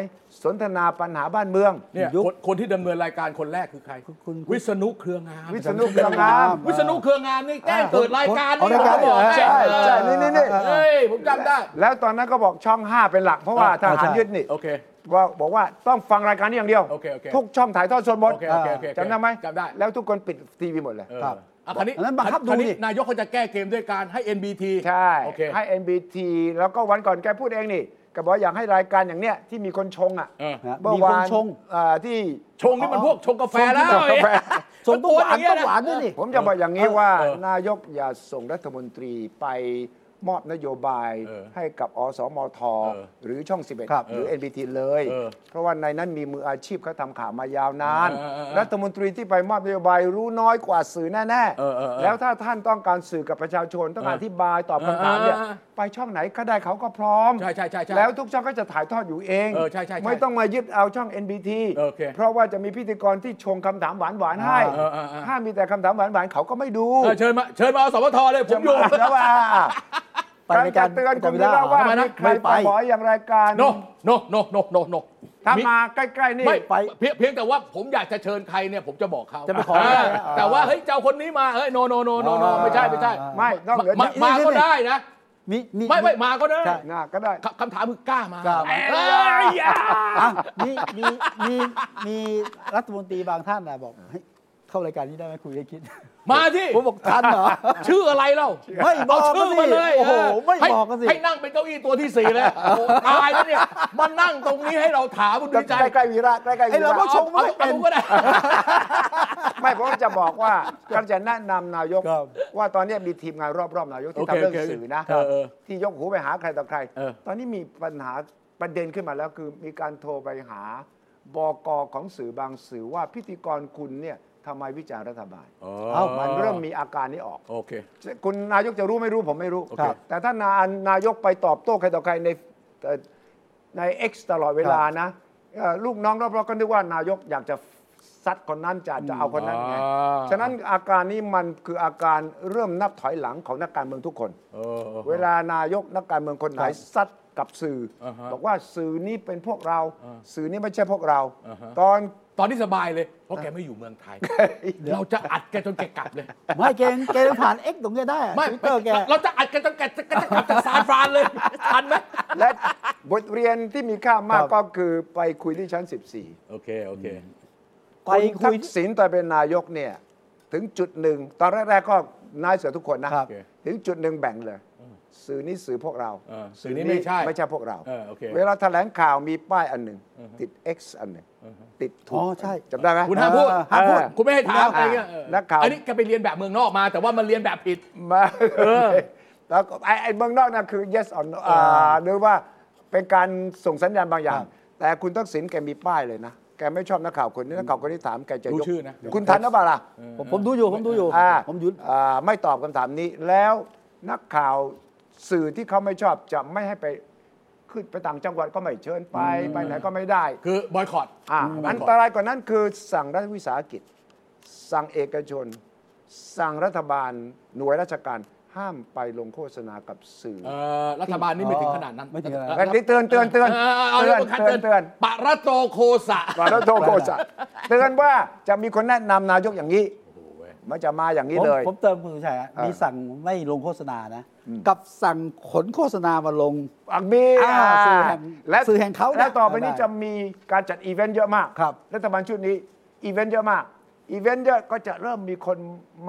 [SPEAKER 3] สนทนาปัญหาบ้านเมือง
[SPEAKER 2] เนี่ย
[SPEAKER 1] ยุค
[SPEAKER 2] คนคนที่ดำเนินรายการคนแรกคือใคร
[SPEAKER 1] คุณคุณ
[SPEAKER 2] วิษณุเครืองาม
[SPEAKER 3] วิษณุเครืองาม
[SPEAKER 2] วิษณุเครืองามนี่แจ้งเกิดรายการ
[SPEAKER 1] อ๋อ
[SPEAKER 2] นี่
[SPEAKER 1] รายการ
[SPEAKER 2] ผมบอกให้
[SPEAKER 1] ใช่
[SPEAKER 3] ใช่นี่นี่นี่
[SPEAKER 2] เฮ้ยผมจำได้
[SPEAKER 3] แล้วตอนนั้นก็บอกช่อง 5 เป็นหลักเพราะว่าท
[SPEAKER 1] อ่า
[SPEAKER 3] หาร
[SPEAKER 1] ใช่
[SPEAKER 3] ยึดนี่
[SPEAKER 2] โอเค
[SPEAKER 3] ว่าบอกว่าต้องฟังรายการนี้อย่างเดียว
[SPEAKER 2] โอเคโอเค
[SPEAKER 3] ทุกช่องถ่ายทอดสดหมด
[SPEAKER 2] โอเคโอเคโอเคโอเค
[SPEAKER 3] จำได้ไหม
[SPEAKER 2] จำได้
[SPEAKER 3] แล้วทุกคนปิดทีวีหมดเลย
[SPEAKER 2] เออ
[SPEAKER 1] ครับ
[SPEAKER 2] อ่ะคราวนี้
[SPEAKER 1] อันนั้นบังคับดู
[SPEAKER 2] คราวนี้
[SPEAKER 1] ดิ
[SPEAKER 2] นายกเขาจะแก้เกมด้วยการให้ NBT
[SPEAKER 3] ใช่
[SPEAKER 2] โอเค
[SPEAKER 3] ให้ NBT แล้วก็วันก่อนแกพูดเองนี่แกบอกว่าอยากให้รายการอย่างเนี้ยที่มีคนชงอ่ะ
[SPEAKER 2] เออ
[SPEAKER 1] ฮะ
[SPEAKER 3] เมื่อ
[SPEAKER 1] มีคน
[SPEAKER 3] วาน
[SPEAKER 1] ชง
[SPEAKER 3] เอ่อที่
[SPEAKER 2] ชงนี่มันพวกชงกาแฟแล้ว
[SPEAKER 3] ชงที่กาแฟ
[SPEAKER 1] ทรงต้องหวาน
[SPEAKER 2] ตะโกนอย่างเงี้ย
[SPEAKER 1] ต้องห
[SPEAKER 2] นะ
[SPEAKER 1] วานด้วยนี่
[SPEAKER 3] ผมจะบอกอย่างนี้ว่า
[SPEAKER 2] เออน
[SPEAKER 3] ายกอย่าส่งรัฐมนตรีไปมอบนโยบาย
[SPEAKER 2] เออ
[SPEAKER 3] ให้กับอสมท
[SPEAKER 2] เออ
[SPEAKER 3] หรือช่อง
[SPEAKER 1] ครั
[SPEAKER 3] 11
[SPEAKER 1] บ
[SPEAKER 3] หรือ NBT เลย
[SPEAKER 2] เออ
[SPEAKER 3] เพราะว่าในนั้นมีมืออาชีพเขาทำข่าวมายาวนาน
[SPEAKER 2] เออเออเออ
[SPEAKER 3] รัฐมนตรีที่ไปมอบนโยบายรู้น้อยกว่าสื่อแน่
[SPEAKER 2] เออเออเออ
[SPEAKER 3] แล้วถ้าท่านต้องการสื่อกับประชาชนต้องการอธิบายตอบคำถามเนี่ย
[SPEAKER 2] เออเออเออ
[SPEAKER 3] ไปช่องไหนก็ได้เขาก็พร้อม
[SPEAKER 2] ใช่ใช่ใช่ใช่
[SPEAKER 3] แล้วทุกช่องก็จะถ่ายทอดอยู่เอง
[SPEAKER 2] เออใช่ใช่ใช่
[SPEAKER 3] ไม่ต้องมายึดเอาช่อง NBT
[SPEAKER 2] โอเค
[SPEAKER 3] เพราะว่าจะมีพิธีกรที่ชงคำถามหวานๆให้
[SPEAKER 2] เออเออเออ
[SPEAKER 3] ถ้ามีแต่คำถามหวานๆเขาก็ไม่ดู
[SPEAKER 2] เออเชิญมาเชิญมาอสมทเลยผมอยู่
[SPEAKER 3] แล้วว่า
[SPEAKER 1] ไปรายการ
[SPEAKER 3] จะเตือน
[SPEAKER 1] คุ
[SPEAKER 3] คุณ
[SPEAKER 1] วิ
[SPEAKER 3] ณวิ
[SPEAKER 1] ลา
[SPEAKER 3] ลาว่า
[SPEAKER 1] ทำไมนะ
[SPEAKER 3] มีใคร
[SPEAKER 1] ไม่
[SPEAKER 3] ป
[SPEAKER 1] ไป
[SPEAKER 3] ลาหมออย่างรายการ
[SPEAKER 2] โนโนโนโนโนโน
[SPEAKER 3] ถ้ามาใกล้ๆนี่
[SPEAKER 2] ไม่
[SPEAKER 1] ไป
[SPEAKER 2] ไปเพียงเพียงแต่ว่าผมอยากจะเชิญใครเนี่ยผมจะบอกเขา
[SPEAKER 1] จะไปขอ
[SPEAKER 2] อ่า
[SPEAKER 1] ได้อ่า
[SPEAKER 2] แต่ว่าเฮ้ยเจ้าคนนี้มาเฮ้ยโนโนโนโนโนไม่ใช่ไม่ใช่
[SPEAKER 1] อ่า
[SPEAKER 3] ไม่นอกเหนือ
[SPEAKER 2] มา
[SPEAKER 3] จาก
[SPEAKER 2] มาก็ได้นะ
[SPEAKER 1] มีมี
[SPEAKER 2] ไม่ไม่มาก็ได้
[SPEAKER 1] ใช่
[SPEAKER 3] หน้าก็ได้
[SPEAKER 2] คำถามคือกล้ามาก
[SPEAKER 1] ล้ามา
[SPEAKER 2] เอ้ยอย่า
[SPEAKER 1] อ่ะมีมีมีมีรัฐมนตรีบางท่านนะบอกเฮ้ยเข้ารายการนี้ได้ไหมคุยให้ คิด
[SPEAKER 2] มาที่
[SPEAKER 1] ผมบอกทันเหรอ
[SPEAKER 2] ชื่ออะไรเล่า
[SPEAKER 1] ไม่บอก
[SPEAKER 2] เาชื่อมาเลย
[SPEAKER 1] ก็สิโอ้โห
[SPEAKER 2] เ
[SPEAKER 1] ไม่บอกก็สิ
[SPEAKER 2] ให้ให้นั่งเป็นเก้าอี้ตัวที่สี่เลยโอ้โหตายแล้วเนี่ยมานั่งตรงนี้ให้เราถามคุณดีใจ
[SPEAKER 3] ใกล้ๆวีระใกล้ๆวีระ
[SPEAKER 1] ไอ้เราก็ชงไม่
[SPEAKER 2] เอา
[SPEAKER 1] เป็น
[SPEAKER 2] เอาก็ได้
[SPEAKER 3] ไม่ผมจะบอกว่า การจะแนะนำนายก
[SPEAKER 1] ครับ
[SPEAKER 3] ว่าตอนนี้มีทีมงานรอบๆนายก
[SPEAKER 2] โอ
[SPEAKER 3] ที่
[SPEAKER 2] เค
[SPEAKER 3] ทำเรื่อง
[SPEAKER 2] โอเค
[SPEAKER 3] สื่อนะครับ
[SPEAKER 2] เออ
[SPEAKER 3] ที่ยกหูไปหาใครต่อใคร
[SPEAKER 2] เออ
[SPEAKER 3] ตอนนี้มีปัญหาประเด็นขึ้นมาแล้วคือมีการโทรไปหาบกของสื่อบางสื่อว่าพิธีกรคุณเนี่ยทำไมวิจารณ์รัฐบาล
[SPEAKER 1] เอามั
[SPEAKER 3] มันเริ่มมีอาการนี้ออก
[SPEAKER 2] โอเค
[SPEAKER 3] คุณนายกจะรู้ไม่รู้ผมไม่รู้
[SPEAKER 2] โอเค
[SPEAKER 3] แต่ถ้านานายกไปตอบโต้ใครต่อใครในเอ่อใน X ตลอดเวลานะเอ่อลูกน้องรอบๆก็นึกว่านายกอยากจะซัดคนนั้นจะจะเอาคนนั้นไง
[SPEAKER 2] อ่า
[SPEAKER 3] ฉะนั้นอาการนี้มันคืออาการเริ่มนับถอยหลังของนักการเมืองทุกคน
[SPEAKER 2] เออ
[SPEAKER 3] เวลานายกนักการเมืองคนไหน
[SPEAKER 1] ครับ
[SPEAKER 3] ซัดกับสื่ออา
[SPEAKER 2] ฮะ
[SPEAKER 3] บอกว่าสื่อนี้เป็นพวกเรา
[SPEAKER 2] อ่า
[SPEAKER 3] สื่อนี้ไม่ใช่พวกเรา
[SPEAKER 2] อ่าฮะ
[SPEAKER 3] ตอน
[SPEAKER 2] ตอนนี้สบายเลย เพราะแกไม่อยู่เมืองไทย
[SPEAKER 1] เดี๋ยว
[SPEAKER 2] เราจะอัดแกจนแกกลับเลย
[SPEAKER 1] ไม่เกณฑ์เกณฑ์ผ่านเอ็กตรงเนี้ยได้
[SPEAKER 2] ไม่
[SPEAKER 1] ทวิตเตอร์แก
[SPEAKER 2] เราจะอัดแกจนแกจะแกจะกลับจากซานฟรานเลยทันไหม
[SPEAKER 3] และบทเรียนที่มีค่ามาก
[SPEAKER 1] ครับ
[SPEAKER 3] ก็คือไปคุยที่ชั้น 14
[SPEAKER 2] โอเคโอเค
[SPEAKER 1] ไป
[SPEAKER 3] คุณ
[SPEAKER 1] คุ
[SPEAKER 3] ทั
[SPEAKER 1] ย
[SPEAKER 3] กษิณตอนเป็นนายกเนี่ยถึงจุดหนึ่งตอนแรกๆก็นายเสือทุกคนนะครับ ถึงจุดหนึ่งแบ่งเลย สื่อนี้สื่อพวกเรา
[SPEAKER 2] เออสื่อนี้ไม่ใช่
[SPEAKER 3] ไม่ใช่พวกเรา
[SPEAKER 2] เออโอเค
[SPEAKER 3] ลาแถลงข่าวมีป้ายอันหนึ่งติด X อันหนึ่งติดถู
[SPEAKER 1] อ๋
[SPEAKER 3] ก
[SPEAKER 1] อใช่
[SPEAKER 3] จำได้ไหม
[SPEAKER 2] คุณห้ามพูด
[SPEAKER 1] เออ
[SPEAKER 2] ห้ามพูด
[SPEAKER 3] เออ
[SPEAKER 2] คุณไม่ให้ถามอะ
[SPEAKER 3] เออ
[SPEAKER 2] ไรเงี้ยเออ
[SPEAKER 3] นักข่าว
[SPEAKER 2] อันนี้แกไปเรียนแบบเมืองนอกมา แต่ว่ามันเรียนแบบผิด
[SPEAKER 3] มา
[SPEAKER 2] เออ
[SPEAKER 3] แล้วก็ไอ้ไอ้เมืองนอกนะคือ yes or no อ่าหรือว่าเป็นการส่งสัญญาณบางอย่าง แต่คุณทักษิณแกมีป้ายเลยนะ แกไม่ชอบนักข่าวคนนี้นักข่าวคนนี้ถามแกจะย
[SPEAKER 2] รู้
[SPEAKER 3] ก
[SPEAKER 2] ชื่อนะ
[SPEAKER 3] คุณทันหรือเปล่าล่ะ
[SPEAKER 1] ผมผมดูอยู่ผมดูอยู่
[SPEAKER 3] อ่า
[SPEAKER 1] ผมยุด
[SPEAKER 3] อ่าไม่ตอบคำถามนี้แล้วนักข่าวสื่อที่เขาไม่ชอบจะไม่ให้ไปขึ้นไปต่างจังหวัดก็ไม่เชิญไปไปไหนก็ไม่ได้
[SPEAKER 2] คือบอยคอต
[SPEAKER 3] อ่า
[SPEAKER 2] อืม
[SPEAKER 3] อันตรายกว่านั้นคือสั่งรัฐวิสาหกิจ สั่งเอกชน สั่งรัฐบาลหน่วยราชการห้ามไปลงโฆษณากับสื่อ
[SPEAKER 2] เอ่อรัฐบาลนี่ไม่ถึงขนาดนั้น
[SPEAKER 1] ไม่ถึงขนาดนั้น
[SPEAKER 3] เอ้ยนี่เตือนเตือนเตือน
[SPEAKER 2] เออเอาเรื่องคันเตื
[SPEAKER 3] เตือ
[SPEAKER 2] อน น
[SPEAKER 3] เตือน
[SPEAKER 2] ปะระโตโคสะ
[SPEAKER 3] ก่อนแล้วโทรโฆษณาเตือนว่าจะมีคนแนะนำนายกอย่างนี้มันจะมาอย่างนี้
[SPEAKER 1] ผม
[SPEAKER 3] เลย
[SPEAKER 1] ผมเติมคุณสุชัยฮะ
[SPEAKER 3] อ่ามี
[SPEAKER 1] มีสั่งไม่ลงโฆษณานะ กับสั่งขนโฆษณามาลง
[SPEAKER 3] อักบี
[SPEAKER 1] อ่าสื่อแห่ง
[SPEAKER 3] และ
[SPEAKER 1] สื่อแห่งเขาเนี่ย
[SPEAKER 3] และต่อไปนี้
[SPEAKER 1] ได้
[SPEAKER 3] จะมีการจัดอีเวนต์เยอะมาก
[SPEAKER 1] ครับ
[SPEAKER 3] รัฐบาลชุดนี้อีเวนต์เยอะมาก อีเวนต์เยอะก็จะเริ่มมีคน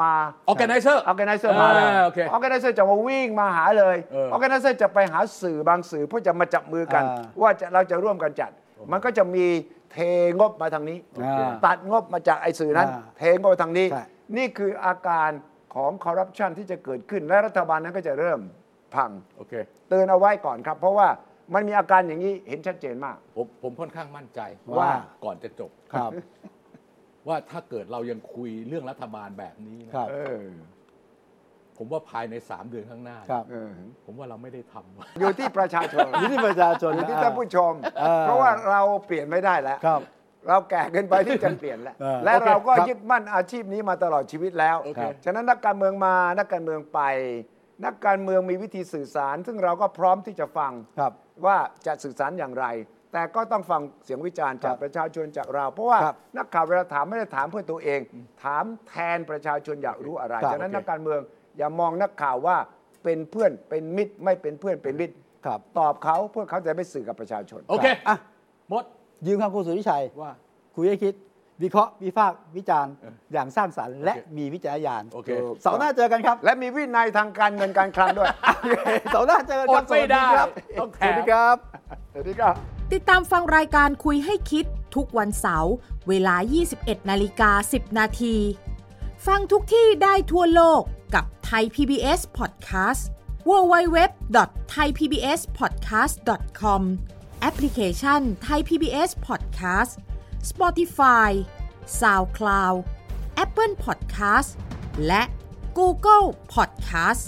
[SPEAKER 3] มา
[SPEAKER 2] ออแกไนเซอร์
[SPEAKER 3] ออแกไนเซอร์มาแล้ว
[SPEAKER 2] โอเค
[SPEAKER 3] ออแกไนเซอร์จะมาวิ่งมาหาเลย
[SPEAKER 2] เออ
[SPEAKER 3] ออแกไนเซอร์จะไปหาสื่อบางสื่อเพื่อจะมาจับมือกัน ว่าจะเราจะร่วมกันจัด มันก็จะมีเทงบมาทางนี้
[SPEAKER 1] อ่า
[SPEAKER 3] ตัดงบมาจากไอ้สื่อนั้น
[SPEAKER 1] อ่า
[SPEAKER 3] เทงบมาทางนี้
[SPEAKER 1] ใช่
[SPEAKER 3] นี่คืออาการของคอร์รัปชันที่จะเกิดขึ้นและรัฐบาลนั้นก็จะเริ่มพัง
[SPEAKER 2] โอเค
[SPEAKER 3] เตือนเอาไว้ก่อนครับ เพราะว่ามันมีอาการอย่างนี้เห็นชัดเจนมาก
[SPEAKER 2] ผมผมค่อนข้างมั่นใจ
[SPEAKER 1] ว่า
[SPEAKER 2] ก่อนจะจบ
[SPEAKER 1] ครับ
[SPEAKER 2] ว่าถ้าเกิดเรายังคุยเรื่องรัฐบาลแบบนี้นะครับ
[SPEAKER 3] เออ
[SPEAKER 2] ผมว่าภายใน 3 เดือนข้างหน้า
[SPEAKER 1] ครับ
[SPEAKER 3] เออ
[SPEAKER 2] ผมว่าเราไม่ได้ทำว่ะ
[SPEAKER 3] อยู่ที่ประชาชน
[SPEAKER 1] อยู่ที่ประชาชน
[SPEAKER 3] อยู่ที่
[SPEAKER 1] นะ
[SPEAKER 3] ท่านผู้ชม
[SPEAKER 1] เออ
[SPEAKER 3] เพราะว่าเราเปลี่ยนไม่ได้แล้ว
[SPEAKER 1] ครับ
[SPEAKER 3] เราแก่เกินไปที่จะเปลี่ยนแล้ว
[SPEAKER 1] เออ
[SPEAKER 3] และเราก็
[SPEAKER 1] โอเคครับ
[SPEAKER 3] ยึดมั่นอาชีพนี้มาตลอดชีวิตแล้ว
[SPEAKER 2] โอเค
[SPEAKER 3] ฉะนั้นนักการเมืองมานักการเมืองไป นักการเมืองมีวิธีสื่อสาร ซึ่งเราก็พร้อมที่จะฟัง
[SPEAKER 1] ครับ
[SPEAKER 3] ว่าจะสื่อสารอย่างไร แต่ก็ต้องฟังเสียงวิจารณ์จาก
[SPEAKER 1] ครับ
[SPEAKER 3] ประชาชนจากเรา เพราะว่า
[SPEAKER 1] ครับ
[SPEAKER 3] นักข่าวเวลาถามไม่ได้ถามเพื่อตัวเอง ถามแทนประชาชนอยากรู้อะไร
[SPEAKER 1] ครับ
[SPEAKER 3] ฉะนั้น
[SPEAKER 1] โอเค
[SPEAKER 3] นักการเมืองอย่ามองนักข่าวว่าเป็นเพื่อนเป็นมิตรไม่เป็นเพื่อนเป็นมิตร
[SPEAKER 1] ครับ
[SPEAKER 3] ตอบเขาเพื่อเขาจะได้ไปสื่อกับประชาชน
[SPEAKER 2] โอเค
[SPEAKER 1] อ่ะ
[SPEAKER 2] หมด
[SPEAKER 1] ยืมคำคุณสุวิชัย
[SPEAKER 2] ว่า
[SPEAKER 1] คุยให้คิด วิเคราะห์วิพากษ์วิจารณ์ อย่างสร้างสรรค์และมีวิจารณญาณ
[SPEAKER 2] โอเค
[SPEAKER 1] เสาร์หน้าเจอกันครับ
[SPEAKER 3] และมีวินัยทางการเงินการคลังด้วย
[SPEAKER 1] เสาร์หน้าเจอกัน
[SPEAKER 2] อ
[SPEAKER 1] ครับ
[SPEAKER 2] ดไม่ได้
[SPEAKER 1] สวัสครับ
[SPEAKER 2] ต้องแถ
[SPEAKER 1] สวัส
[SPEAKER 2] ม
[SPEAKER 1] ดีครับ
[SPEAKER 3] สวัสดีครับ
[SPEAKER 5] ติดตามฟังรายการคุยให้คิดทุกวันเสาร์เวลา 21 นาฬิกา 10 นาที ฟังทุกที่ได้ทั่วโลกกับ t h a i PBS Podcast www.thaipbspodcast.com แอปพลิเคชัน t h a i PBS Podcast Spotify SoundCloud Apple Podcast และ Google Podcast